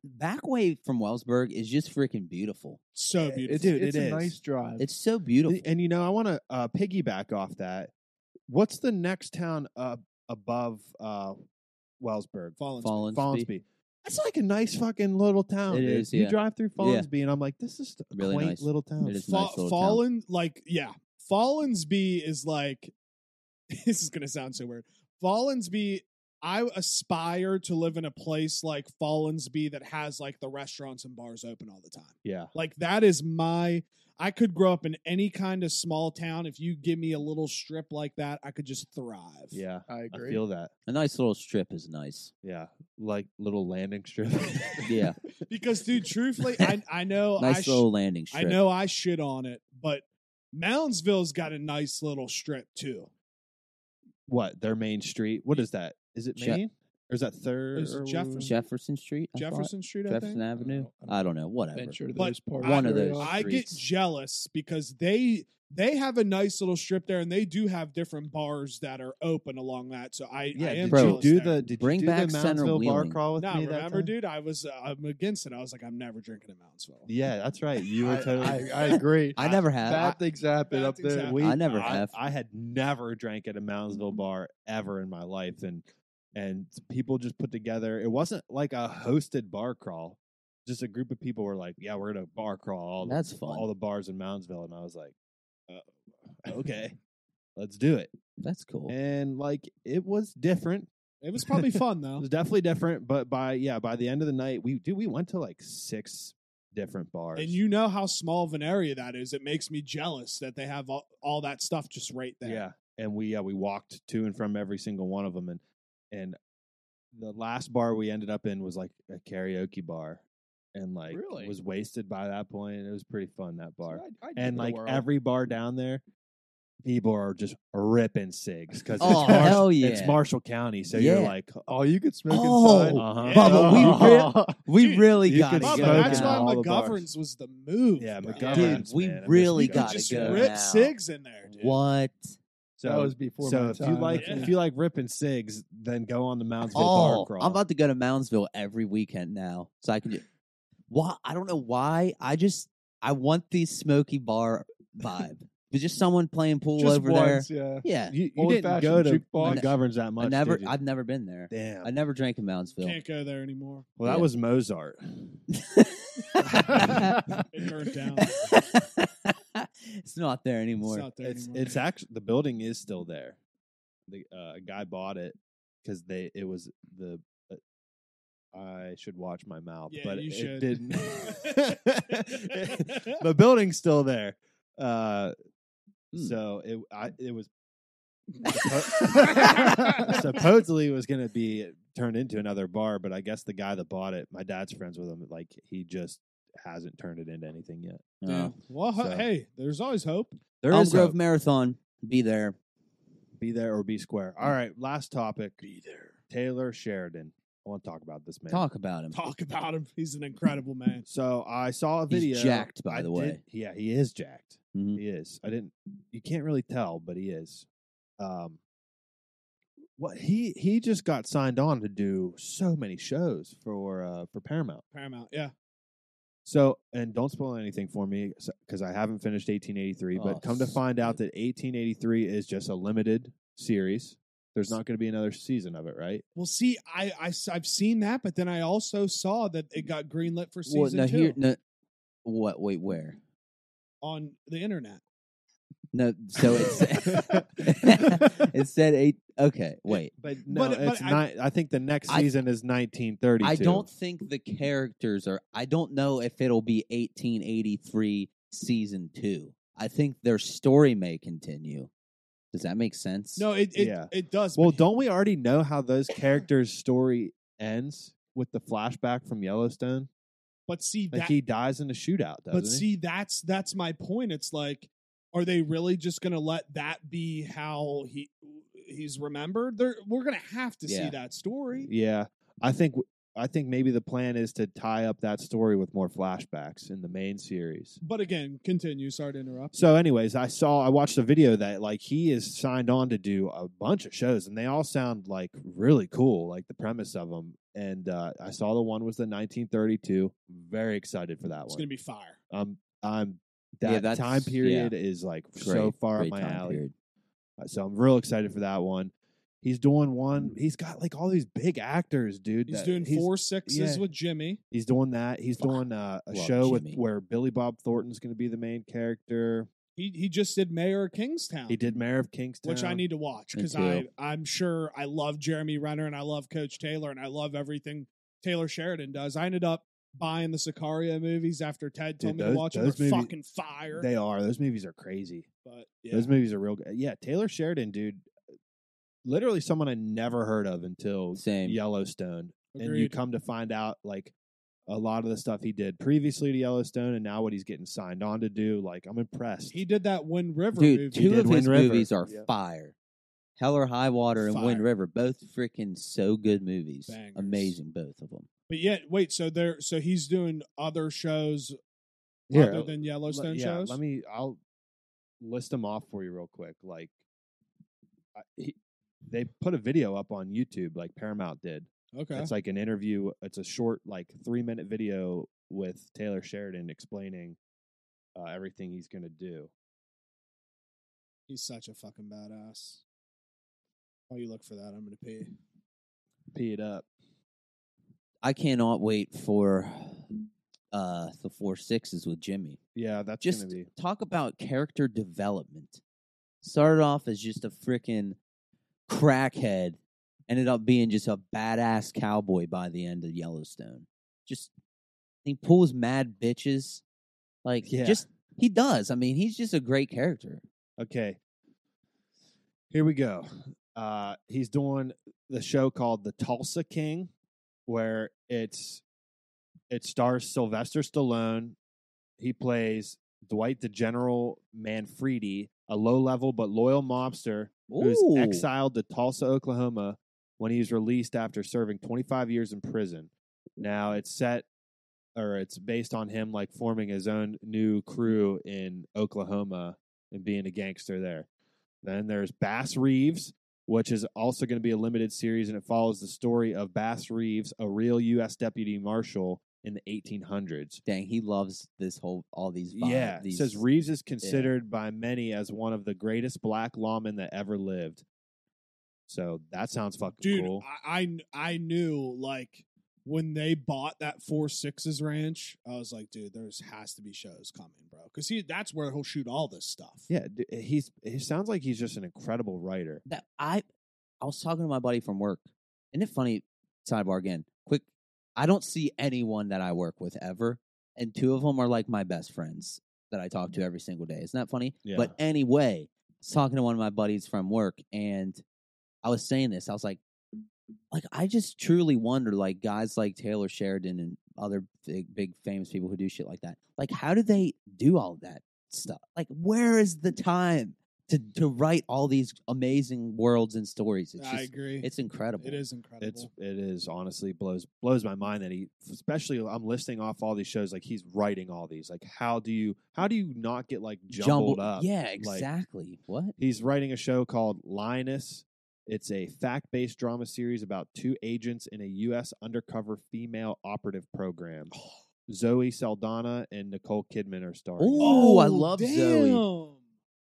[SPEAKER 1] Back way from Wellsburg is just freaking beautiful.
[SPEAKER 3] so beautiful.
[SPEAKER 4] It's,
[SPEAKER 2] Dude,
[SPEAKER 4] it's
[SPEAKER 2] it
[SPEAKER 4] a
[SPEAKER 2] is.
[SPEAKER 4] nice drive.
[SPEAKER 1] It's so beautiful.
[SPEAKER 2] And you know, I want to uh, piggyback off that. What's the next town up above uh, Wellsburg?
[SPEAKER 3] Fallen
[SPEAKER 1] Fallen Speed.
[SPEAKER 2] Fallsby. That's like a nice fucking little town.
[SPEAKER 1] It
[SPEAKER 2] dude.
[SPEAKER 1] is,
[SPEAKER 2] You
[SPEAKER 1] yeah.
[SPEAKER 2] drive through
[SPEAKER 1] Yeah.
[SPEAKER 2] Fallsby, and I'm like, this is a
[SPEAKER 1] Really
[SPEAKER 2] quaint
[SPEAKER 1] nice.
[SPEAKER 2] little town.
[SPEAKER 1] It is
[SPEAKER 3] Fa-
[SPEAKER 1] nice little town.
[SPEAKER 3] fallen like yeah fallensby is like this is gonna sound so weird fallensby i aspire to live in a place like fallensby that has like the restaurants and bars open all the time
[SPEAKER 2] Yeah,
[SPEAKER 3] like that is my i could grow up in any kind of small town if you give me a little strip like that i could just thrive
[SPEAKER 2] yeah.
[SPEAKER 4] I
[SPEAKER 2] I
[SPEAKER 4] agree.
[SPEAKER 2] feel that.
[SPEAKER 1] A nice little strip is nice.
[SPEAKER 2] Yeah, like little landing strip.
[SPEAKER 1] Yeah,
[SPEAKER 3] because dude truthfully i, I know
[SPEAKER 1] nice
[SPEAKER 3] I sh-
[SPEAKER 1] little landing strip.
[SPEAKER 3] I know I shit on it but moundsville's got a nice little strip too
[SPEAKER 2] what their main street? What is that? Is it
[SPEAKER 1] Shut-
[SPEAKER 2] Main or is that third?
[SPEAKER 3] Is it
[SPEAKER 2] or-
[SPEAKER 3] Jefferson?
[SPEAKER 1] Jefferson Street. I thought?
[SPEAKER 3] um, jefferson street i think
[SPEAKER 1] Jefferson Avenue.
[SPEAKER 4] know.
[SPEAKER 1] I don't know. Whatever.
[SPEAKER 4] venture to
[SPEAKER 3] But
[SPEAKER 4] those parts.
[SPEAKER 1] one of
[SPEAKER 4] very
[SPEAKER 1] those
[SPEAKER 4] often.
[SPEAKER 3] I get
[SPEAKER 1] streets.
[SPEAKER 3] jealous because they they have a nice little strip there, and they do have different bars that are open along that. So I,
[SPEAKER 2] Yeah,
[SPEAKER 3] I
[SPEAKER 2] did
[SPEAKER 3] am
[SPEAKER 1] Bro,
[SPEAKER 2] you
[SPEAKER 3] jealous
[SPEAKER 2] do
[SPEAKER 3] there.
[SPEAKER 2] the did
[SPEAKER 1] Bring
[SPEAKER 2] you do
[SPEAKER 1] back
[SPEAKER 2] the
[SPEAKER 1] center
[SPEAKER 2] Moundsville bar
[SPEAKER 1] wheeling.
[SPEAKER 2] crawl with
[SPEAKER 3] No,
[SPEAKER 2] me that
[SPEAKER 3] remember,
[SPEAKER 2] time?
[SPEAKER 3] dude, I was uh, I'm against it. I was like, I'm never drinking in Mountsville.
[SPEAKER 2] Yeah, that's right. You
[SPEAKER 4] I,
[SPEAKER 2] were totally.
[SPEAKER 4] I, I agree.
[SPEAKER 1] I never have.
[SPEAKER 4] Bad things happen
[SPEAKER 3] Bad
[SPEAKER 4] up
[SPEAKER 3] things
[SPEAKER 4] there.
[SPEAKER 3] happen.
[SPEAKER 2] we,
[SPEAKER 1] I never
[SPEAKER 2] I,
[SPEAKER 1] have. Mm-hmm.
[SPEAKER 2] I had never drank at a Moundsville bar ever in my life, and and people just put together. It wasn't like a hosted bar crawl. Just a group of people were like, "Yeah, we're gonna bar crawl all the,
[SPEAKER 1] That's fun.
[SPEAKER 2] all the bars in Moundsville," and I was like, uh, "Okay, let's do it."
[SPEAKER 1] That's cool.
[SPEAKER 3] Eh,
[SPEAKER 2] And like, it was different.
[SPEAKER 3] It was probably fun
[SPEAKER 2] It
[SPEAKER 3] though.
[SPEAKER 2] was definitely different. But by yeah, by the end of the night, we do we went to like six different bars.
[SPEAKER 3] And you know how small of an area that is. It makes me jealous that they have all, all that stuff just right there.
[SPEAKER 2] Yeah, and we uh, we walked to and from every single one of them, and and the last bar we ended up in was like a karaoke bar, and like
[SPEAKER 4] Really?
[SPEAKER 2] was wasted by that point. It was pretty fun that
[SPEAKER 4] So
[SPEAKER 2] bar,
[SPEAKER 4] I- I'd give it
[SPEAKER 2] and
[SPEAKER 4] a
[SPEAKER 2] like
[SPEAKER 4] whirl.
[SPEAKER 2] every bar down there, people are just ripping cigs because
[SPEAKER 1] Oh, hell
[SPEAKER 2] it's
[SPEAKER 1] yeah.
[SPEAKER 2] Marshall County, so
[SPEAKER 1] Yeah.
[SPEAKER 2] you're like,
[SPEAKER 4] oh, you could smoke
[SPEAKER 1] Oh,
[SPEAKER 4] inside.
[SPEAKER 2] uh-huh.
[SPEAKER 3] yeah.
[SPEAKER 1] Bubba,
[SPEAKER 2] Oh.
[SPEAKER 1] we
[SPEAKER 3] Dude,
[SPEAKER 1] really
[SPEAKER 2] you
[SPEAKER 1] got to
[SPEAKER 2] could
[SPEAKER 1] go.
[SPEAKER 3] Bubba,
[SPEAKER 2] smoke
[SPEAKER 3] that's
[SPEAKER 2] in
[SPEAKER 3] why
[SPEAKER 1] now.
[SPEAKER 2] all the bars.
[SPEAKER 3] McGovern's was the move.
[SPEAKER 2] yeah,
[SPEAKER 3] bro.
[SPEAKER 2] McGovern's,
[SPEAKER 1] Dude, we
[SPEAKER 2] man, I miss
[SPEAKER 1] really
[SPEAKER 3] You could
[SPEAKER 1] gotta
[SPEAKER 2] McGovern's.
[SPEAKER 3] just
[SPEAKER 1] go
[SPEAKER 3] rip
[SPEAKER 1] now.
[SPEAKER 3] cigs in there, dude.
[SPEAKER 1] What?
[SPEAKER 2] So
[SPEAKER 4] that was before
[SPEAKER 2] so
[SPEAKER 4] my
[SPEAKER 2] if
[SPEAKER 4] time.
[SPEAKER 2] you like
[SPEAKER 3] Yeah.
[SPEAKER 2] if you like ripping cigs, then go on the Moundsville
[SPEAKER 1] Oh,
[SPEAKER 2] bar crawl.
[SPEAKER 1] I'm about to go to Moundsville every weekend now, so I can. Just, why? I don't know why. I just I want the smoky bar vibe. There's just someone playing pool
[SPEAKER 4] just
[SPEAKER 1] over
[SPEAKER 4] once, yeah.
[SPEAKER 1] there. Yeah,
[SPEAKER 2] You, you
[SPEAKER 4] Old
[SPEAKER 2] didn't
[SPEAKER 4] fashioned
[SPEAKER 2] go to
[SPEAKER 4] jukebox.
[SPEAKER 2] McGovern's that much.
[SPEAKER 1] I never.
[SPEAKER 2] did you?
[SPEAKER 1] I've never been there.
[SPEAKER 2] Damn.
[SPEAKER 1] I never drank in Moundsville.
[SPEAKER 3] Can't go there anymore.
[SPEAKER 2] well, that
[SPEAKER 1] yeah.
[SPEAKER 2] was Mozart.
[SPEAKER 3] It burned down.
[SPEAKER 1] it's not there anymore.
[SPEAKER 3] It's not there
[SPEAKER 2] it's
[SPEAKER 3] anymore.
[SPEAKER 2] it's actually the building is still there. The uh, a guy bought it because they it was the. Uh, I should watch my mouth,
[SPEAKER 3] Yeah,
[SPEAKER 2] but
[SPEAKER 3] you
[SPEAKER 2] it
[SPEAKER 3] should.
[SPEAKER 2] didn't. the building's still there, uh,
[SPEAKER 1] Hmm.
[SPEAKER 2] so it I, it was Suppo- supposedly it was going to be turned into another bar, but I guess the guy that bought it, my dad's friends with him, like he just hasn't turned it into anything yet.
[SPEAKER 3] Yeah.
[SPEAKER 1] No.
[SPEAKER 3] Well, ho-
[SPEAKER 2] So-
[SPEAKER 3] hey, there's always hope.
[SPEAKER 2] There
[SPEAKER 1] Elm
[SPEAKER 2] is
[SPEAKER 1] Grove
[SPEAKER 2] hope.
[SPEAKER 1] Marathon. Be there.
[SPEAKER 2] be there or be square. All right, last topic. Be there. Taylor Sheridan. I want to talk about this man.
[SPEAKER 1] Talk about him.
[SPEAKER 3] Talk about him. He's an incredible man.
[SPEAKER 2] So I saw a
[SPEAKER 1] He's
[SPEAKER 2] video.
[SPEAKER 1] jacked, by
[SPEAKER 2] I
[SPEAKER 1] the
[SPEAKER 2] did-
[SPEAKER 1] way.
[SPEAKER 2] yeah, he is jacked.
[SPEAKER 1] Mhm.
[SPEAKER 2] He is. I didn't. You can't really tell, but he is. Um, what he he just got signed on to do so many shows for uh for Paramount.
[SPEAKER 3] Paramount, yeah.
[SPEAKER 2] So and don't spoil anything for me because I haven't finished 1883.
[SPEAKER 1] Oh,
[SPEAKER 2] but come to find out that
[SPEAKER 1] stupid.
[SPEAKER 2] 1883 is just a limited series. There's not going to be another season of it, right?
[SPEAKER 3] Well, see, I, I have seen that, but then I also saw that it got greenlit for
[SPEAKER 1] Well,
[SPEAKER 3] season
[SPEAKER 1] no,
[SPEAKER 3] two
[SPEAKER 1] here, no, what? Wait, where?
[SPEAKER 3] on the internet.
[SPEAKER 1] No, so it's it said eight. Okay, wait.
[SPEAKER 2] But no,
[SPEAKER 3] but
[SPEAKER 2] it's
[SPEAKER 3] I-
[SPEAKER 2] not. I think the next
[SPEAKER 1] I-
[SPEAKER 2] season is 1932.
[SPEAKER 1] I don't think the characters are. I don't know if it'll be 1883 season two. I think their story may continue. Does that make sense?
[SPEAKER 3] No, it it,
[SPEAKER 2] Yeah.
[SPEAKER 3] it does.
[SPEAKER 2] Well,
[SPEAKER 3] but-
[SPEAKER 2] don't we already know how those characters' story ends with the flashback from Yellowstone?
[SPEAKER 3] But see
[SPEAKER 2] Like
[SPEAKER 3] that.
[SPEAKER 2] he dies in a shootout, doesn't
[SPEAKER 3] but
[SPEAKER 2] he?
[SPEAKER 3] see, that's that's my point. It's like, are they really just going to let that be how he he's remembered? They're, we're going to have to see
[SPEAKER 1] Yeah.
[SPEAKER 3] that story.
[SPEAKER 2] yeah, I think w- I think maybe the plan is to tie up that story with more flashbacks in the main series.
[SPEAKER 3] But again, continue. Sorry to interrupt.
[SPEAKER 2] So, anyways, I saw I watched a video that like he is signed on to do a bunch of shows, and they all sound like really cool, like the premise of them. And uh, I saw the one was the 1932. Very excited for that
[SPEAKER 3] It's
[SPEAKER 2] one.
[SPEAKER 3] gonna be fire.
[SPEAKER 2] um, I'm
[SPEAKER 1] Yeah,
[SPEAKER 2] that
[SPEAKER 1] that's-
[SPEAKER 2] time
[SPEAKER 1] yeah.
[SPEAKER 2] period is like so
[SPEAKER 1] Great-
[SPEAKER 2] far
[SPEAKER 1] great
[SPEAKER 2] up my
[SPEAKER 1] time
[SPEAKER 2] alley.
[SPEAKER 1] period.
[SPEAKER 2] Uh, So I'm real excited for that one. He's doing
[SPEAKER 1] Mm.
[SPEAKER 2] one. He's got like all these big actors, dude.
[SPEAKER 3] He's
[SPEAKER 2] that-
[SPEAKER 3] doing four sixes
[SPEAKER 2] yeah.
[SPEAKER 3] with Jimmy.
[SPEAKER 2] He's doing that. He's
[SPEAKER 1] Fuck.
[SPEAKER 2] doing uh, a
[SPEAKER 1] Love
[SPEAKER 2] show with
[SPEAKER 1] Jimmy.
[SPEAKER 2] where Billy Bob Thornton's going to be the main character.
[SPEAKER 3] He he just did Mayor of Kingstown.
[SPEAKER 2] He did uh, Mayor of Kingstown,
[SPEAKER 3] Which I need to watch
[SPEAKER 1] Me
[SPEAKER 3] because I
[SPEAKER 1] too.
[SPEAKER 3] I'm sure I love Jeremy Renner and I love Coach Taylor and I love everything Taylor Sheridan does. I ended up buying the Sicario movies after Ted told
[SPEAKER 2] Dude,
[SPEAKER 3] me
[SPEAKER 2] those-
[SPEAKER 3] to watch them.
[SPEAKER 2] those
[SPEAKER 3] They're
[SPEAKER 2] movies-
[SPEAKER 3] fucking fire.
[SPEAKER 2] They are. Those movies are crazy.
[SPEAKER 3] but yeah,
[SPEAKER 2] Those movies are real. Good. Yeah, Taylor Sheridan, dude. Literally, someone I never heard of until
[SPEAKER 1] Same.
[SPEAKER 2] Yellowstone, and you
[SPEAKER 3] Agreed.
[SPEAKER 2] come to find out like a lot of the stuff he did previously to Yellowstone, and now what he's getting signed on to do. Like, I'm impressed.
[SPEAKER 3] he did that Wind River
[SPEAKER 1] Dude,
[SPEAKER 3] movie.
[SPEAKER 2] He
[SPEAKER 1] two
[SPEAKER 2] did
[SPEAKER 1] of his
[SPEAKER 2] Wind River.
[SPEAKER 1] movies are
[SPEAKER 2] Yeah.
[SPEAKER 1] fire. Hell or High Water and Wind
[SPEAKER 3] Fire.
[SPEAKER 1] River, both freaking so good movies.
[SPEAKER 3] Bangers.
[SPEAKER 1] Amazing, both of them.
[SPEAKER 3] But yet, wait. So there, so he's doing other shows
[SPEAKER 2] Yeah.
[SPEAKER 3] other than
[SPEAKER 2] Let-
[SPEAKER 3] Yellowstone
[SPEAKER 2] yeah,
[SPEAKER 3] shows.
[SPEAKER 2] Let me. I'll list them off for you real quick. Like, I, he, they put a video up on YouTube, like Paramount did.
[SPEAKER 3] okay,
[SPEAKER 2] It's like an interview. It's a short, like three minute video with Taylor Sheridan explaining uh, everything he's gonna do.
[SPEAKER 3] he's such a fucking badass. While you look for that, I'm gonna pee.
[SPEAKER 2] Pee it up.
[SPEAKER 1] I cannot wait for uh the four sixes with Jimmy.
[SPEAKER 2] Yeah, that's
[SPEAKER 1] Just
[SPEAKER 2] gonna be.
[SPEAKER 1] talk about character development. Started off as just a freaking crackhead, ended up being just a badass cowboy by the end of Yellowstone. Just he pulls mad bitches. Like
[SPEAKER 2] Yeah.
[SPEAKER 1] just he does. I mean, he's just a great character.
[SPEAKER 2] Okay. Here we go. Uh, he's doing the show called The Tulsa King, where it's it stars Sylvester Stallone. He plays Dwight the General Manfredi, a low level but loyal mobster who was
[SPEAKER 1] Ooh.
[SPEAKER 2] exiled to Tulsa, Oklahoma, when he was released after serving 25 years in prison. Now it's set, or it's based on him like forming his own new crew in Oklahoma and being a gangster there. Then there's Bass Reeves, which is also going to be a limited series, and it follows the story of Bass Reeves, a real U.S. deputy marshal in the 1800s.
[SPEAKER 1] Dang, he loves this whole all these. Vibe,
[SPEAKER 2] Yeah, it
[SPEAKER 1] these,
[SPEAKER 2] says Reeves is considered by many as one of the greatest black lawmen that ever lived. So that sounds fucking
[SPEAKER 3] Dude,
[SPEAKER 2] cool.
[SPEAKER 3] I, I kn- I knew like when they bought that Four Sixes Ranch, I was like, dude, there's has to be shows coming, bro, because he that's where he'll shoot all this stuff.
[SPEAKER 2] yeah, d- eh, he's he sounds like he's just an incredible writer.
[SPEAKER 1] that I I was talking to my buddy from work. Isn't it funny? Sidebar again. Quick. I don't see anyone that I work with ever, and two of them are like my best friends that I talk to every single day. Isn't that funny? But anyway, I was talking to one of my buddies from work, and I was saying this. I was like, like I just truly wonder, like guys like Taylor Sheridan and other big, big famous people who do shit like that. Like, how do they do all that stuff? Like, where is the time to to write all these amazing worlds and stories? It's
[SPEAKER 3] I
[SPEAKER 1] just,
[SPEAKER 3] agree.
[SPEAKER 1] it's incredible.
[SPEAKER 3] it is incredible.
[SPEAKER 2] It's it is honestly blows blows my mind that he especially I'm listing off all these shows like he's writing all these like how do you how do you not get like jumbled, up
[SPEAKER 1] Yeah,
[SPEAKER 2] Like,
[SPEAKER 1] exactly. what?
[SPEAKER 2] He's writing a show called Linus. It's a fact based drama series about two agents in a U.S. undercover female operative program. Zoe Saldana and Nicole Kidman are starring. in it.
[SPEAKER 1] Ooh. I love
[SPEAKER 3] damn.
[SPEAKER 1] Zoe.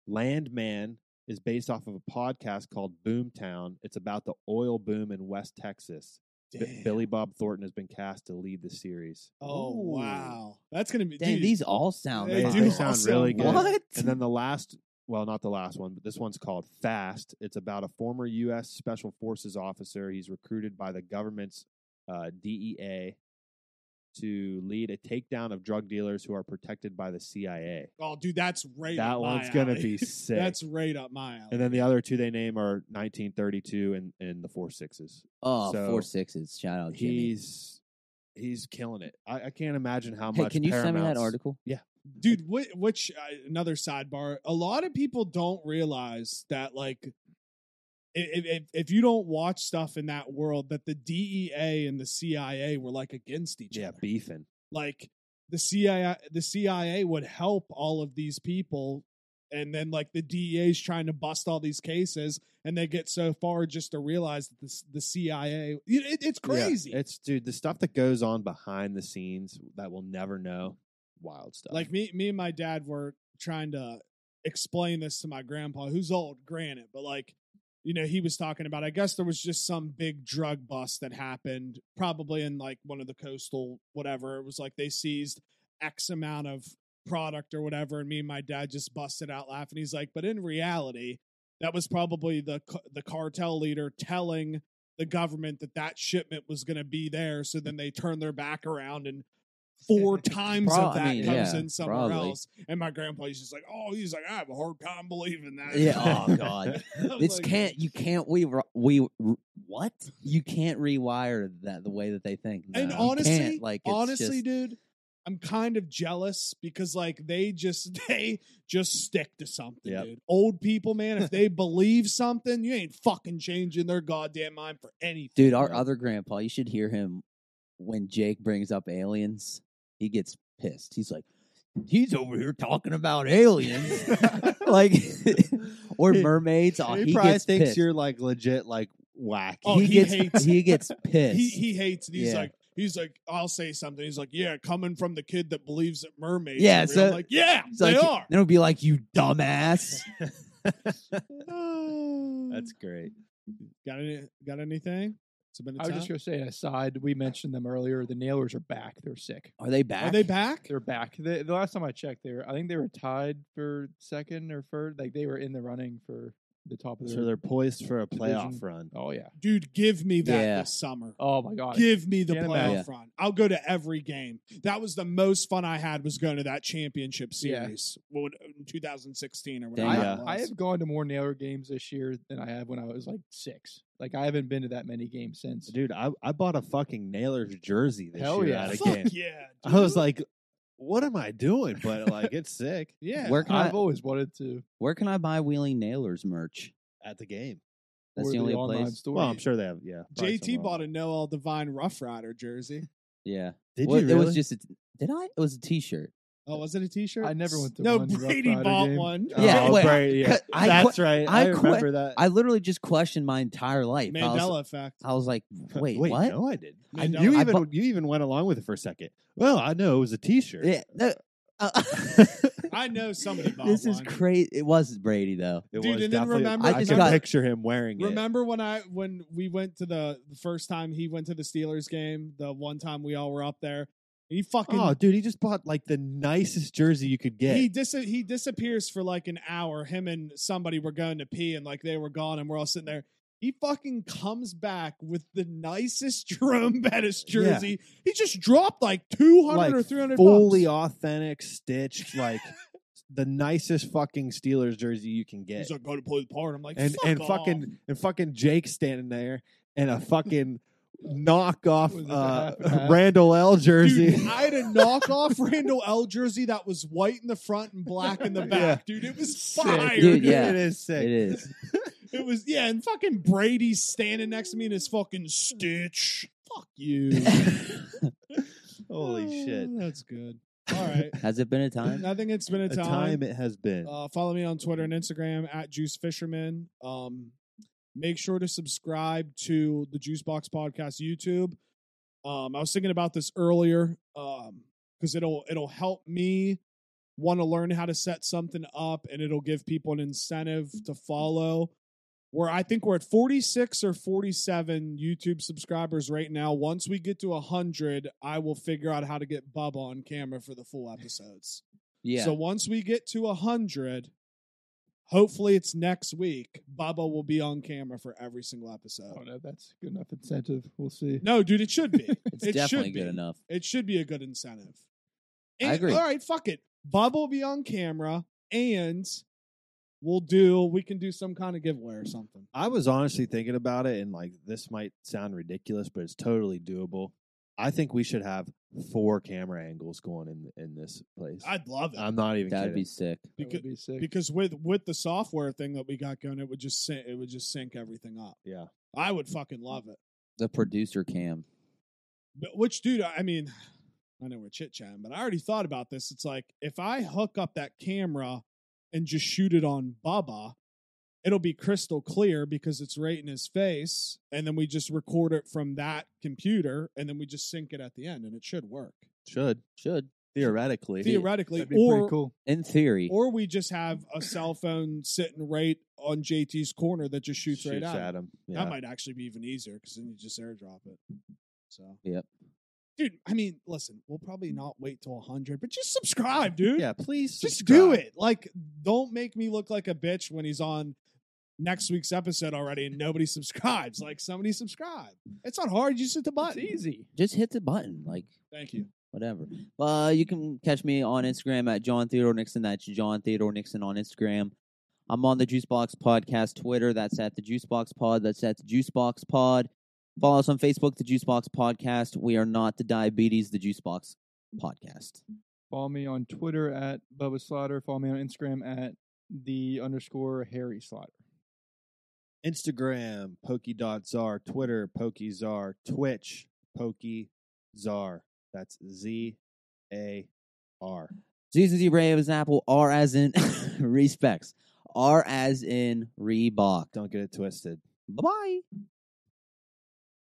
[SPEAKER 2] Landman is based off of a podcast called Boomtown. It's about the oil boom in West Texas. B-
[SPEAKER 3] Damn.
[SPEAKER 2] Billy Bob Thornton has been cast to lead the series.
[SPEAKER 3] Oh
[SPEAKER 1] Ooh.
[SPEAKER 3] wow, that's gonna be
[SPEAKER 1] Dang,
[SPEAKER 3] dude,
[SPEAKER 1] these all sound.
[SPEAKER 3] They
[SPEAKER 2] They,
[SPEAKER 1] fire.
[SPEAKER 3] do
[SPEAKER 2] they
[SPEAKER 3] all
[SPEAKER 2] sound
[SPEAKER 3] sound
[SPEAKER 2] really
[SPEAKER 3] good.
[SPEAKER 2] good.
[SPEAKER 1] What?
[SPEAKER 2] And then the last, well, not the last one, but this one's called Fast. It's about a former U.S. Special Forces officer. He's recruited by the government's uh, DEA to lead a takedown of drug dealers who are protected by the CIA.
[SPEAKER 3] Oh, dude, that's right.
[SPEAKER 2] that
[SPEAKER 3] up my
[SPEAKER 2] one's going to
[SPEAKER 3] alley.
[SPEAKER 2] be sick.
[SPEAKER 3] that's right up my alley.
[SPEAKER 2] and then the other two they name are 1932 and, and the Four Sixes.
[SPEAKER 1] Oh,
[SPEAKER 2] So,
[SPEAKER 1] four sixes. Shout out, Oh, Jimmy.
[SPEAKER 2] He's he's killing it. I, I can't imagine how
[SPEAKER 1] Hey,
[SPEAKER 2] much.
[SPEAKER 1] can you send me that
[SPEAKER 2] Paramount's-
[SPEAKER 1] article?
[SPEAKER 3] dude whi- which uh, another sidebar a lot of people don't realize that like if, if if you don't watch stuff in that world that the DEA and the CIA were like against each
[SPEAKER 2] Yeah,
[SPEAKER 3] other.
[SPEAKER 2] beefing.
[SPEAKER 3] Like the CIA the CIA would help all of these people and then like the DEA is trying to bust all these cases and they get so far just to realize that the, the CIA it, it- it's
[SPEAKER 2] Yeah,
[SPEAKER 3] crazy.
[SPEAKER 2] it's dude, the stuff that goes on behind the scenes that we'll never know. Wild stuff.
[SPEAKER 3] Like me, me and my dad were trying to explain this to my grandpa, who's old, granted, but like, you know, he was talking about. I guess there was just some big drug bust that happened, probably in like one of the coastal whatever. It was like they seized X amount of product or whatever, and me and my dad just busted out laughing. He's like, but in reality, that was probably the c- the cartel leader telling the government that that shipment was going to be there. So then they turn their back around and four times
[SPEAKER 1] Prob-
[SPEAKER 3] of
[SPEAKER 1] I
[SPEAKER 3] that
[SPEAKER 1] mean,
[SPEAKER 3] comes
[SPEAKER 1] yeah,
[SPEAKER 3] in somewhere
[SPEAKER 1] probably.
[SPEAKER 3] else. And my grandpa he's just like, oh, he's like, I have a hard time believing that.
[SPEAKER 1] Yeah, oh, God.
[SPEAKER 3] I was
[SPEAKER 1] This
[SPEAKER 3] like,
[SPEAKER 1] can't you can't we re- we re- what you can't rewire that the way that they think.
[SPEAKER 3] And
[SPEAKER 1] No, you
[SPEAKER 3] honestly,
[SPEAKER 1] can't. like it's
[SPEAKER 3] honestly,
[SPEAKER 1] just-
[SPEAKER 3] dude. I'm kind of jealous because like they just they just stick to something,
[SPEAKER 2] Yep.
[SPEAKER 3] dude. Old people, man, if they believe something, you ain't fucking changing their goddamn mind for anything.
[SPEAKER 1] dude, our
[SPEAKER 2] Yeah.
[SPEAKER 1] other grandpa, you should hear him when Jake brings up aliens. He gets pissed. He's like, he's over here talking about aliens, like or
[SPEAKER 2] He-
[SPEAKER 1] mermaids. Oh,
[SPEAKER 2] he,
[SPEAKER 1] he,
[SPEAKER 2] probably
[SPEAKER 1] gets
[SPEAKER 2] thinks
[SPEAKER 1] pissed.
[SPEAKER 2] you're like legit, like whack.
[SPEAKER 3] Oh,
[SPEAKER 1] he,
[SPEAKER 3] he
[SPEAKER 1] gets
[SPEAKER 3] hates-
[SPEAKER 1] he gets pissed.
[SPEAKER 3] he he hates it. He's
[SPEAKER 1] Yeah.
[SPEAKER 3] like he's like I'll say something. He's like, yeah, coming from the kid that believes that mermaids.
[SPEAKER 1] Yeah,
[SPEAKER 3] are real."
[SPEAKER 1] so-
[SPEAKER 3] I'm like yeah,
[SPEAKER 1] He's
[SPEAKER 3] they
[SPEAKER 1] like,
[SPEAKER 3] are.
[SPEAKER 1] Then it'll be like you dumbass.
[SPEAKER 2] That's great.
[SPEAKER 3] Got any? Got anything? It's been a
[SPEAKER 4] I was
[SPEAKER 3] time.
[SPEAKER 4] just gonna say aside, we mentioned them earlier. The Nailers are back. They're sick.
[SPEAKER 1] Are they back?
[SPEAKER 3] Are they back?
[SPEAKER 4] They're back. The, the last time I checked, they were I think they were tied for second or third. Like they were in the running for the top of their.
[SPEAKER 2] So they're poised for a playoff
[SPEAKER 4] Division.
[SPEAKER 2] run.
[SPEAKER 4] oh yeah.
[SPEAKER 3] Dude, give me that
[SPEAKER 1] Yeah.
[SPEAKER 3] this summer.
[SPEAKER 4] Oh my god.
[SPEAKER 3] Give me the
[SPEAKER 4] Get 'em
[SPEAKER 3] playoff
[SPEAKER 4] out.
[SPEAKER 1] Yeah.
[SPEAKER 3] run. I'll go to every game. That was the most fun I had was going to that championship
[SPEAKER 4] Yeah.
[SPEAKER 3] series when- in 2016 or whatever.
[SPEAKER 4] I,
[SPEAKER 1] Dang,
[SPEAKER 3] that
[SPEAKER 1] Yeah.
[SPEAKER 4] I
[SPEAKER 3] was.
[SPEAKER 4] have gone to more Nailer games this year than I have when I was like six. Like I haven't been to that many games since.
[SPEAKER 2] Dude, I, I bought a fucking Nailers jersey this
[SPEAKER 4] Hell
[SPEAKER 2] year
[SPEAKER 4] yeah.
[SPEAKER 2] at a
[SPEAKER 3] Fuck
[SPEAKER 2] game.
[SPEAKER 3] yeah.
[SPEAKER 2] I was like, what am I doing? But like, it's sick
[SPEAKER 3] yeah.
[SPEAKER 1] Where can I,
[SPEAKER 4] I've always wanted to.
[SPEAKER 1] where can I buy Wheeling Nailers merch?
[SPEAKER 2] at the game.
[SPEAKER 1] That's
[SPEAKER 4] or
[SPEAKER 1] the only
[SPEAKER 4] online
[SPEAKER 1] place.
[SPEAKER 4] Store.
[SPEAKER 2] Well, I'm sure they have. Yeah. probably
[SPEAKER 3] JT
[SPEAKER 2] somewhere
[SPEAKER 3] bought
[SPEAKER 2] else.
[SPEAKER 3] a Noel Divine Rough Rider jersey.
[SPEAKER 1] Yeah.
[SPEAKER 2] Did
[SPEAKER 1] Well,
[SPEAKER 2] you
[SPEAKER 1] It
[SPEAKER 2] really?
[SPEAKER 1] was just a, did I? It was a T-shirt.
[SPEAKER 3] Oh, was it a T-shirt?
[SPEAKER 4] I never went to
[SPEAKER 3] No,
[SPEAKER 4] one Rough
[SPEAKER 3] Brady
[SPEAKER 4] Rider
[SPEAKER 3] bought
[SPEAKER 4] game.
[SPEAKER 3] one.
[SPEAKER 1] Yeah,
[SPEAKER 2] Oh,
[SPEAKER 1] wait,
[SPEAKER 2] Brady, yeah.
[SPEAKER 1] cut- I qu-
[SPEAKER 2] That's right. I,
[SPEAKER 1] I qu-
[SPEAKER 2] remember that.
[SPEAKER 1] I literally just questioned my entire life. I was,
[SPEAKER 3] Mandela effect.
[SPEAKER 1] I was like, wait,
[SPEAKER 2] wait
[SPEAKER 1] what?
[SPEAKER 2] No, I did.
[SPEAKER 3] I
[SPEAKER 2] And
[SPEAKER 3] know.
[SPEAKER 2] you
[SPEAKER 1] I
[SPEAKER 2] even
[SPEAKER 1] bought-
[SPEAKER 2] you even went along with it for a second. Well, I know it was a T-shirt.
[SPEAKER 1] Yeah, no, uh,
[SPEAKER 3] I know somebody bought
[SPEAKER 1] this is
[SPEAKER 3] one.
[SPEAKER 1] crazy. It wasn't Brady though.
[SPEAKER 2] It
[SPEAKER 3] Dude,
[SPEAKER 2] was
[SPEAKER 3] and then
[SPEAKER 2] definitely-
[SPEAKER 3] remember-
[SPEAKER 2] I,
[SPEAKER 1] I just
[SPEAKER 2] can
[SPEAKER 1] got-
[SPEAKER 2] picture him wearing
[SPEAKER 3] Remember when I when we went to the the first time he went to the Steelers game, the one time we all were up there, he
[SPEAKER 2] it.
[SPEAKER 3] fucking
[SPEAKER 2] Oh, dude, he just bought like the nicest jersey you could get.
[SPEAKER 3] he dis- he disappears for like an hour. Him and somebody were going to pee, and like they were gone, and we're all sitting there. He fucking comes back with the nicest Jerome Bettis jersey. He just dropped like two hundred
[SPEAKER 2] like
[SPEAKER 3] or three hundred
[SPEAKER 2] fully
[SPEAKER 3] bucks.
[SPEAKER 2] authentic, stitched, like the nicest fucking Steelers jersey you can get.
[SPEAKER 3] He's like, going to play the part. I'm like,
[SPEAKER 2] and
[SPEAKER 3] "Fuck
[SPEAKER 2] and
[SPEAKER 3] off."
[SPEAKER 2] fucking and fucking Jake standing there and a fucking knockoff
[SPEAKER 4] Was it the half and
[SPEAKER 2] uh,
[SPEAKER 4] half?
[SPEAKER 2] Randall L jersey.
[SPEAKER 3] Dude, I had a knockoff Randall L jersey that was white in the front and black in the back, dude. It was
[SPEAKER 2] Sick.
[SPEAKER 3] fire.
[SPEAKER 1] Dude, yeah.
[SPEAKER 2] it is sick.
[SPEAKER 1] It is.
[SPEAKER 3] It was yeah, and fucking Brady standing next to me in his fucking stitch. Fuck you.
[SPEAKER 2] Holy
[SPEAKER 3] Oh,
[SPEAKER 2] shit.
[SPEAKER 3] That's good. All right.
[SPEAKER 1] Has it been a time?
[SPEAKER 3] I think it's been a
[SPEAKER 2] A
[SPEAKER 3] time.
[SPEAKER 2] time it has been.
[SPEAKER 3] Uh, follow me on Twitter and Instagram at Juice Fisherman. Um, make sure to subscribe to the Juice Box Podcast YouTube. Um, I was thinking about this earlier because it'll it'll help me want to learn how to set something up, and it'll give people an incentive to follow. Where I think we're at 46 or 47 YouTube subscribers right now. Once we get to 100, I will figure out how to get Bubba on camera for the full episodes.
[SPEAKER 1] Yeah.
[SPEAKER 3] So once we get to 100, hopefully it's next week, Bubba will be on camera for every single
[SPEAKER 4] I don't
[SPEAKER 3] episode.
[SPEAKER 4] know if that's good enough incentive. We'll see.
[SPEAKER 3] No, dude, it should be.
[SPEAKER 1] it's
[SPEAKER 3] it
[SPEAKER 1] definitely
[SPEAKER 3] should be.
[SPEAKER 1] good enough.
[SPEAKER 3] It should be a good incentive.
[SPEAKER 1] I
[SPEAKER 3] And-
[SPEAKER 1] agree.
[SPEAKER 3] All right, fuck it. Bubba will be on camera and we'll do, we can do some kind of giveaway or something.
[SPEAKER 2] I was honestly thinking about it, and like this might sound ridiculous, but it's totally doable. I think we should have four camera angles going in in this place. I,
[SPEAKER 3] I'd love it
[SPEAKER 2] am not even
[SPEAKER 1] That'd
[SPEAKER 2] kidding.
[SPEAKER 1] be sick.
[SPEAKER 4] That
[SPEAKER 3] because,
[SPEAKER 4] would be sick.
[SPEAKER 3] Um, because with with the software thing that we got going, it would just syn- it would just sync everything up.
[SPEAKER 2] yeah.
[SPEAKER 3] I would fucking love it.
[SPEAKER 1] The producer cam.
[SPEAKER 3] But which, dude, I mean, I know we're chit chatting, but I already thought about this. It's like if I hook up that camera and just shoot it on Bubba, it'll be crystal clear because it's right in his face. And then we just record it from that computer and then we just sync it at the end and it should work.
[SPEAKER 2] Should
[SPEAKER 1] Should.
[SPEAKER 2] theoretically.
[SPEAKER 3] Theoretically,
[SPEAKER 4] That'd be
[SPEAKER 3] or,
[SPEAKER 4] pretty cool.
[SPEAKER 1] In theory.
[SPEAKER 3] or we just have a cell phone sitting right on JT's corner that just shoots, right at him.
[SPEAKER 2] him.
[SPEAKER 3] That
[SPEAKER 2] Yeah.
[SPEAKER 3] might actually be even easier because then you just airdrop it. So
[SPEAKER 1] Yep.
[SPEAKER 3] dude. I mean, listen, we'll probably not wait till hundred, but just subscribe, dude.
[SPEAKER 2] Yeah, please
[SPEAKER 3] just do
[SPEAKER 2] subscribe.
[SPEAKER 3] it. Like, don't make me look like a bitch when he's on next week's episode already and nobody subscribes. Like, somebody subscribe. It's not hard. You just hit the
[SPEAKER 4] It's
[SPEAKER 3] button.
[SPEAKER 4] easy.
[SPEAKER 1] Just hit the button. Like,
[SPEAKER 3] Thank you.
[SPEAKER 1] whatever. Uh, you can catch me on Instagram at John Theodore Nixon. That's John Theodore Nixon on Instagram. I'm on the Juicebox Podcast Twitter. That's at the Juicebox Pod. That's at the Juicebox Pod. Follow us on Facebook, the Juicebox Podcast. We are not the diabetes, the Juicebox Podcast.
[SPEAKER 4] Follow me on Twitter at Bubba Slaughter. Follow me on Instagram at the underscore Harry Slaughter.
[SPEAKER 2] Instagram, Pokey.Czar, Twitter, Pokezar, Twitch, Pokezar. That's Z A R.
[SPEAKER 1] Jesus, you brave as an apple. R as in respects. R as in Reebok.
[SPEAKER 2] Don't get it twisted.
[SPEAKER 1] Bye bye.